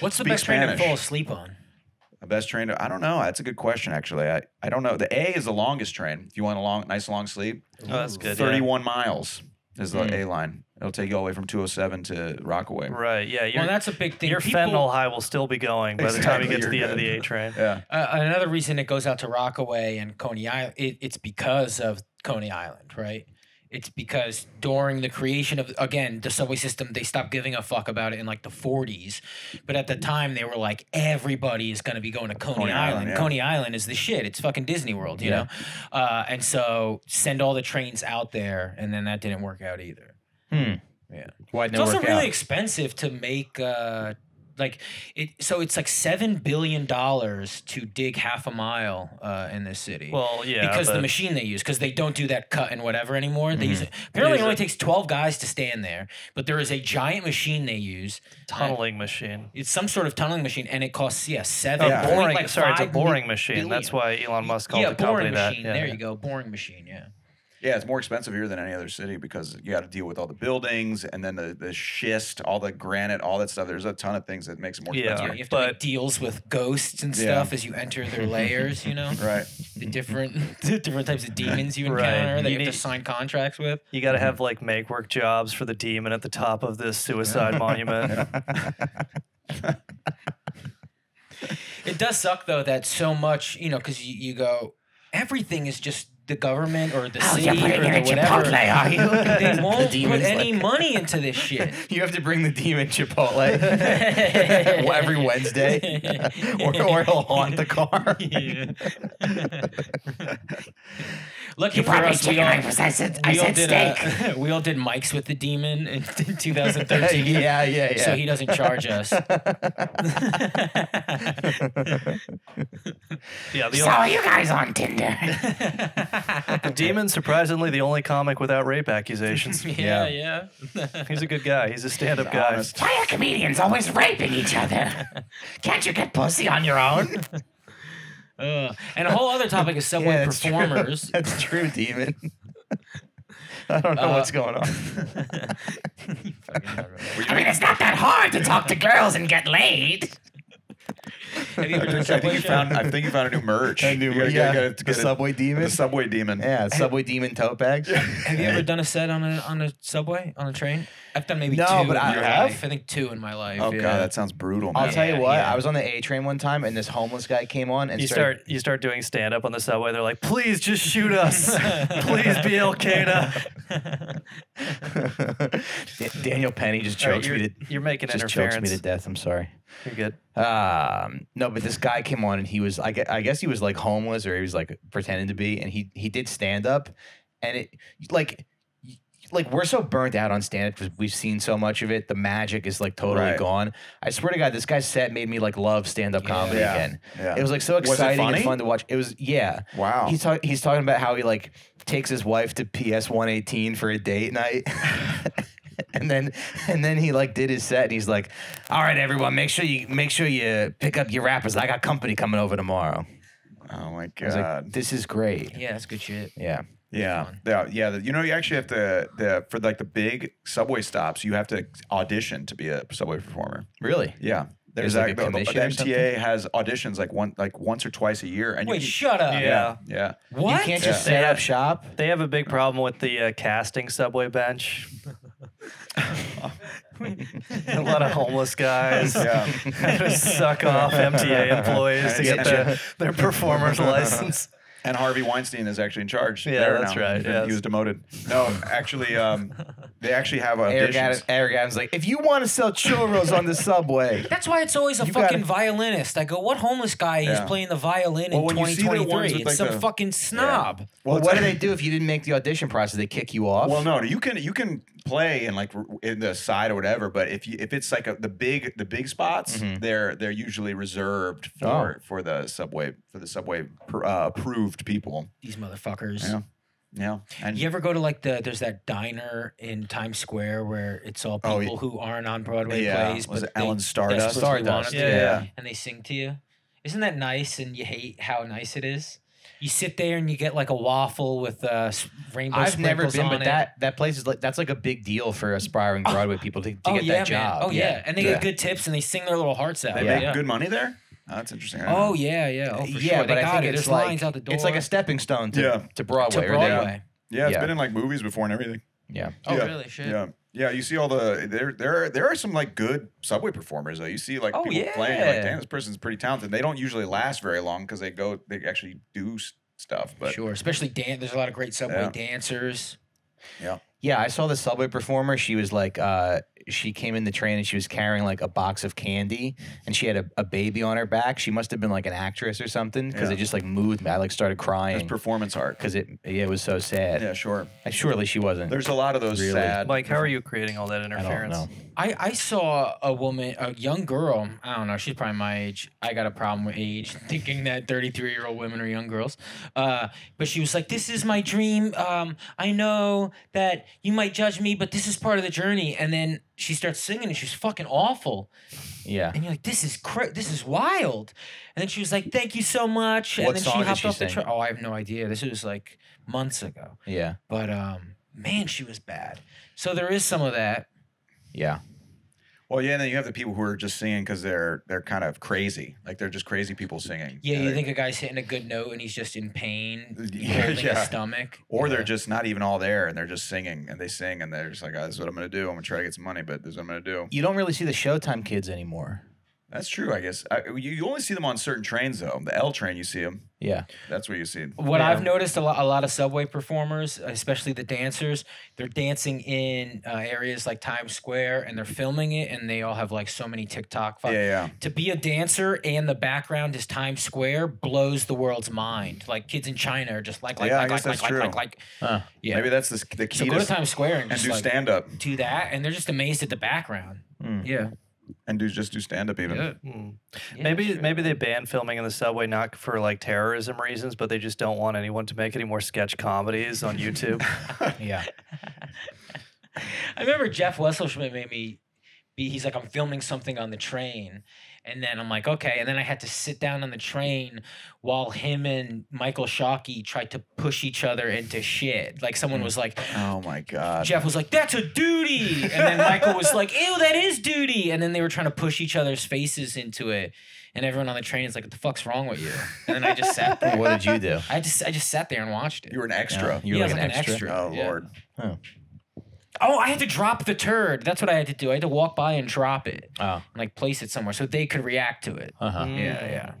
Speaker 3: what's the
Speaker 2: Speak
Speaker 3: best train to
Speaker 2: Spanish.
Speaker 3: fall asleep on?
Speaker 2: The best train? To, I don't know. That's a good question actually. I, I don't know. The A is the longest train. If you want a long, nice long sleep,
Speaker 4: Oh, that's good. yeah. Mm.
Speaker 2: thirty-one miles is the A line. It'll take you all the way from two hundred seven to Rockaway.
Speaker 4: Right. Yeah. Your,
Speaker 3: Well, that's a big thing.
Speaker 4: your
Speaker 3: People-
Speaker 4: fentanyl high will still be going by the time you
Speaker 2: Exactly,
Speaker 4: get to the
Speaker 2: you're
Speaker 4: end of the
Speaker 2: good.
Speaker 4: A train.
Speaker 2: Yeah.
Speaker 3: Uh, another reason it goes out to Rockaway and Coney Island, it, it's because of Coney Island, right? It's because during the creation of again the subway system, they stopped giving a fuck about it in like the 40s. But at the time, they were like, everybody is going to be going to Coney,
Speaker 2: Coney
Speaker 3: Island.
Speaker 2: Island, yeah.
Speaker 3: Coney Island is the shit. It's fucking Disney World, you
Speaker 1: Yeah.
Speaker 3: know. Uh, and so send all the trains out there, and then that didn't work out either.
Speaker 1: Hmm.
Speaker 3: Yeah.
Speaker 1: Why'd
Speaker 3: It's
Speaker 1: no
Speaker 3: also
Speaker 1: work
Speaker 3: really
Speaker 1: out?
Speaker 3: expensive to make uh like it so it's like seven billion dollars to dig half a mile uh in this city.
Speaker 4: Well, yeah.
Speaker 3: because the
Speaker 4: but-
Speaker 3: machine they use, because they don't do that cut and whatever anymore. They use it. Apparently, it
Speaker 4: They use
Speaker 3: only
Speaker 4: a-
Speaker 3: takes twelve guys to stand there, but there is a giant machine they use.
Speaker 4: tunneling machine.
Speaker 3: It's some sort of tunneling machine, and it costs yeah
Speaker 4: A
Speaker 3: seven. point,
Speaker 4: Oh, boring.
Speaker 3: like,
Speaker 4: sorry, it's a
Speaker 3: five
Speaker 4: boring
Speaker 3: mi-
Speaker 4: machine.
Speaker 3: billion.
Speaker 4: That's why Elon Musk called
Speaker 3: yeah,
Speaker 4: the company
Speaker 3: boring
Speaker 4: that.
Speaker 3: machine.
Speaker 4: Yeah,
Speaker 3: there
Speaker 4: yeah.
Speaker 3: you go, boring machine. Yeah.
Speaker 2: Yeah, it's more expensive here than any other city because you got to deal with all the buildings and then the, the schist, all the granite, all that stuff. There's a ton of things that makes it more
Speaker 4: Yeah.
Speaker 3: Yeah,
Speaker 2: expensive.
Speaker 3: you have to
Speaker 4: but-
Speaker 3: make deals with ghosts and
Speaker 2: Yeah.
Speaker 3: stuff as you enter their layers, you know?
Speaker 2: Right.
Speaker 3: the
Speaker 1: Mm-hmm.
Speaker 3: different the different types of demons you
Speaker 4: Right.
Speaker 3: encounter that you
Speaker 4: You
Speaker 3: have
Speaker 4: need-
Speaker 3: to sign contracts with.
Speaker 4: You got to have like make work jobs for the demon at the top of this suicide monument.
Speaker 3: It does suck though that so much you know because you, you go everything is just the government or
Speaker 1: Oh,
Speaker 3: the city or the whatever.
Speaker 1: are you?
Speaker 3: They won't put
Speaker 1: demon's
Speaker 3: any money into this shit.
Speaker 1: You have to bring the demon Chipotle every Wednesday, or, or he'll haunt the car.
Speaker 3: Yeah. Lucky
Speaker 1: You
Speaker 3: for
Speaker 1: brought me
Speaker 3: us, we
Speaker 1: chicken.
Speaker 3: all,
Speaker 1: I, was- I said, I
Speaker 3: we all
Speaker 1: said
Speaker 3: did
Speaker 1: steak.
Speaker 3: uh we all did mics with the demon in 2013.
Speaker 1: yeah, yeah, yeah.
Speaker 3: So he doesn't charge us.
Speaker 4: Yeah, the,
Speaker 1: so
Speaker 4: only,
Speaker 1: are you guys on Tinder?
Speaker 4: the demon surprisingly the only comic without rape accusations.
Speaker 3: yeah, yeah.
Speaker 4: He's a good guy. He's a stand-up guy.
Speaker 2: Honest.
Speaker 1: Why are comedians always raping each other? Can't you get pussy on your own?
Speaker 3: Ugh. And a whole other topic is subway performers.
Speaker 1: True. That's true, demon. I don't know
Speaker 3: Uh,
Speaker 1: what's going on.
Speaker 3: You fucking nervous.
Speaker 1: I mean, it's not that hard to talk to girls and get laid.
Speaker 3: Have you
Speaker 2: I
Speaker 3: ever done
Speaker 2: think, I think
Speaker 3: subway
Speaker 2: you
Speaker 3: show?
Speaker 2: found. I think you found a new merch. You gotta-
Speaker 1: yeah,
Speaker 2: gotta- gotta-
Speaker 1: the subway demon.
Speaker 2: the subway demon.
Speaker 1: yeah, subway demon tote bags.
Speaker 3: Have you ever done a set on a on a subway on a train? I've done maybe
Speaker 1: No,
Speaker 3: two.
Speaker 1: but
Speaker 3: in
Speaker 1: I
Speaker 3: my
Speaker 1: have.
Speaker 3: Life. I think two in my life.
Speaker 2: Oh
Speaker 3: yeah.
Speaker 2: god, that sounds brutal.
Speaker 1: I'll
Speaker 2: Man.
Speaker 1: tell you
Speaker 3: Yeah,
Speaker 1: what.
Speaker 3: yeah.
Speaker 1: I was on the A train one time, and this homeless guy came on and
Speaker 4: You
Speaker 1: started.
Speaker 4: start you start doing stand up on the subway. They're like, please just shoot us. please be Al Qaeda.
Speaker 1: Da- Daniel Penny just
Speaker 4: All right,
Speaker 1: chokes
Speaker 4: you're,
Speaker 1: me to
Speaker 4: you're making
Speaker 1: just chokes me
Speaker 4: interference.
Speaker 1: to death. I'm sorry.
Speaker 4: You're good.
Speaker 1: Um, no, but this guy came on and he was, I gue- I guess he was like homeless or he was like pretending to be, and he he did stand up, and it like. y- Like we're so burnt out on stand up because we've seen so much of it. The magic is like totally
Speaker 2: Right.
Speaker 1: gone. I swear to God, this guy's set made me like love stand up
Speaker 3: Yeah.
Speaker 1: comedy
Speaker 2: Yeah.
Speaker 1: again.
Speaker 2: Yeah.
Speaker 1: It was like so
Speaker 2: Was it
Speaker 1: exciting and
Speaker 2: funny?
Speaker 1: fun to watch. It was yeah.
Speaker 2: wow.
Speaker 1: He's talk- he's talking about how he like takes his wife to PS one eighteen for a date night. And then, and then he like did his set, and he's like, "All right, everyone, make sure you make sure you pick up your rappers. I got company coming over tomorrow."
Speaker 2: oh my
Speaker 1: I was
Speaker 2: god.
Speaker 1: like, "This is great."
Speaker 3: Yeah, that's good shit.
Speaker 1: Yeah,
Speaker 2: yeah.
Speaker 3: fun.
Speaker 2: Yeah. Yeah. the- You know, you actually have to the for like the big subway stops. You have to audition to be a subway performer.
Speaker 1: really.
Speaker 2: Yeah. There's,
Speaker 1: There's, like, a
Speaker 2: that, the, the
Speaker 1: commission or
Speaker 2: MTA has auditions like one like once or twice a year. And
Speaker 3: Wait,
Speaker 2: you,
Speaker 3: shut up.
Speaker 4: Yeah.
Speaker 2: yeah.
Speaker 1: You
Speaker 3: What?
Speaker 1: can't just
Speaker 4: Yeah.
Speaker 1: set up shop.
Speaker 4: They have a big problem with the uh, casting subway bench. a lot of homeless guys.
Speaker 2: Yeah.
Speaker 4: Just suck off MTA employees to
Speaker 1: Get
Speaker 4: get their, their performer's license.
Speaker 2: And Harvey Weinstein is actually in charge.
Speaker 4: Yeah,
Speaker 2: there
Speaker 4: that's
Speaker 2: now.
Speaker 4: right,
Speaker 2: He's been-
Speaker 4: yes.
Speaker 2: He was demoted. No, actually, um, they actually have
Speaker 1: Eric Adams,
Speaker 2: auditions.
Speaker 1: Eric Adams, like, if you want to sell churros on the subway,
Speaker 3: That's why it's always a
Speaker 1: You
Speaker 3: fucking
Speaker 1: gotta-
Speaker 3: violinist. I go, what homeless guy is
Speaker 2: Yeah.
Speaker 3: playing the violin
Speaker 2: Well,
Speaker 3: in
Speaker 2: when you see the ones
Speaker 3: 2023?
Speaker 2: with,
Speaker 3: It's
Speaker 2: like,
Speaker 3: some
Speaker 2: the-
Speaker 3: fucking snob.
Speaker 1: well,
Speaker 2: it's
Speaker 1: what do
Speaker 2: like-
Speaker 1: they do if you didn't make the audition process? They kick you off.
Speaker 2: Well, no, you can you can play in like r- in the side or whatever, but if you if it's like a, the big the big spots,
Speaker 4: Mm-hmm.
Speaker 2: they're they're usually reserved for
Speaker 4: Oh.
Speaker 2: for the subway for the subway pr- uh, approved people.
Speaker 3: These motherfuckers.
Speaker 2: Yeah, yeah. And
Speaker 3: You ever go to like the there's that diner in Times Square where it's all people
Speaker 2: Oh,
Speaker 3: who aren't on Broadway
Speaker 2: Yeah,
Speaker 3: plays,
Speaker 2: was
Speaker 3: but
Speaker 2: it
Speaker 3: they
Speaker 2: Alan
Speaker 3: desperately
Speaker 2: Stardust?
Speaker 3: want
Speaker 1: Stardust,
Speaker 3: it,
Speaker 4: yeah.
Speaker 2: Yeah.
Speaker 3: and they sing to you. Isn't that nice? And you hate how nice it is. You sit there and you get like a waffle with uh, s- rainbow.
Speaker 1: I've never
Speaker 3: sprinkles
Speaker 1: been,
Speaker 3: on
Speaker 1: but
Speaker 3: it.
Speaker 1: that that place is like that's like a big deal for aspiring Broadway people to, to
Speaker 3: oh
Speaker 1: get
Speaker 3: yeah,
Speaker 1: that job.
Speaker 3: man. Oh yeah. and they
Speaker 1: Yeah.
Speaker 3: get good tips and they sing their little hearts out.
Speaker 2: they
Speaker 3: yeah.
Speaker 2: make good money there. Oh, that's interesting. I don't
Speaker 3: Oh
Speaker 2: know.
Speaker 3: yeah, yeah. Oh, for
Speaker 1: yeah,
Speaker 3: sure.
Speaker 1: but
Speaker 3: they
Speaker 1: I
Speaker 3: got
Speaker 1: think
Speaker 3: it.
Speaker 1: it's
Speaker 3: There's
Speaker 1: like
Speaker 3: lines out the door.
Speaker 1: it's like a stepping stone to,
Speaker 2: Yeah.
Speaker 1: to Broadway.
Speaker 3: to
Speaker 1: or they-
Speaker 3: Broadway.
Speaker 2: yeah, it's
Speaker 1: Yeah.
Speaker 2: been in like movies before and everything.
Speaker 1: yeah,
Speaker 3: Oh
Speaker 2: Yeah.
Speaker 3: really? Shit.
Speaker 2: Yeah. Yeah, you see all the there there are there are some like good subway performers though. You see like
Speaker 3: Oh,
Speaker 2: people playing you're like
Speaker 3: yeah.
Speaker 2: damn this person's pretty talented. They don't usually last very long because they go they actually do s- stuff. But
Speaker 3: Sure, especially dance. There's a lot of great subway
Speaker 2: Yeah.
Speaker 3: dancers.
Speaker 1: yeah. I saw the subway performer. She was like, uh, she came in the train and she was carrying like a box of candy, and she had a, a baby on her back. She must have been like an actress or something because
Speaker 2: Yeah.
Speaker 1: it just like moved me. I like started
Speaker 2: there's
Speaker 1: crying
Speaker 2: performance art.
Speaker 1: because it yeah, it was so sad.
Speaker 2: Yeah, sure.
Speaker 1: And surely she wasn't.
Speaker 2: There's a lot of those
Speaker 1: Really?
Speaker 2: sad.
Speaker 4: Mike, how are you creating all that
Speaker 1: I don't
Speaker 4: interference?
Speaker 1: know.
Speaker 3: I, I saw a woman, a young girl. I don't know. She's probably my age. I got a problem with age, thinking that 33 year old women are young girls. Uh, but she was like, This is my dream. Um, I know that you might judge me, but this is part of the journey. And then she starts singing and she's fucking awful.
Speaker 1: Yeah.
Speaker 3: And you're like, This is cra- this is wild. And then she was like, Thank you so much.
Speaker 1: What
Speaker 3: and then
Speaker 1: song
Speaker 3: she
Speaker 1: did
Speaker 3: hopped
Speaker 1: she
Speaker 3: off the
Speaker 1: sing?
Speaker 3: train. Oh, I have no idea. This was like months ago.
Speaker 1: Yeah.
Speaker 3: But um, man, she was bad. So there is some of that.
Speaker 1: Yeah.
Speaker 2: Well, yeah, and then you have the people who are just singing because they're they're kind of crazy. Like they're just crazy people singing.
Speaker 3: Yeah,
Speaker 2: And
Speaker 3: you
Speaker 2: they-
Speaker 3: think a guy's hitting a good note and he's just in pain,
Speaker 2: Yeah,
Speaker 3: holding
Speaker 2: yeah.
Speaker 3: his stomach.
Speaker 2: Or
Speaker 3: Yeah.
Speaker 2: they're just not even all there, and they're just singing, and they sing, "Ah, and they're just like, oh, "This is what I'm gonna do. I'm gonna try to get some money, but this is what I'm gonna do."
Speaker 1: You don't really see the Showtime kids anymore.
Speaker 2: That's true, I guess. I, you, you only see them on certain trains, though. The L train, you see them.
Speaker 1: Yeah.
Speaker 2: That's where you see them.
Speaker 3: What
Speaker 1: Yeah.
Speaker 3: I've noticed a lot, a lot of subway performers, especially the dancers, they're dancing in uh, areas like Times Square and they're filming it, and they all have like so many TikTok.
Speaker 2: Yeah,
Speaker 3: Fo-
Speaker 2: yeah.
Speaker 3: To be a dancer and the background is Times Square blows the world's mind. Like kids in China are just like like
Speaker 2: Yeah, I
Speaker 3: like
Speaker 2: guess
Speaker 3: like like,
Speaker 2: that's
Speaker 3: like
Speaker 2: true.
Speaker 3: like like
Speaker 1: Huh.
Speaker 3: yeah.
Speaker 2: Maybe that's the, the key
Speaker 3: so go
Speaker 2: to,
Speaker 3: to Times Square and
Speaker 2: and
Speaker 3: just
Speaker 2: do
Speaker 3: like
Speaker 2: stand up
Speaker 3: do that, and they're just amazed at the background.
Speaker 1: Mm.
Speaker 3: Yeah.
Speaker 2: and do just do stand up even.
Speaker 3: Yeah.
Speaker 4: Hmm.
Speaker 3: Yeah,
Speaker 4: maybe
Speaker 3: sure.
Speaker 4: maybe they banned filming in the subway not for like terrorism reasons, but they just don't want anyone to make any more sketch comedies on YouTube.
Speaker 3: Yeah. I remember Jeff Wesselschmidt made me be, he's like, I'm filming something on the train. And then I'm like, okay. And then I had to sit down on the train while him and Michael Shockey tried to push each other into shit. Like someone was like,
Speaker 2: Oh my god.
Speaker 3: Jeff was like, that's a duty. And then Michael was like, ew, that is duty. And then they were trying to push each other's faces into it. And everyone on the train is like, what the fuck's wrong with you? And then I just sat there.
Speaker 1: What did you do? Uh,
Speaker 3: I just I just sat there and watched it.
Speaker 2: you were an extra.
Speaker 1: You were
Speaker 3: Yeah,
Speaker 1: like
Speaker 3: I was
Speaker 1: an
Speaker 3: like an
Speaker 1: extra.
Speaker 3: extra.
Speaker 2: Oh
Speaker 3: Yeah.
Speaker 2: lord.
Speaker 3: Oh, I had to drop the turd. That's what I had to do. I had to walk by and drop it,
Speaker 1: Oh.
Speaker 3: and, like place it somewhere so they could react to it.
Speaker 2: Uh-huh.
Speaker 1: Uh
Speaker 2: Mm-hmm.
Speaker 1: huh.
Speaker 4: Mm.
Speaker 3: Yeah, yeah.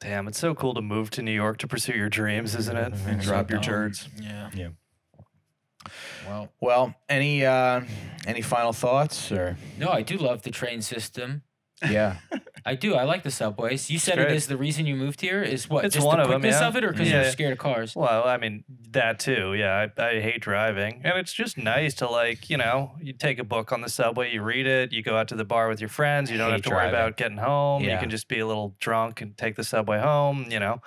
Speaker 4: Damn, it's so cool to move to New York to pursue your dreams, isn't it?
Speaker 2: And drop your
Speaker 3: dumb.
Speaker 2: turds.
Speaker 3: Yeah.
Speaker 1: Yeah.
Speaker 3: Well,
Speaker 1: Well, any uh, any final thoughts or
Speaker 3: no, I do love the train system.
Speaker 1: yeah?
Speaker 3: I do. I like the subways. You said it
Speaker 4: great.
Speaker 3: is the reason you moved here. Is what?
Speaker 4: It's
Speaker 3: just
Speaker 4: one
Speaker 3: the
Speaker 4: of 'em,
Speaker 3: quickness
Speaker 4: yeah.
Speaker 3: of it, or because
Speaker 4: Yeah.
Speaker 3: you're scared of cars?
Speaker 4: Well, I mean that too. Yeah, I, I hate driving, and it's just nice to like you know you take a book on the subway, you read it, you go out to the bar with your friends, you don't have
Speaker 1: Hate
Speaker 4: to worry
Speaker 1: driving.
Speaker 4: about getting home. You
Speaker 1: Yeah.
Speaker 4: can just be a little drunk and take the subway home. You know,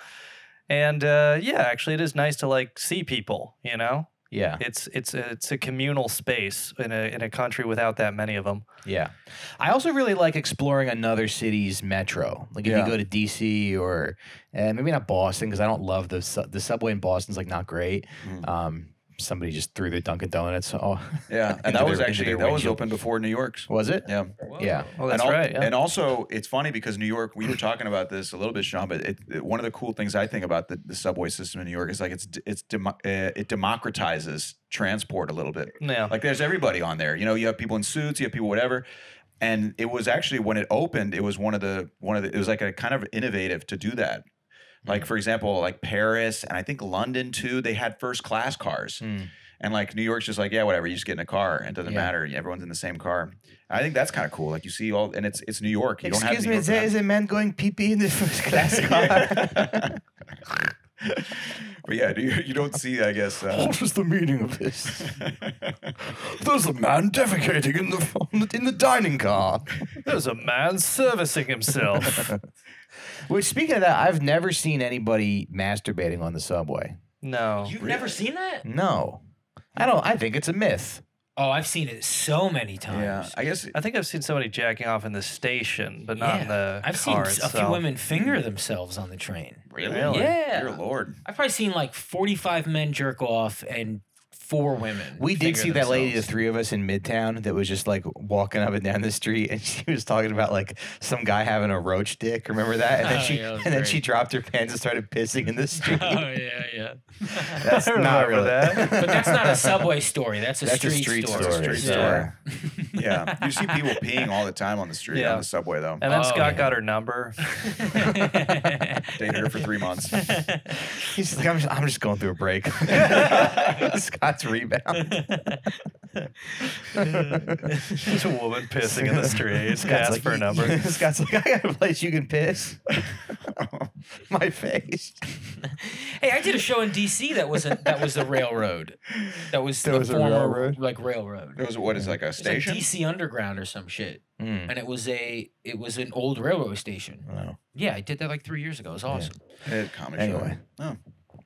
Speaker 4: and uh, yeah, actually, it is nice to like see people. You know,
Speaker 1: Yeah,
Speaker 4: it's it's it's a communal space in a in a country without that many of them.
Speaker 1: yeah. I also really like exploring another city's metro. Like if
Speaker 2: Yeah.
Speaker 1: you go to DC or uh, maybe not Boston because I don't love the su- the subway in Boston's like not great.
Speaker 2: Mm.
Speaker 1: Um, somebody just threw their Dunkin' Donuts. Oh,
Speaker 2: Yeah. And
Speaker 1: Into
Speaker 2: that was
Speaker 1: their- into
Speaker 2: actually
Speaker 1: their
Speaker 2: that was
Speaker 1: windshield.
Speaker 2: open before New York's.
Speaker 1: was it?
Speaker 2: Yeah.
Speaker 1: Yeah.
Speaker 4: Well, that's
Speaker 2: and al-
Speaker 4: right. Yeah.
Speaker 2: And also, it's funny because New York, we were talking about this a little bit, Sean, but it, it- one of the cool things I think about the, the subway system in New York is like it's d- it's demo uh, it democratizes transport a little bit.
Speaker 4: yeah.
Speaker 2: Like there's everybody on there. You know, you have people in suits, you have people whatever. And it was actually when it opened, it was one of the one of the it was like a kind of innovative to do that. Like for example, like Paris and I think London too, they had first class cars.
Speaker 1: Mm.
Speaker 2: And like New York's just like, yeah, whatever, you just get in a car and it doesn't
Speaker 1: Yeah.
Speaker 2: matter. Everyone's in the same car. I think that's kind of cool. Like you see all and it's it's New York. You don't have
Speaker 1: Excuse
Speaker 2: New
Speaker 1: me,
Speaker 2: York
Speaker 1: there is a man going pee pee in the first class car.
Speaker 2: Yeah. But yeah, you, you don't see, I guess. Uh,
Speaker 1: is the meaning of this? There's a man defecating in the in the dining car.
Speaker 4: There's a man servicing himself.
Speaker 1: Which, speaking of that, I've never seen anybody masturbating on the subway.
Speaker 4: no.
Speaker 3: You've never seen that?
Speaker 1: No, I don't. I think it's a myth.
Speaker 3: Oh, I've seen it so many
Speaker 2: yeah,
Speaker 3: times.
Speaker 2: I guess
Speaker 4: I think I've seen somebody jacking off in the station, but not in the
Speaker 3: I've seen
Speaker 4: car
Speaker 3: s- a few
Speaker 4: itself.
Speaker 3: women finger themselves on the train.
Speaker 2: Really?
Speaker 4: Really?
Speaker 3: Yeah.
Speaker 2: Dear Lord.
Speaker 3: I've probably seen like 45 men jerk off and four women.
Speaker 1: We did
Speaker 3: finger
Speaker 1: see that lady, the
Speaker 3: themselves.
Speaker 1: three of us in Midtown, that was just like walking up and down the street, and she was talking about like some guy having a roach dick. Remember that? And then
Speaker 3: Oh,
Speaker 1: she
Speaker 3: yeah, that
Speaker 1: and
Speaker 3: was
Speaker 1: then
Speaker 3: great.
Speaker 1: she dropped her pants and started pissing in the street.
Speaker 3: Oh, yeah, yeah.
Speaker 1: That's
Speaker 4: I
Speaker 1: not
Speaker 4: remember
Speaker 1: really.
Speaker 4: that.
Speaker 3: But that's not a subway story. That's a,
Speaker 1: That's
Speaker 3: street,
Speaker 1: a street
Speaker 3: story.
Speaker 1: story.
Speaker 2: Street
Speaker 1: Yeah.
Speaker 2: Yeah. You see people peeing all the time on the street,
Speaker 4: Yeah.
Speaker 2: on the subway, though.
Speaker 4: And then
Speaker 3: Oh,
Speaker 4: Scott
Speaker 3: yeah.
Speaker 4: got her number.
Speaker 2: Dated her for three months.
Speaker 1: He's like, I'm just, I'm just going through a break. Scott's rebound.
Speaker 4: There's a woman pissing in the street. Scott's
Speaker 1: Scott's
Speaker 4: asked
Speaker 1: like,
Speaker 4: for a number.
Speaker 1: Scott's like, I got a place you can piss. My face.
Speaker 3: hey, I did a show in D.C. that was a, that was the railroad. That was
Speaker 1: That
Speaker 3: the
Speaker 1: was a
Speaker 3: former
Speaker 1: railroad?
Speaker 3: like railroad.
Speaker 2: It was what is it, like a
Speaker 3: It's like
Speaker 2: station?
Speaker 3: D.C. Underground or some shit,
Speaker 1: Mm.
Speaker 3: and it was a it was an old railway station.
Speaker 1: No.
Speaker 3: Yeah, I did that like three years ago. It was awesome.
Speaker 2: Eh, comedy
Speaker 1: Anyway.
Speaker 2: show. Oh.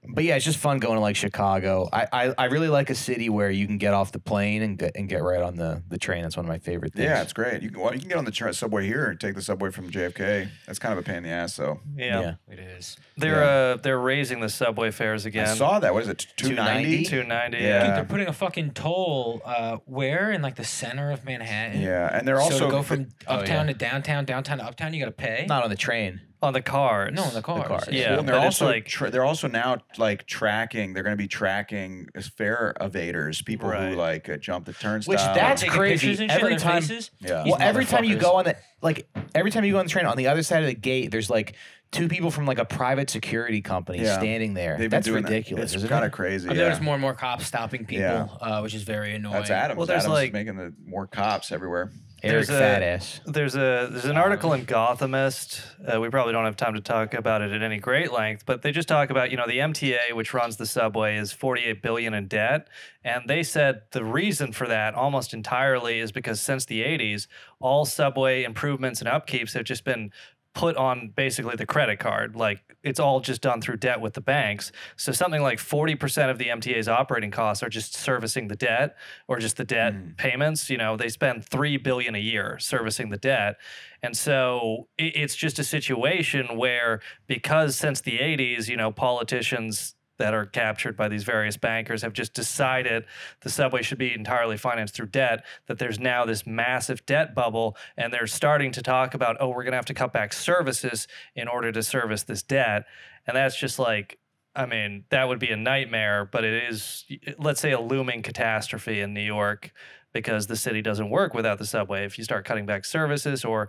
Speaker 1: But yeah, it's just fun going to like Chicago. I, I, I really like a city where you can get off the plane and get, and get right on the, the train. That's one of my favorite things.
Speaker 2: Yeah, it's great. You can well, you can get on the tra- subway here and take the subway from JFK. That's kind of a pain in the ass, though.
Speaker 4: Yeah.
Speaker 3: It is.
Speaker 4: They're Uh, they're raising the subway fares
Speaker 2: I
Speaker 4: again.
Speaker 2: saw that. What is it? Two
Speaker 1: 290?
Speaker 2: ninety.
Speaker 4: 290.
Speaker 2: Yeah.
Speaker 3: Dude, they're putting a fucking toll uh, where in like the center of Manhattan.
Speaker 2: Yeah, and they're
Speaker 3: So
Speaker 2: also
Speaker 3: to go from
Speaker 1: oh,
Speaker 3: uptown
Speaker 1: yeah.
Speaker 3: to downtown, downtown to uptown, you got to pay.
Speaker 1: Not on the train.
Speaker 4: on the cars.
Speaker 3: No, in the cars.
Speaker 1: cars.
Speaker 4: Yeah,
Speaker 2: well, and they're
Speaker 4: but it's
Speaker 2: also
Speaker 4: like-
Speaker 2: tra- they're also now like tracking. They're going to be tracking fare evaders, people who
Speaker 4: Right.
Speaker 2: like uh, jump the turnstile.
Speaker 1: Which that's
Speaker 3: Taking
Speaker 1: crazy.
Speaker 3: pictures and shit
Speaker 1: Every
Speaker 3: on their
Speaker 1: time-
Speaker 3: faces?
Speaker 2: yeah.
Speaker 3: These
Speaker 1: well, every time you
Speaker 3: motherfuckers.
Speaker 1: go on the like, every time you go on the train, on the other side of the gate, there's like two people from like a private security company
Speaker 2: Yeah.
Speaker 1: standing there.
Speaker 2: They've been
Speaker 1: That's
Speaker 2: doing that.
Speaker 1: ridiculous.
Speaker 2: It's
Speaker 1: isn't
Speaker 2: kind
Speaker 1: it?
Speaker 2: of crazy.
Speaker 3: I've
Speaker 2: Yeah.
Speaker 3: noticed more and more cops stopping people,
Speaker 2: Yeah.
Speaker 3: uh, which is very annoying.
Speaker 2: That's Adams.
Speaker 4: Well, there's,
Speaker 2: Adams
Speaker 4: like-
Speaker 2: is making the more cops everywhere.
Speaker 1: Eric
Speaker 4: There's a-
Speaker 1: fat ass.
Speaker 4: There's a there's an article in Gothamist. Uh, we probably don't have time to talk about it at any great length, but they just talk about you know the MTA, which runs the subway, is 48 billion in debt, and they said the reason for that almost entirely is because since the 80s, all subway improvements and upkeeps have just been put on basically the credit card. Like it's all just done through debt with the banks. So something like 40% of the MTA's operating costs are just servicing the debt or just the debt payments. You know, they spend 3 billion a year servicing the debt. And so it, it's just a situation where because since the 80s, you know, politicians that are captured by these various bankers have just decided the subway should be entirely financed through debt that there's now this massive debt bubble and they're starting to talk about oh we're going to have to cut back services in order to service this debt and that's just like i mean that would be a nightmare but it is let's say a looming catastrophe in new york because the city doesn't work without the subway if you start cutting back services or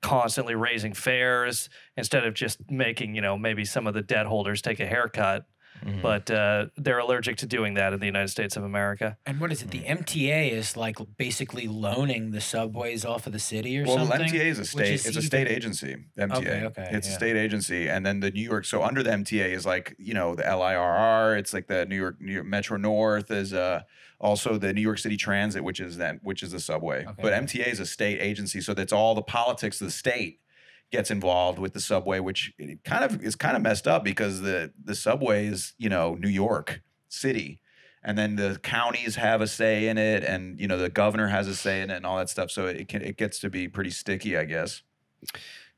Speaker 4: constantly raising fares instead of just making you know maybe some of the debt holders take a haircut but uh, they're allergic to doing that in the United States of America.
Speaker 3: And what is it? The MTA is like basically loaning the subways off of the city or
Speaker 2: Well, the
Speaker 3: something.
Speaker 2: MTA is a
Speaker 3: which
Speaker 2: state.
Speaker 3: is
Speaker 2: it's a
Speaker 3: even-
Speaker 2: state agency. MTA.
Speaker 3: Okay, okay,
Speaker 2: it's
Speaker 3: yeah.
Speaker 2: a state agency, and then the New York. So under the MTA is like you know the LIRR. It's like the New York, New York Metro North is uh, also the New York City Transit, which is that which is the subway.
Speaker 3: Okay.
Speaker 2: But MTA is a state agency, so that's all the politics of the state gets involved with the subway, which it kind of is kind of messed up because the the subway is you know New York City. And then the counties have a say in it, and you know the governor has a say in it, and all that stuff. So it can, it gets to be pretty sticky, I guess.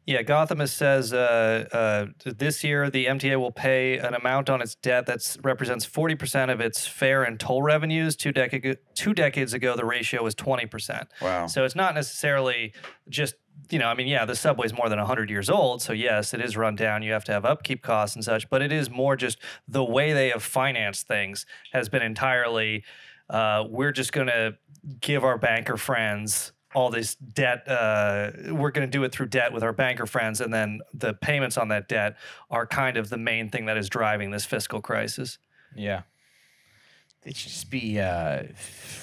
Speaker 4: Yeah, Gothamist says uh, uh, this year the MTA will pay an amount on its debt that represents 40% of its fare and toll revenues. Two, dec- two decades ago, the ratio was 20%.
Speaker 2: Wow.
Speaker 4: So it's not necessarily just, you know, I mean, yeah, the subway's more than 100 years old. So yes, it is run down. You have to have upkeep costs and such, but it is more just the way they have financed things has been entirely, uh, we're just going to give our banker friends all this debt. Uh, we're going to do it through debt with our banker friends. And then the payments on that debt are kind of the main thing that is driving this fiscal crisis.
Speaker 1: Yeah. It should just be uh, f-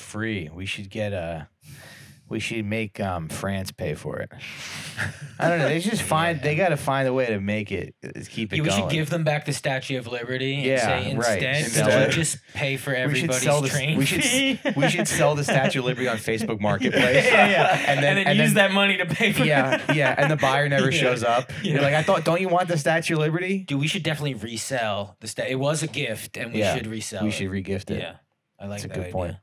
Speaker 1: free. We should get a. We should make um, France pay for it. I don't know. They should just find. They got to find a way to make it. uh, Keep it
Speaker 3: Yeah, we
Speaker 1: going.
Speaker 3: should give them back the Statue of Liberty and
Speaker 1: Yeah,
Speaker 3: say
Speaker 1: right.
Speaker 3: instead,
Speaker 2: Instead.
Speaker 3: you just pay for
Speaker 1: We should
Speaker 3: everybody's
Speaker 1: sell this.
Speaker 3: train
Speaker 1: We should.
Speaker 3: fee.
Speaker 1: s- we should sell the Statue of Liberty on Facebook Marketplace.
Speaker 3: yeah, yeah.
Speaker 1: And
Speaker 3: And
Speaker 1: then-
Speaker 3: then,
Speaker 1: and
Speaker 3: use
Speaker 1: then-
Speaker 3: that money to pay for
Speaker 1: yeah, yeah, and the buyer never
Speaker 3: Yeah.
Speaker 1: shows up. You're
Speaker 3: Yeah.
Speaker 1: like, I thought, don't you want the Statue of Liberty?
Speaker 3: Dude, we should definitely resell the sta- It was a gift, and we
Speaker 1: Yeah,
Speaker 3: should resell.
Speaker 1: We
Speaker 3: it.
Speaker 1: should regift it.
Speaker 3: Yeah, I like
Speaker 1: That's a
Speaker 3: that
Speaker 1: good
Speaker 3: idea.
Speaker 1: point.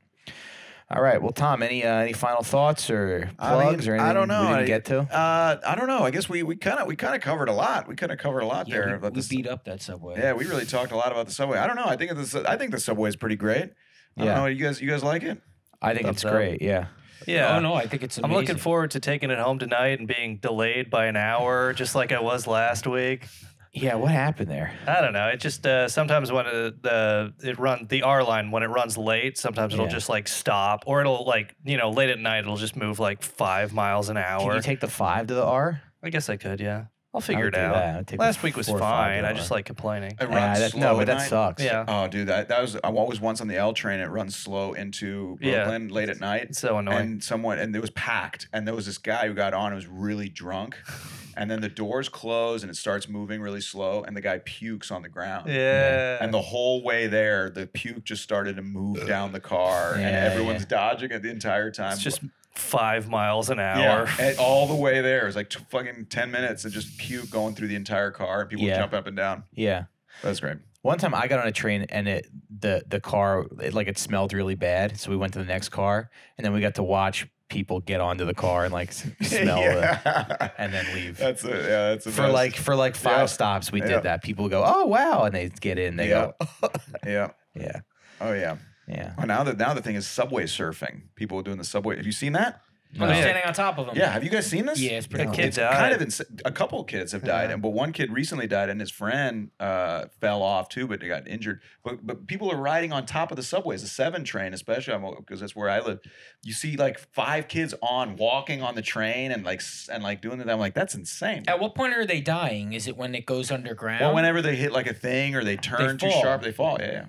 Speaker 1: All right. Well, Tom, any uh, any final thoughts or
Speaker 2: I mean,
Speaker 1: plugs or anything
Speaker 2: I don't know.
Speaker 1: we didn't
Speaker 2: I-
Speaker 1: get to?
Speaker 2: Uh, I don't know. I guess we we kind of we kind of covered a lot. We kind of covered a lot
Speaker 3: Yeah,
Speaker 2: there.
Speaker 3: we-
Speaker 2: about
Speaker 3: we,
Speaker 2: this-
Speaker 3: beat up that subway.
Speaker 2: yeah, we really talked a lot about the subway. I don't know. I think this I think the subway is pretty great. I
Speaker 1: Yeah.
Speaker 2: don't know. You guys you guys like it?
Speaker 1: I think
Speaker 4: Thumbs
Speaker 1: it's
Speaker 4: up.
Speaker 1: great. Yeah.
Speaker 4: Yeah.
Speaker 3: Oh no, I think it's.
Speaker 4: I'm
Speaker 3: Amazing.
Speaker 4: looking forward to taking it home tonight and being delayed by an hour, just like I was last week.
Speaker 1: Yeah. What happened there?
Speaker 4: I don't know. It just uh, sometimes when uh, the it run the R line when it runs late, sometimes it'll
Speaker 1: Yeah.
Speaker 4: just like stop, or it'll like you know late at night it'll just move like five miles an
Speaker 1: Can
Speaker 4: hour.
Speaker 1: you take the five to the R?
Speaker 4: I guess I could, yeah. I'll
Speaker 1: I
Speaker 4: figure
Speaker 1: would
Speaker 4: it
Speaker 1: do that. I
Speaker 4: out.
Speaker 1: would take the
Speaker 4: Last week was
Speaker 1: four or five
Speaker 4: fine.
Speaker 1: to
Speaker 4: I
Speaker 1: the
Speaker 4: just
Speaker 1: R.
Speaker 4: like complaining.
Speaker 2: It runs
Speaker 1: Yeah, Uh, that-
Speaker 2: slow
Speaker 1: no, but
Speaker 2: at
Speaker 1: that
Speaker 2: night.
Speaker 1: sucks.
Speaker 4: Yeah,
Speaker 2: Oh, dude, that that was I wa- was once on the L train. It runs slow into
Speaker 4: Yeah.
Speaker 2: Brooklyn late at night.
Speaker 4: it's so annoying.
Speaker 2: And someone and it was packed. And there was this guy who got on. who was really drunk. And then the doors close and it starts moving really slow. And the guy pukes on the ground.
Speaker 4: yeah,
Speaker 2: And the whole way there, the puke just started to move down the car, and
Speaker 1: Yeah,
Speaker 2: everyone's dodging it the entire time.
Speaker 4: it's just five miles an hour.
Speaker 2: yeah, and all the way there. It was like t- fucking ten minutes of just puke going through the entire car, and people
Speaker 1: Yeah.
Speaker 2: jump up and down.
Speaker 1: Yeah.
Speaker 2: That's great.
Speaker 1: One time I got on a train and it the the car it, like it smelled really bad, so we went to the next car and then we got to watch people get onto the car and like s- smell it
Speaker 2: yeah.
Speaker 1: and then leave.
Speaker 2: That's it. Yeah, that's the
Speaker 1: for
Speaker 2: best.
Speaker 1: like for like five
Speaker 2: Yeah.
Speaker 1: stops we did
Speaker 2: Yeah.
Speaker 1: that. People go, "Oh wow," and they get in. They
Speaker 2: Yeah.
Speaker 1: go,
Speaker 2: yeah.
Speaker 1: "Yeah,
Speaker 2: Oh yeah.
Speaker 1: yeah."
Speaker 2: Well, now the now the thing is subway surfing. People doing the subway. Have you seen that?
Speaker 3: Well,
Speaker 2: No.
Speaker 3: they're standing on top of them.
Speaker 2: Yeah, have you guys seen this?
Speaker 3: Yeah, it's pretty
Speaker 4: The
Speaker 3: cool.
Speaker 4: kid
Speaker 2: It's kind
Speaker 4: died.
Speaker 2: of ins- a couple kids have died,
Speaker 4: Yeah.
Speaker 2: and but one kid recently died, and his friend uh, fell off too, but they got injured. But but people are riding on top of the subways, the seven train, especially because that's where I live. You see like five kids on walking on the train and like s- and like doing that. I'm like, that's insane.
Speaker 3: At what point are they dying? Is it when it goes underground?
Speaker 2: Well, whenever they hit like a thing or they turn too
Speaker 3: fall.
Speaker 2: sharp, they fall. Yeah, yeah.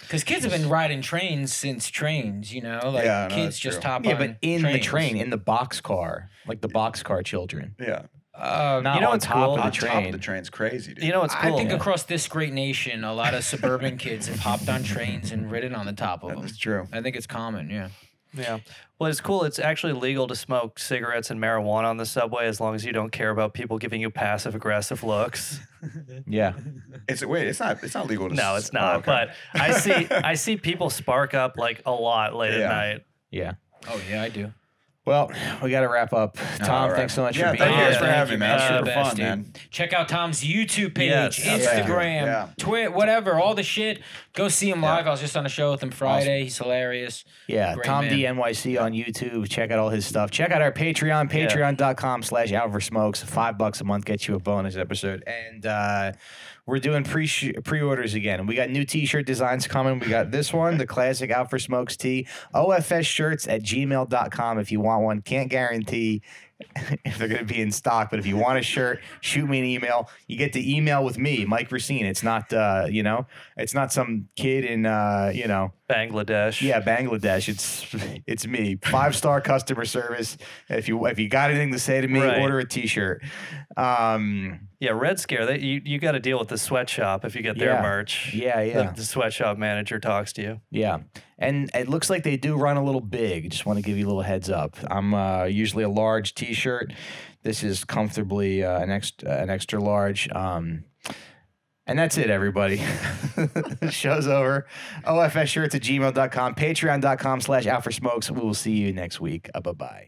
Speaker 3: Because kids have been riding trains since trains, you know, like
Speaker 2: Yeah, no, that's
Speaker 3: kids just
Speaker 2: true.
Speaker 3: hop
Speaker 1: Yeah,
Speaker 3: on.
Speaker 1: but in the
Speaker 3: trains.
Speaker 1: train, in the box car, like the box car children.
Speaker 2: yeah.
Speaker 3: Uh,
Speaker 1: Not
Speaker 4: know
Speaker 1: on
Speaker 4: what's
Speaker 1: top
Speaker 4: cool?
Speaker 1: of the
Speaker 2: On
Speaker 1: train.
Speaker 2: top of the train's crazy, dude.
Speaker 4: You know what's
Speaker 3: I
Speaker 4: cool?
Speaker 3: think across this great nation, a lot of suburban kids have hopped on trains and ridden on the top of them.
Speaker 2: that's true.
Speaker 3: I think it's common, yeah.
Speaker 4: Yeah. Well, it's cool. It's actually legal to smoke cigarettes and marijuana on the subway as long as you don't care about people giving you passive aggressive looks.
Speaker 1: yeah.
Speaker 2: It's wait, it's not it's not legal. To
Speaker 4: No,
Speaker 2: s-
Speaker 4: it's not.
Speaker 2: oh, okay.
Speaker 4: But um, I see I see people spark up like a lot late
Speaker 2: Yeah.
Speaker 4: at night.
Speaker 1: Yeah.
Speaker 3: Oh yeah, I do.
Speaker 1: Well, we got to wrap up.
Speaker 2: All
Speaker 1: Tom,
Speaker 2: right.
Speaker 1: thanks so much
Speaker 2: Yeah,
Speaker 1: for being
Speaker 2: thank you guys
Speaker 1: here.
Speaker 2: for
Speaker 3: Thank
Speaker 2: having
Speaker 3: you,
Speaker 2: me, man.
Speaker 3: man.
Speaker 2: Super
Speaker 3: You're the best,
Speaker 2: fun,
Speaker 3: dude.
Speaker 2: man.
Speaker 3: Check out Tom's YouTube page,
Speaker 4: Yes,
Speaker 1: absolutely.
Speaker 3: Instagram,
Speaker 2: Yeah.
Speaker 3: Twitter, whatever, all the shit. Go see him
Speaker 2: Yeah.
Speaker 3: live. I was just on a show with him Friday. He's hilarious.
Speaker 1: Yeah,
Speaker 3: Great
Speaker 1: Tom
Speaker 3: man.
Speaker 1: D NYC on YouTube. Check out all his stuff. Check out our Patreon, patreon.com slash out for smokes. Five bucks a month gets you a bonus episode. And uh, we're doing pre pre orders again. We got new t shirt designs coming. We got this one, the classic out for smokes tee. OFS shirts at gmail.com if you want one. Can't guarantee if they're going to be in stock, but if you want a shirt, shoot me an email. You get the email with me, Mike Racine. It's not, uh, you know, it's not some kid in, uh, you know,
Speaker 4: Bangladesh.
Speaker 1: yeah, Bangladesh. It's it's me. Five star customer service. If you if you got anything to say to me,
Speaker 4: Right.
Speaker 1: order a t shirt. Um,
Speaker 4: Yeah, Red Scare. They, you you got to deal with the sweatshop if you get their
Speaker 1: Yeah.
Speaker 4: merch.
Speaker 1: yeah,
Speaker 4: The-
Speaker 1: yeah,
Speaker 4: the sweatshop manager talks to you.
Speaker 1: yeah. And it looks like they do run a little big. Just want to give you a little heads up. I'm uh, usually a large t shirt. This is comfortably uh, an extra an extra large. Um, and that's it, everybody. Show's over. OFS shirts at gmail.com, patreon.com slash out for smokes. We will see you next week. Uh, bye bye.